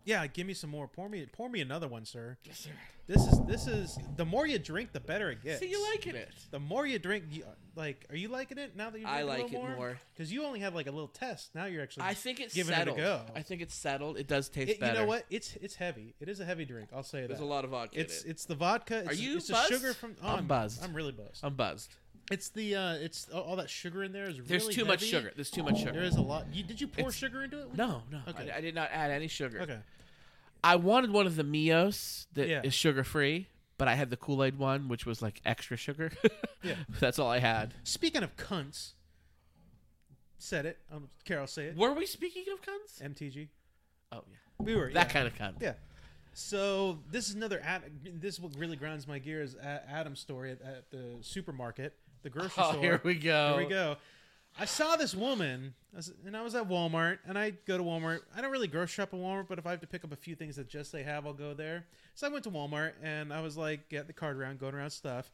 [SPEAKER 1] Yeah, give me some more. Pour me, pour me another one, sir.
[SPEAKER 2] Yes, sir.
[SPEAKER 1] This is this is. The more you drink, the better it gets.
[SPEAKER 2] See, you liking it.
[SPEAKER 1] The more you drink, you, like, are you liking it now that you?
[SPEAKER 2] I like it more.
[SPEAKER 1] because you only had like a little test. Now you're actually.
[SPEAKER 2] I think it's
[SPEAKER 1] Giving it a
[SPEAKER 2] settled.
[SPEAKER 1] go.
[SPEAKER 2] I think it's settled. It does taste
[SPEAKER 1] It- you
[SPEAKER 2] better.
[SPEAKER 1] know what? It's it's heavy. It is a heavy drink. I'll say that.
[SPEAKER 2] There's a lot of vodka
[SPEAKER 1] It's
[SPEAKER 2] in it.
[SPEAKER 1] it's the vodka. It's,
[SPEAKER 2] Are you
[SPEAKER 1] it's
[SPEAKER 2] buzzed?
[SPEAKER 1] the sugar from. um,
[SPEAKER 2] I'm buzzed. Oh.
[SPEAKER 1] I'm really buzzed.
[SPEAKER 2] I'm buzzed.
[SPEAKER 1] It's the uh, it's all- all that sugar in there is really
[SPEAKER 2] There's too much
[SPEAKER 1] heavy.
[SPEAKER 2] sugar. There's too much sugar.
[SPEAKER 1] There is a lot. You, did you pour
[SPEAKER 2] It's-
[SPEAKER 1] sugar into it?
[SPEAKER 2] no, no.
[SPEAKER 1] Okay.
[SPEAKER 2] I, I did not add any sugar.
[SPEAKER 1] Okay.
[SPEAKER 2] I wanted one of the Mios that is
[SPEAKER 1] Yeah.
[SPEAKER 2] sugar free, but I had the Kool Aid one, which was like extra sugar.
[SPEAKER 1] Yeah.
[SPEAKER 2] That's all I had.
[SPEAKER 1] Speaking of cunts, said it. Um, Carol, say it.
[SPEAKER 2] Were we speaking of cunts?
[SPEAKER 1] MTG.
[SPEAKER 2] Oh yeah,
[SPEAKER 1] We were
[SPEAKER 2] that
[SPEAKER 1] yeah.
[SPEAKER 2] kind of cunt.
[SPEAKER 1] Yeah. So this is another. Ad- this is what really grinds my gears. A- Adam's story at, at the supermarket, the grocery
[SPEAKER 2] Oh,
[SPEAKER 1] store.
[SPEAKER 2] here we go.
[SPEAKER 1] Here we go. I saw this woman, I was- and I was at Walmart, and I go to Walmart. I don't really grocery shop at Walmart, but if I have to pick up a few things that just they have, I'll go there. So I went to Walmart, and I was like, get the cart around, going around stuff.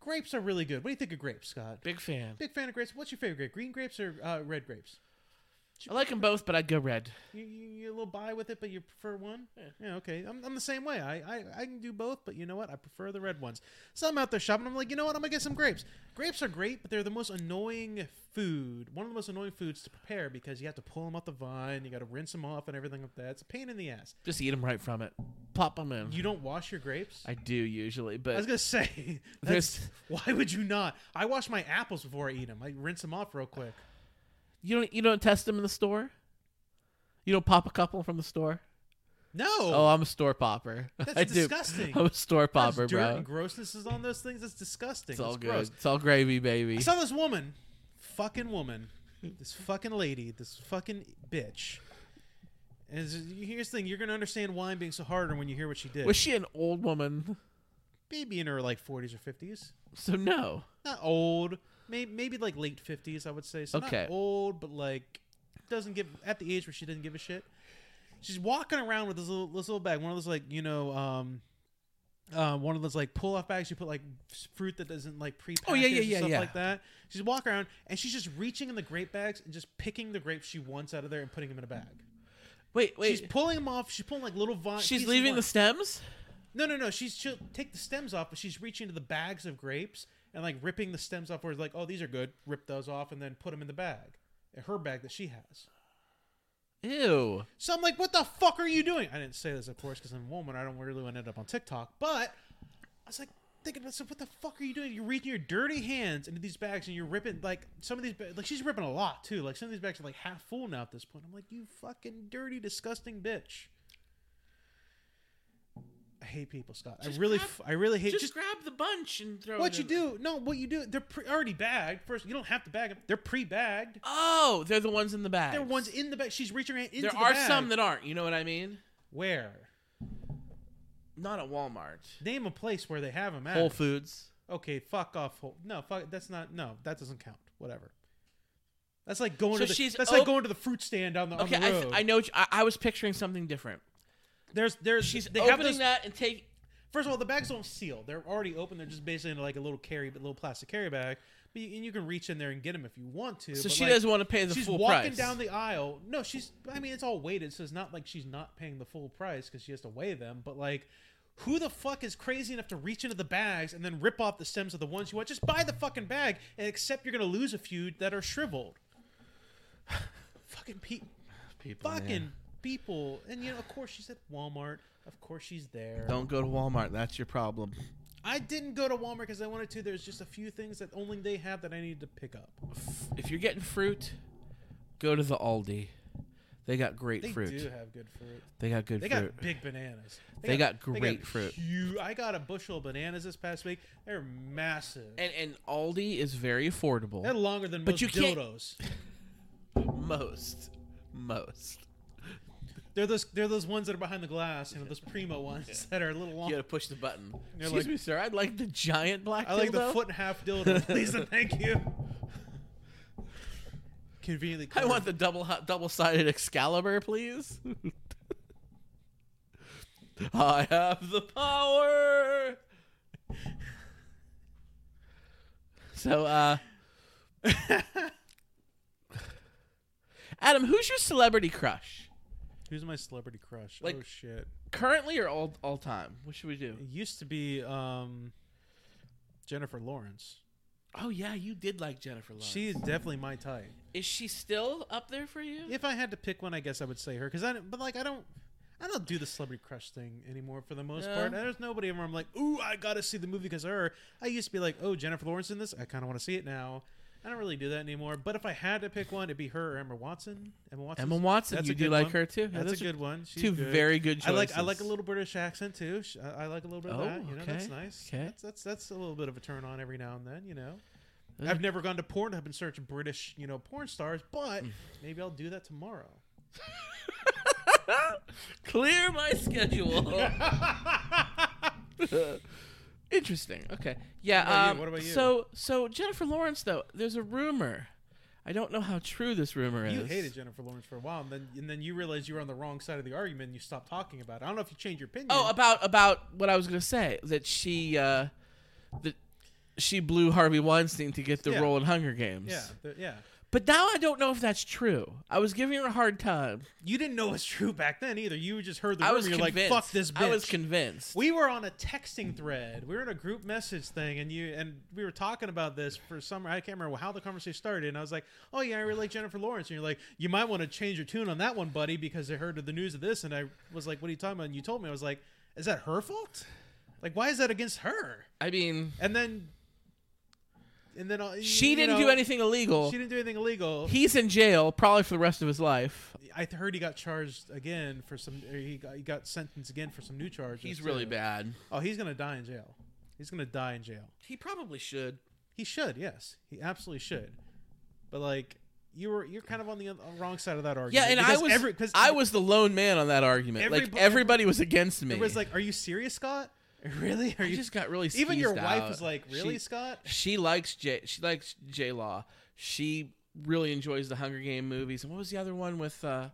[SPEAKER 1] Grapes are really good. What do you think of grapes, Scott?
[SPEAKER 2] Big fan.
[SPEAKER 1] Big fan of grapes. What's your favorite grape? Green grapes or uh, red grapes?
[SPEAKER 2] I like them both, but I'd go red.
[SPEAKER 1] You, you, you're a little bi with it, but you prefer one? Yeah, okay. I'm, I'm the same way. I, I, I can do both, but you know what? I prefer the red ones. So I'm out there shopping. I'm like, you know what? I'm going to get some grapes. Grapes are great, but they're the most annoying food. One of the most annoying foods to prepare because you have to pull them off the vine. You got to rinse them off and everything like that. It's a pain in the ass.
[SPEAKER 2] Just eat them right from it. Plop them in.
[SPEAKER 1] You don't wash your grapes? I,
[SPEAKER 2] I do usually,
[SPEAKER 1] was
[SPEAKER 2] but
[SPEAKER 1] going to say, that's,
[SPEAKER 2] There's-
[SPEAKER 1] why would you not? I wash my apples before I eat them. I rinse them off real quick.
[SPEAKER 2] you don't. You don't test them in the store. You don't pop a couple from the store.
[SPEAKER 1] No.
[SPEAKER 2] Oh, I'm a store popper.
[SPEAKER 1] That's
[SPEAKER 2] I do.
[SPEAKER 1] disgusting.
[SPEAKER 2] I'm a store
[SPEAKER 1] That's
[SPEAKER 2] popper,
[SPEAKER 1] dirt
[SPEAKER 2] bro.
[SPEAKER 1] and grossness is on those things. That's disgusting.
[SPEAKER 2] It's all
[SPEAKER 1] That's
[SPEAKER 2] good.
[SPEAKER 1] gross.
[SPEAKER 2] It's all gravy, baby.
[SPEAKER 1] I saw this woman, fucking woman, this fucking lady, this fucking bitch. And it's- here's the thing: you're gonna understand why I'm being so hard on her when you hear what she did.
[SPEAKER 2] Was she an old woman?
[SPEAKER 1] maybe in her like 40s or 50s,
[SPEAKER 2] So no.
[SPEAKER 1] not old. Maybe maybe like late 50s, I would say. So
[SPEAKER 2] Okay.
[SPEAKER 1] not old, but like doesn't give at the age where she doesn't give a shit. She's walking around with this little this little bag, one of those like you know. um uh, one of those like pull off bags you put like s- fruit that doesn't like pre
[SPEAKER 2] Oh, yeah, yeah, yeah,
[SPEAKER 1] stuff
[SPEAKER 2] yeah.
[SPEAKER 1] like that. She's walking around and she's just reaching in the grape bags and just picking the grapes she wants out of there and putting them in a bag.
[SPEAKER 2] Wait, wait.
[SPEAKER 1] She's pulling them off. She's pulling like little vines.
[SPEAKER 2] She's leaving the stems?
[SPEAKER 1] No, no, no. She's she'll take the stems off, but she's reaching to the bags of grapes and like ripping the stems off. Where it's like, oh, these are good. Rip those off and then put them in the bag, in her bag that she has.
[SPEAKER 2] Ew.
[SPEAKER 1] So I'm like, what the fuck are you doing? I didn't say this, of course, because I'm a woman. I don't really want to end up on TikTok. But I was like, thinking about so what the fuck are you doing? You're reaching your dirty hands into these bags and you're ripping like some of these ba- like she's ripping a lot too. Like some of these bags are like half full now at this point. I'm like, you fucking dirty, disgusting bitch. I hate people, Scott.
[SPEAKER 2] Just
[SPEAKER 1] I really,
[SPEAKER 2] grab-
[SPEAKER 1] f- I really hate
[SPEAKER 2] Just,
[SPEAKER 1] just
[SPEAKER 2] grab the bunch and throw
[SPEAKER 1] what
[SPEAKER 2] it
[SPEAKER 1] you
[SPEAKER 2] in
[SPEAKER 1] do. No, what you do. They're pre- already bagged. First, you don't have to bag them. They're pre-bagged.
[SPEAKER 2] Oh, they're the ones in the bag.
[SPEAKER 1] There are ones in the bag. She's reaching her hand into
[SPEAKER 2] There
[SPEAKER 1] the
[SPEAKER 2] are
[SPEAKER 1] bag.
[SPEAKER 2] some that aren't. You know what I mean?
[SPEAKER 1] where
[SPEAKER 2] Not at Walmart.
[SPEAKER 1] name a place where they have them at.
[SPEAKER 2] Whole Foods.
[SPEAKER 1] okay, fuck off. Whole- No, fuck. That's not. No, that doesn't count. Whatever. That's like going
[SPEAKER 2] So
[SPEAKER 1] to the,
[SPEAKER 2] she's
[SPEAKER 1] that's
[SPEAKER 2] op-
[SPEAKER 1] like going to the fruit stand on the,
[SPEAKER 2] Okay,
[SPEAKER 1] on the
[SPEAKER 2] I,
[SPEAKER 1] road.
[SPEAKER 2] th- I know. what you- I, I was picturing something different.
[SPEAKER 1] There's there's
[SPEAKER 2] She's
[SPEAKER 1] they
[SPEAKER 2] opening
[SPEAKER 1] have those,
[SPEAKER 2] that and take.
[SPEAKER 1] First of all, the bags don't seal. They're already open. They're just basically in like a little carry, but little plastic carry bag. But you, and you can reach in there and get them if you want to.
[SPEAKER 2] So
[SPEAKER 1] but
[SPEAKER 2] she
[SPEAKER 1] like,
[SPEAKER 2] doesn't want to pay the
[SPEAKER 1] she's
[SPEAKER 2] full
[SPEAKER 1] walking
[SPEAKER 2] price.
[SPEAKER 1] down the aisle. No, she's. I mean, it's all weighted, so it's not like she's not paying the full price because she has to weigh them. But like, who the fuck is crazy enough to reach into the bags and then rip off the stems of the ones you want? Just buy the fucking bag and accept you're gonna lose a few that are shriveled. fucking pe-
[SPEAKER 2] People, man.
[SPEAKER 1] fucking people. And you know, of course she's at Walmart. Of course she's there.
[SPEAKER 2] Don't go to Walmart. That's your problem.
[SPEAKER 1] I didn't go to Walmart because I wanted to. There's just a few things that only they have that I needed to pick up.
[SPEAKER 2] If you're getting fruit, go to the Aldi. They got great
[SPEAKER 1] They
[SPEAKER 2] fruit.
[SPEAKER 1] do have good fruit.
[SPEAKER 2] They got good
[SPEAKER 1] They
[SPEAKER 2] fruit.
[SPEAKER 1] got big bananas.
[SPEAKER 2] They got great fruit.
[SPEAKER 1] hu- I got a bushel of bananas this past week. They're massive.
[SPEAKER 2] and and Aldi is very affordable.
[SPEAKER 1] They're longer than
[SPEAKER 2] But
[SPEAKER 1] most
[SPEAKER 2] you can't-
[SPEAKER 1] dildos.
[SPEAKER 2] most, most.
[SPEAKER 1] They're those. They're those ones that are behind the glass. You know, those primo ones that are a little
[SPEAKER 2] You
[SPEAKER 1] long.
[SPEAKER 2] gotta push the button.
[SPEAKER 1] You're
[SPEAKER 2] Excuse
[SPEAKER 1] like-
[SPEAKER 2] me, sir. I'd like the giant black.
[SPEAKER 1] I like the
[SPEAKER 2] dildo.
[SPEAKER 1] foot and a half dildo, please and thank you. Conveniently,
[SPEAKER 2] I
[SPEAKER 1] cornered.
[SPEAKER 2] want the double double sided Excalibur, please. I have the power. So, uh, Adam, who's your celebrity crush
[SPEAKER 1] Who's my celebrity crush? oh
[SPEAKER 2] Like-
[SPEAKER 1] shit!
[SPEAKER 2] currently or all all time? What should we do?
[SPEAKER 1] It used to be um, Jennifer Lawrence.
[SPEAKER 2] Oh yeah, you did like Jennifer Lawrence.
[SPEAKER 1] She is definitely my type.
[SPEAKER 2] is she still up there for you?
[SPEAKER 1] If I had to pick one, I guess I would say her because I. don't- But like, I don't. I don't do the celebrity crush thing anymore for the most
[SPEAKER 2] No.
[SPEAKER 1] part. There's nobody where I'm like, ooh, I gotta see the movie because her. I used to be like, oh, Jennifer Lawrence in this. I kind of want to see it now. I don't really do that anymore. But if I had to pick one, it'd be her or Emma Watson. Emma Watson.
[SPEAKER 2] Emma Watson,
[SPEAKER 1] That's
[SPEAKER 2] you
[SPEAKER 1] a
[SPEAKER 2] do
[SPEAKER 1] good
[SPEAKER 2] like
[SPEAKER 1] one.
[SPEAKER 2] her too. Yeah,
[SPEAKER 1] That's,
[SPEAKER 2] those
[SPEAKER 1] a
[SPEAKER 2] are
[SPEAKER 1] good one. She's
[SPEAKER 2] two
[SPEAKER 1] good.
[SPEAKER 2] very good
[SPEAKER 1] I
[SPEAKER 2] choices.
[SPEAKER 1] like I like a little British accent too. Sh- I I like a little bit
[SPEAKER 2] Oh,
[SPEAKER 1] of that. You know, that's
[SPEAKER 2] okay,
[SPEAKER 1] nice.
[SPEAKER 2] okay.
[SPEAKER 1] That's, that's that's a little bit of a turn on every now and then. You know,
[SPEAKER 2] Those are-
[SPEAKER 1] I've never gone to Pornhub and searched British, you know, porn stars, but
[SPEAKER 2] Mm.
[SPEAKER 1] maybe I'll do that tomorrow.
[SPEAKER 2] Clear my schedule. Interesting. Okay. Yeah.
[SPEAKER 1] What about you?
[SPEAKER 2] um,
[SPEAKER 1] What about you?
[SPEAKER 2] So, so Jennifer Lawrence, though, there's a rumor. I don't know how true this rumor is.
[SPEAKER 1] you hated Jennifer Lawrence for a while, and then and then you realized you were on the wrong side of the argument, and you stopped talking about it. I don't know if you changed your opinion.
[SPEAKER 2] Oh, about about what I was gonna say that she uh, that she blew Harvey Weinstein to get the
[SPEAKER 1] Yeah.
[SPEAKER 2] role in Hunger Games.
[SPEAKER 1] yeah, the- yeah.
[SPEAKER 2] But now I don't know if that's true. I was giving her a hard time.
[SPEAKER 1] You didn't know it's true back then either. You just heard the
[SPEAKER 2] I
[SPEAKER 1] rumor.
[SPEAKER 2] was
[SPEAKER 1] You're
[SPEAKER 2] convinced.
[SPEAKER 1] like, fuck this bitch.
[SPEAKER 2] I was convinced.
[SPEAKER 1] we were on a texting thread. We were in a group message thing, and you and we were talking about this for some. I can't remember how the conversation started, and I was like, "Oh yeah, I really like Jennifer Lawrence." And you're like, "You might want to change your tune on that one, buddy, because I heard of the news of this." And I was like, "What are you talking about?" And you told me, I was like, "Is that her fault? Like, why is that against her?"
[SPEAKER 2] I mean,
[SPEAKER 1] And then, and then uh, you-
[SPEAKER 2] she
[SPEAKER 1] you
[SPEAKER 2] didn't
[SPEAKER 1] know,
[SPEAKER 2] do anything illegal.
[SPEAKER 1] She didn't do anything illegal.
[SPEAKER 2] He's in jail probably for the rest of his life.
[SPEAKER 1] I heard he got charged again for some. Or he got, he got sentenced again for some new charges.
[SPEAKER 2] He's really
[SPEAKER 1] too.
[SPEAKER 2] bad.
[SPEAKER 1] Oh, he's gonna die in jail. He's gonna die in jail.
[SPEAKER 2] He probably should.
[SPEAKER 1] He should, yes, he absolutely should. But like, you were you're kind of on the oth- wrong side of that
[SPEAKER 2] Yeah,
[SPEAKER 1] argument.
[SPEAKER 2] and I
[SPEAKER 1] because
[SPEAKER 2] was
[SPEAKER 1] every, because
[SPEAKER 2] I was the lone man on that argument. like
[SPEAKER 1] Everybo-
[SPEAKER 2] everybody was against me.
[SPEAKER 1] It was like, are you serious, Scott? Really? Are
[SPEAKER 2] I
[SPEAKER 1] you?
[SPEAKER 2] just got really
[SPEAKER 1] even your
[SPEAKER 2] skeezed
[SPEAKER 1] wife
[SPEAKER 2] out.
[SPEAKER 1] was like, really,
[SPEAKER 2] She,
[SPEAKER 1] Scott?
[SPEAKER 2] she likes J. She likes J. Law. She really enjoys the Hunger Game movies. And what was the other one with uh,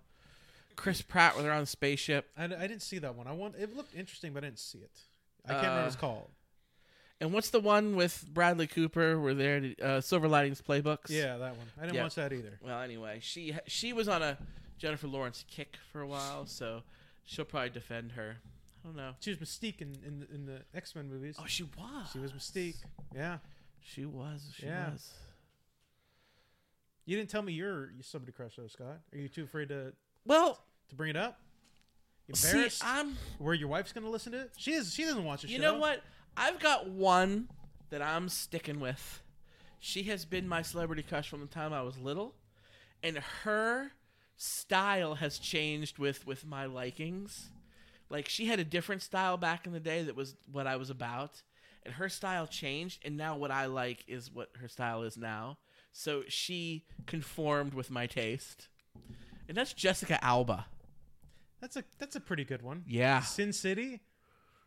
[SPEAKER 2] Chris Pratt where they're on the spaceship?
[SPEAKER 1] I, I didn't see that one. I want. It looked interesting, but I didn't see it. I can't remember what it's
[SPEAKER 2] Uh,
[SPEAKER 1] called.
[SPEAKER 2] And what's the one with Bradley Cooper where they're at, uh, Silver Linings Playbooks?
[SPEAKER 1] Yeah, that one. I didn't
[SPEAKER 2] yeah.
[SPEAKER 1] watch that either.
[SPEAKER 2] Well, anyway, she she was on a Jennifer Lawrence kick for a while, so she'll probably defend her. I don't know.
[SPEAKER 1] She was Mystique in in, the- in the X Men movies.
[SPEAKER 2] Oh, she was.
[SPEAKER 1] she was Mystique. Yeah.
[SPEAKER 2] She was. She
[SPEAKER 1] Yeah.
[SPEAKER 2] was.
[SPEAKER 1] You didn't tell me you're somebody crush though, Scott. Are you too afraid to
[SPEAKER 2] Well,
[SPEAKER 1] to bring it up? You
[SPEAKER 2] see,
[SPEAKER 1] Embarrassed?
[SPEAKER 2] I'm.
[SPEAKER 1] Where your wife's gonna listen to it? She is. She doesn't watch the
[SPEAKER 2] You
[SPEAKER 1] show.
[SPEAKER 2] know what? I've got one that I'm sticking with. She has been my celebrity crush from the time I was little, and her style has changed with with my likings. Like she had a different style back in the day that was what I was about, and her style changed, and now what I like is what her style is now. So she conformed with my taste. And that's Jessica Alba.
[SPEAKER 1] That's a that's a pretty good one.
[SPEAKER 2] Yeah.
[SPEAKER 1] Sin City,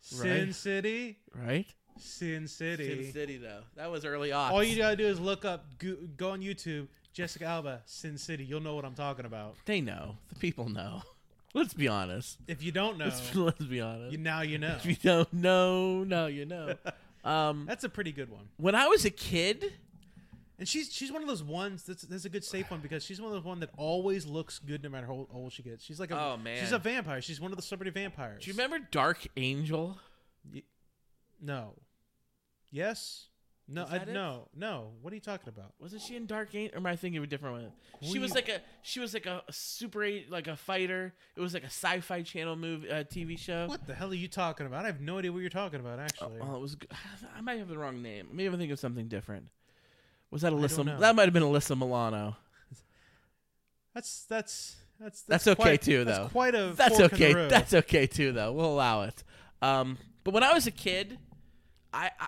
[SPEAKER 1] Sin
[SPEAKER 2] Right.
[SPEAKER 1] City,
[SPEAKER 2] Right?
[SPEAKER 1] Sin City.
[SPEAKER 2] Sin City though. That was early on.
[SPEAKER 1] All you gotta do is look up, go, go on YouTube, Jessica Alba, Sin City. You'll know what I'm talking about.
[SPEAKER 2] They know. The people know. Let's be honest.
[SPEAKER 1] If you don't know,
[SPEAKER 2] Let's, let's be honest.
[SPEAKER 1] you, now you know.
[SPEAKER 2] If you don't know, no, you know. um,
[SPEAKER 1] That's a pretty good one.
[SPEAKER 2] when I was a kid,
[SPEAKER 1] And she's she's one of those ones that's that's a good safe one because she's one of those one that always looks good no matter how old- old she gets. She's like a
[SPEAKER 2] Oh, man.
[SPEAKER 1] she's a vampire. She's one of the celebrity vampires.
[SPEAKER 2] do you remember Dark Angel?
[SPEAKER 1] No. Yes. No.
[SPEAKER 2] Is
[SPEAKER 1] I,
[SPEAKER 2] that it?
[SPEAKER 1] no. No. What are you talking about?
[SPEAKER 2] Wasn't she in Dark Angel? Or am I thinking of a different one?
[SPEAKER 1] Who
[SPEAKER 2] She was
[SPEAKER 1] you-
[SPEAKER 2] like a she was like a super eight like a fighter. It was like a sci-fi channel movie uh, TV show.
[SPEAKER 1] What the hell are you talking about? I have no idea what you're talking about. Actually,
[SPEAKER 2] Oh, it was. g- I might have the wrong name. Maybe I'm thinking of something different. Was that
[SPEAKER 1] don't
[SPEAKER 2] Alyssa?
[SPEAKER 1] know.
[SPEAKER 2] That might have been Alyssa Milano.
[SPEAKER 1] that's that's that's
[SPEAKER 2] That's okay
[SPEAKER 1] quite-
[SPEAKER 2] too, though.
[SPEAKER 1] That's quite a
[SPEAKER 2] That's
[SPEAKER 1] fork in the
[SPEAKER 2] okay.
[SPEAKER 1] road.
[SPEAKER 2] That's okay too, though. We'll allow it. Um, but when I was a kid, I, I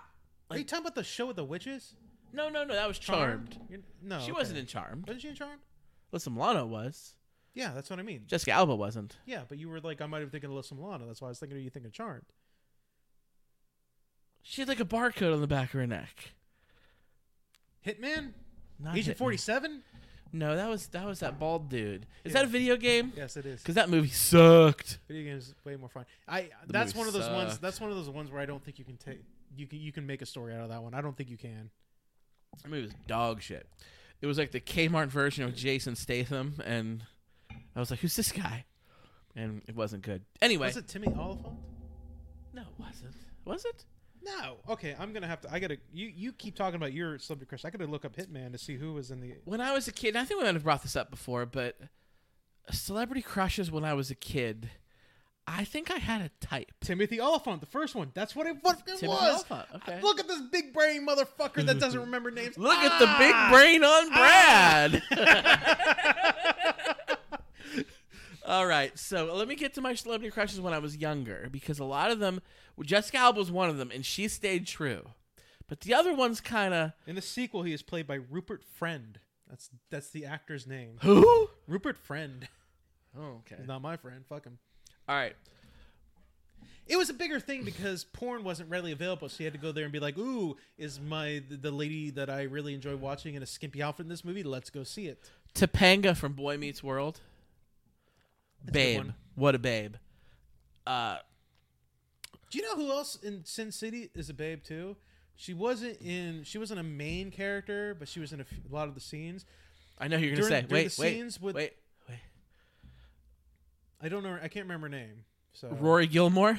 [SPEAKER 1] Are you talking about the show with the witches?
[SPEAKER 2] no no no that was Charmed.
[SPEAKER 1] You're- no,
[SPEAKER 2] She wasn't
[SPEAKER 1] Oh, okay.
[SPEAKER 2] in Charmed.
[SPEAKER 1] Wasn't she in Charmed?
[SPEAKER 2] Alyssa Milano was.
[SPEAKER 1] Yeah, that's what I mean.
[SPEAKER 2] Jessica Alba wasn't.
[SPEAKER 1] Yeah, but you were like, I might have thinking of Alyssa Milano. That's why I was thinking of you thinking of Charmed.
[SPEAKER 2] She had like a barcode on the back of her neck.
[SPEAKER 1] Hitman,
[SPEAKER 2] Not
[SPEAKER 1] Agent
[SPEAKER 2] Hitman.
[SPEAKER 1] Forty Seven.
[SPEAKER 2] No, that was that was that bald dude. Is
[SPEAKER 1] Yeah.
[SPEAKER 2] that a video game?
[SPEAKER 1] Yes, it is.
[SPEAKER 2] Because that movie sucked.
[SPEAKER 1] Video games is way more fun. I
[SPEAKER 2] The
[SPEAKER 1] that's
[SPEAKER 2] movie
[SPEAKER 1] one of those ones.
[SPEAKER 2] sucked.
[SPEAKER 1] That's one of those ones where I don't think you can take you can you can make a story out of that one. I don't think you can.
[SPEAKER 2] That movie was dog shit. It was like the Kmart version of Jason Statham, and I was like, "Who's this guy?" And it wasn't good. Anyway,
[SPEAKER 1] Was it Timmy Oliphant?
[SPEAKER 2] no, it wasn't. Was it?
[SPEAKER 1] No. Okay, I'm gonna have to. I gotta. You you keep talking about your celebrity crush. I gotta look up Hitman to see who was in the.
[SPEAKER 2] when I was a kid, and I think we might have brought this up before, but celebrity crushes when I was a kid, I think I had a type.
[SPEAKER 1] Timothy Oliphant, the first one. That's what it, what it
[SPEAKER 2] Timothy
[SPEAKER 1] was.
[SPEAKER 2] Oliphant, okay.
[SPEAKER 1] Look at this big brain motherfucker that doesn't remember names.
[SPEAKER 2] Look at the big brain on Brad. All right, so let me get to my celebrity crushes when I was younger because a lot of them, well, Jessica Alba was one of them, and she stayed true. But the other one's kind of
[SPEAKER 1] In the sequel, he is played by Rupert Friend. That's that's the actor's name.
[SPEAKER 2] who?
[SPEAKER 1] Rupert Friend.
[SPEAKER 2] Oh, okay.
[SPEAKER 1] He's not my friend. Fuck him.
[SPEAKER 2] All right,
[SPEAKER 1] It was a bigger thing because porn wasn't readily available, so you had to go there and be like, "Ooh, is my the lady that I really enjoy watching in a skimpy outfit in this movie? Let's go see it."
[SPEAKER 2] Topanga from Boy Meets World.
[SPEAKER 1] a good
[SPEAKER 2] babe,
[SPEAKER 1] one.
[SPEAKER 2] what a babe. Uh,
[SPEAKER 1] Do you know who else in Sin City is a babe too? She wasn't in. She wasn't a main character, but she was in a, f- a lot of the scenes.
[SPEAKER 2] I know who you're gonna
[SPEAKER 1] During-
[SPEAKER 2] say.
[SPEAKER 1] during
[SPEAKER 2] wait,
[SPEAKER 1] the
[SPEAKER 2] wait,
[SPEAKER 1] scenes with-
[SPEAKER 2] wait, wait.
[SPEAKER 1] I don't know. I can't remember her name. So
[SPEAKER 2] Rory Gilmore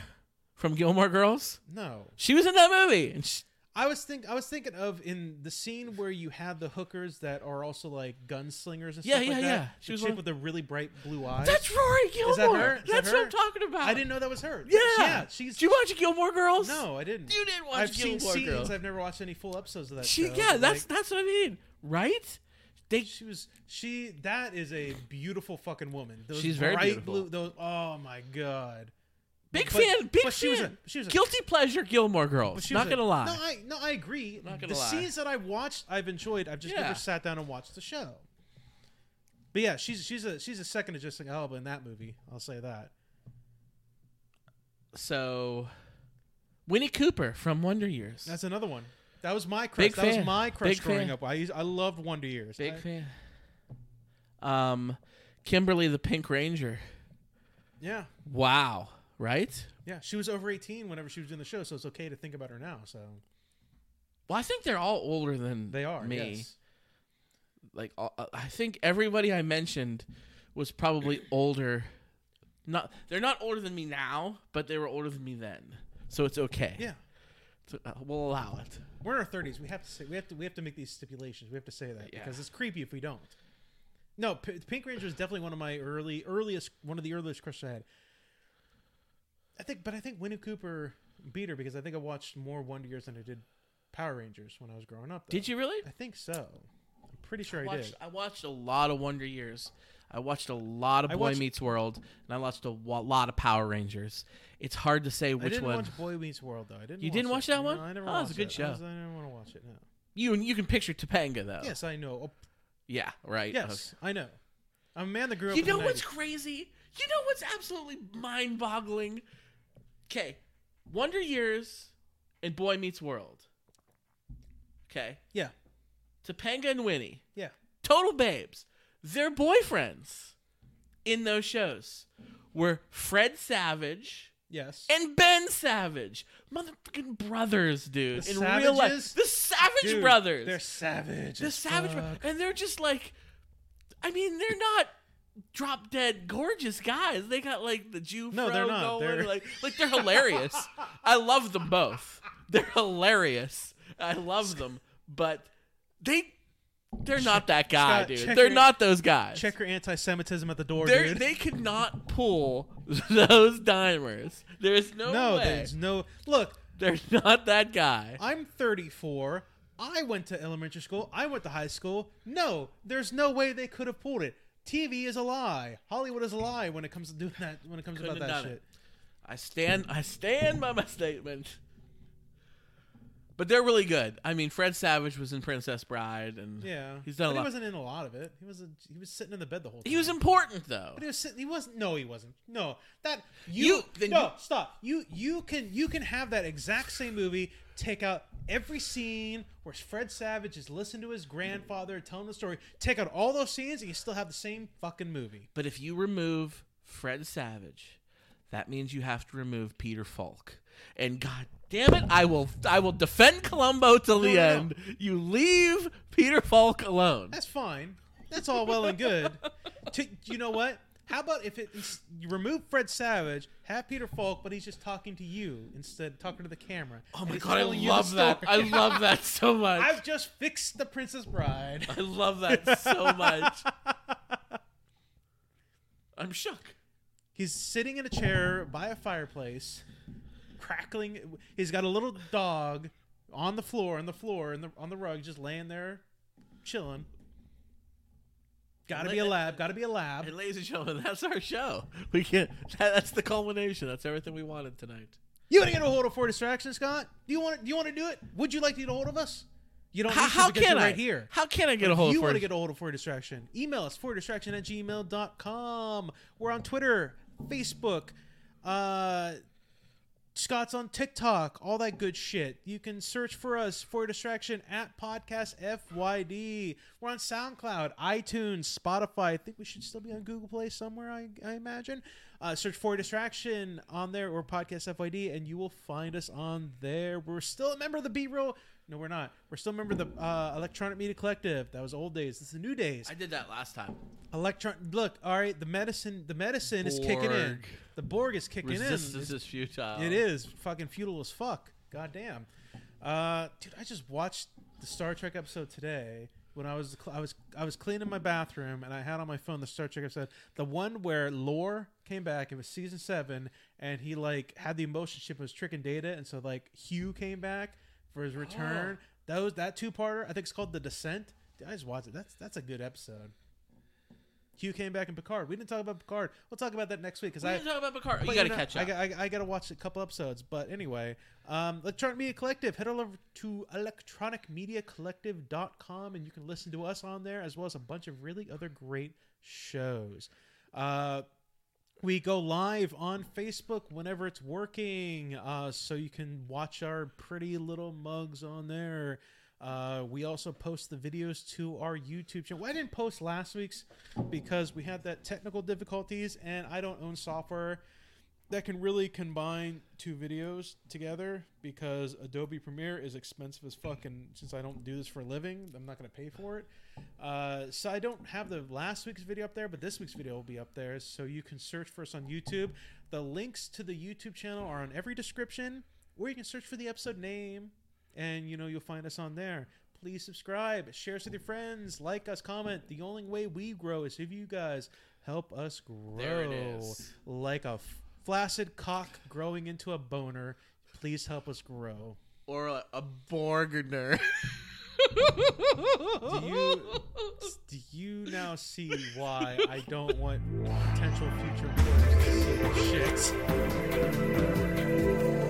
[SPEAKER 2] from Gilmore Girls.
[SPEAKER 1] No,
[SPEAKER 2] She was in that movie, and she,
[SPEAKER 1] I was think I was thinking of in the scene where you had the hookers that are also like gunslingers and
[SPEAKER 2] Yeah,
[SPEAKER 1] stuff
[SPEAKER 2] yeah,
[SPEAKER 1] like that.
[SPEAKER 2] yeah. She
[SPEAKER 1] She
[SPEAKER 2] was
[SPEAKER 1] was
[SPEAKER 2] one-
[SPEAKER 1] with the really bright blue eyes.
[SPEAKER 2] that's Rory Gilmore.
[SPEAKER 1] that her? Is that
[SPEAKER 2] that's
[SPEAKER 1] her?
[SPEAKER 2] what I'm talking about.
[SPEAKER 1] I didn't know that was her.
[SPEAKER 2] Yeah,
[SPEAKER 1] yeah. She's
[SPEAKER 2] Did you watch Gilmore Girls?
[SPEAKER 1] no, I didn't.
[SPEAKER 2] you didn't watch
[SPEAKER 1] I've seen
[SPEAKER 2] Gilmore
[SPEAKER 1] scenes.
[SPEAKER 2] Girls.
[SPEAKER 1] I've never watched any full episodes of that.
[SPEAKER 2] she,
[SPEAKER 1] show,
[SPEAKER 2] yeah,
[SPEAKER 1] but,
[SPEAKER 2] that's
[SPEAKER 1] like,
[SPEAKER 2] that's what I mean, right? They,
[SPEAKER 1] she was she. That is a beautiful fucking woman. Those
[SPEAKER 2] She's very
[SPEAKER 1] bright
[SPEAKER 2] beautiful.
[SPEAKER 1] Blue, those. Oh my god.
[SPEAKER 2] big
[SPEAKER 1] But-
[SPEAKER 2] fan, big fan.
[SPEAKER 1] but she was a- she was a-
[SPEAKER 2] guilty pleasure Gilmore Girls.
[SPEAKER 1] But she
[SPEAKER 2] Not
[SPEAKER 1] was a-
[SPEAKER 2] gonna lie.
[SPEAKER 1] No, I no, I agree.
[SPEAKER 2] Not gonna
[SPEAKER 1] the
[SPEAKER 2] lie.
[SPEAKER 1] scenes that I've watched, I've enjoyed. I've just
[SPEAKER 2] Yeah.
[SPEAKER 1] never sat down and watched the show. But yeah, she's she's a she's a second to Jessica Alba in that movie. I'll say that.
[SPEAKER 2] so, Winnie Cooper from Wonder Years.
[SPEAKER 1] That's another one. That was my crush.
[SPEAKER 2] Big
[SPEAKER 1] that
[SPEAKER 2] fan.
[SPEAKER 1] was my crush
[SPEAKER 2] Big
[SPEAKER 1] growing
[SPEAKER 2] fan.
[SPEAKER 1] up. I used, I loved Wonder Years.
[SPEAKER 2] big
[SPEAKER 1] I-
[SPEAKER 2] fan. Um, Kimberly the Pink Ranger.
[SPEAKER 1] yeah,
[SPEAKER 2] Wow, right?
[SPEAKER 1] yeah. She was over eighteen whenever she was in the show, so it's okay to think about her now. So
[SPEAKER 2] Well, I think they're all older than
[SPEAKER 1] they are
[SPEAKER 2] me.
[SPEAKER 1] yes.
[SPEAKER 2] Like all, uh, I think everybody I mentioned was probably older. Not they're not older than me now, but they were older than me then. So it's okay.
[SPEAKER 1] Yeah,
[SPEAKER 2] So, uh, we'll allow it.
[SPEAKER 1] we're in our thirties. We have to say we have to we have to make these stipulations. We have to say that
[SPEAKER 2] Yeah.
[SPEAKER 1] because it's creepy if we don't. No, P- Pink Ranger is definitely one of my early earliest one of the earliest crushes I had. I think, but I think Winnie Cooper beater because I think I watched more Wonder Years than I did Power Rangers when I was growing up. though.
[SPEAKER 2] Did you really?
[SPEAKER 1] I think so. I'm pretty sure I,
[SPEAKER 2] watched,
[SPEAKER 1] did.
[SPEAKER 2] I watched a lot of Wonder Years. I watched a lot of
[SPEAKER 1] I
[SPEAKER 2] Boy
[SPEAKER 1] watched-
[SPEAKER 2] Meets World, and I watched a wa- lot of Power Rangers. It's hard to say
[SPEAKER 1] I
[SPEAKER 2] which
[SPEAKER 1] didn't
[SPEAKER 2] one.
[SPEAKER 1] watch Boy Meets World though. I didn't.
[SPEAKER 2] You didn't watch
[SPEAKER 1] it.
[SPEAKER 2] that one?
[SPEAKER 1] No, I never
[SPEAKER 2] Oh, it was
[SPEAKER 1] watched
[SPEAKER 2] a good
[SPEAKER 1] it. I
[SPEAKER 2] show.
[SPEAKER 1] was- I, didn't want to watch it. No.
[SPEAKER 2] You you can picture Topanga though.
[SPEAKER 1] Yes, I know. Oh,
[SPEAKER 2] Yeah. Right.
[SPEAKER 1] yes, I know. I'm a man that grew up.
[SPEAKER 2] You
[SPEAKER 1] in the
[SPEAKER 2] know what's
[SPEAKER 1] 90s.
[SPEAKER 2] crazy? You know what's absolutely mind boggling? Okay. Wonder Years and Boy Meets World. Okay.
[SPEAKER 1] Yeah,
[SPEAKER 2] Topanga and Winnie.
[SPEAKER 1] yeah.
[SPEAKER 2] Total babes. Their boyfriends in those shows were Fred Savage
[SPEAKER 1] Yes.
[SPEAKER 2] and Ben Savage. Motherfucking brothers, dude.
[SPEAKER 1] The
[SPEAKER 2] in real life.
[SPEAKER 1] Savages?
[SPEAKER 2] The Savage
[SPEAKER 1] Dude,
[SPEAKER 2] brothers.
[SPEAKER 1] They're savage.
[SPEAKER 2] The
[SPEAKER 1] as
[SPEAKER 2] Savage, Bro-
[SPEAKER 1] fuck.
[SPEAKER 2] and they're just like, I mean, they're not drop dead gorgeous guys. They got like the Jew.
[SPEAKER 1] No,
[SPEAKER 2] fro
[SPEAKER 1] they're not.
[SPEAKER 2] Going,
[SPEAKER 1] They're-
[SPEAKER 2] like, like they're hilarious. I love them both. They're hilarious. I love them, but they, they're not that guy,
[SPEAKER 1] Scott,
[SPEAKER 2] dude.
[SPEAKER 1] check
[SPEAKER 2] They're
[SPEAKER 1] your-
[SPEAKER 2] not those guys.
[SPEAKER 1] Check your anti-Semitism at the door,
[SPEAKER 2] They're,
[SPEAKER 1] dude.
[SPEAKER 2] they could not pull those dimers. There's no,
[SPEAKER 1] no,
[SPEAKER 2] way.
[SPEAKER 1] there's no. Look,
[SPEAKER 2] They're not that guy.
[SPEAKER 1] I'm 34. I went to elementary school. I went to high school. No, there's no way they could have pulled it. TV is a lie. Hollywood is a lie when it comes to doing that. When it comes
[SPEAKER 2] Couldn't
[SPEAKER 1] about that
[SPEAKER 2] have done
[SPEAKER 1] shit.
[SPEAKER 2] it. I stand I stand by my statement. But they're really good. I mean, Fred Savage was in Princess Bride, and
[SPEAKER 1] Yeah,
[SPEAKER 2] he's done
[SPEAKER 1] But
[SPEAKER 2] a lot.
[SPEAKER 1] He wasn't in a lot of it. He was. He was sitting in the bed the whole time.
[SPEAKER 2] He was important though.
[SPEAKER 1] But he was sitting. He wasn't. No, he wasn't. No, that you.
[SPEAKER 2] You- then
[SPEAKER 1] no,
[SPEAKER 2] you-
[SPEAKER 1] stop. You. You can. You can have that exact same movie. Take out every scene where Fred Savage is listening to his grandfather telling the story. Take out all those scenes, and you still have the same fucking movie.
[SPEAKER 2] But if you remove Fred Savage, that means you have to remove Peter Falk. And god damn it, I will I will defend Columbo till the
[SPEAKER 1] No, no,
[SPEAKER 2] end. You leave Peter Falk alone.
[SPEAKER 1] That's fine. That's all well and good. To, you know what? How about if it you remove Fred Savage, have Peter Falk, but he's just talking to you instead, talking to the camera.
[SPEAKER 2] Oh
[SPEAKER 1] and
[SPEAKER 2] my
[SPEAKER 1] he's
[SPEAKER 2] god, I
[SPEAKER 1] telling you the
[SPEAKER 2] love that. I
[SPEAKER 1] story.
[SPEAKER 2] love that so much.
[SPEAKER 1] I've just fixed the Princess Bride.
[SPEAKER 2] I love that so much. I'm shook.
[SPEAKER 1] He's sitting in a chair by a fireplace, crackling. He's got a little dog on the floor, on the floor, in the, on the rug, just laying there, chilling. Gotta be a lab. Gotta be a lab.
[SPEAKER 2] And ladies and gentlemen, that's our show. We can't. That, that's the culmination. That's everything we wanted tonight.
[SPEAKER 1] You want to get a hold of for distraction, Scott? Do you want to? Do you want to do it? Would you like to get a hold of us? You don't.
[SPEAKER 2] How,
[SPEAKER 1] need to
[SPEAKER 2] how
[SPEAKER 1] because
[SPEAKER 2] can
[SPEAKER 1] you're
[SPEAKER 2] I?
[SPEAKER 1] Right here.
[SPEAKER 2] How can I get a hold
[SPEAKER 1] you
[SPEAKER 2] of
[SPEAKER 1] want
[SPEAKER 2] Forrest?
[SPEAKER 1] to get a hold of for distraction? Email us for distraction at gmail.com. We're on Twitter, Facebook, uh, Scott's on TikTok, all that good shit. You can search for us for distraction at podcast FYD. We're on SoundCloud, iTunes, Spotify. I think we should still be on Google Play somewhere, I, I imagine. Uh, search for distraction on there or podcast FYD, and you will find us on there. We're still a member of the B Roll. No, we're not. We're still a member of the uh, Electronic Media Collective. That was old days. This is new days.
[SPEAKER 2] I did that last time.
[SPEAKER 1] Electron. Look, all right. The medicine. The medicine is kicking in.
[SPEAKER 2] Borg.
[SPEAKER 1] The Borg is kicking in.
[SPEAKER 2] Resistance is futile.
[SPEAKER 1] It is fucking futile as fuck. Goddamn, uh, dude! I just watched the Star Trek episode today. When I was I was I was cleaning my bathroom and I had on my phone the Star Trek episode, the one where Lore came back. It was season seven, and he like had the emotion ship was tricking Data, and so like Hugh came back for his return.
[SPEAKER 2] Oh.
[SPEAKER 1] That was that two parter. I think it's called The Descent. Dude, I just watched it. That's that's a good episode. Hugh came back in Picard. We didn't talk about Picard. We'll talk about that next week because
[SPEAKER 2] We
[SPEAKER 1] I
[SPEAKER 2] didn't talk about Picard. You
[SPEAKER 1] but
[SPEAKER 2] got to
[SPEAKER 1] know,
[SPEAKER 2] catch
[SPEAKER 1] I
[SPEAKER 2] up.
[SPEAKER 1] got- I, got- I got to watch a couple episodes. But anyway, um, Electronic Media Collective, head on over to electronicmediacollective.com and you can listen to us on there as well as a bunch of really other great shows. Uh, we go live on Facebook whenever it's working, uh, so you can watch our pretty little mugs on there. Uh, we also post the videos to our YouTube channel. Well, I didn't post last week's because we had that technical difficulties, and I don't own software that can really combine two videos together because Adobe Premiere is expensive as fuck, and since I don't do this for a living, I'm not going to pay for it. Uh, so I don't have the last week's video up there, but this week's video will be up there, so you can search for us on YouTube. The links to the YouTube channel are on every description, or you can search for the episode name, and you know you'll find us on there. Please subscribe, share us with your friends, like us, comment. The only way we grow is if you guys help us grow
[SPEAKER 2] There it is.
[SPEAKER 1] like a flaccid cock growing into a boner. Please help us grow.
[SPEAKER 2] or a, a Borgner.
[SPEAKER 1] Do you do you now see why I don't want potential future employers to see this shit?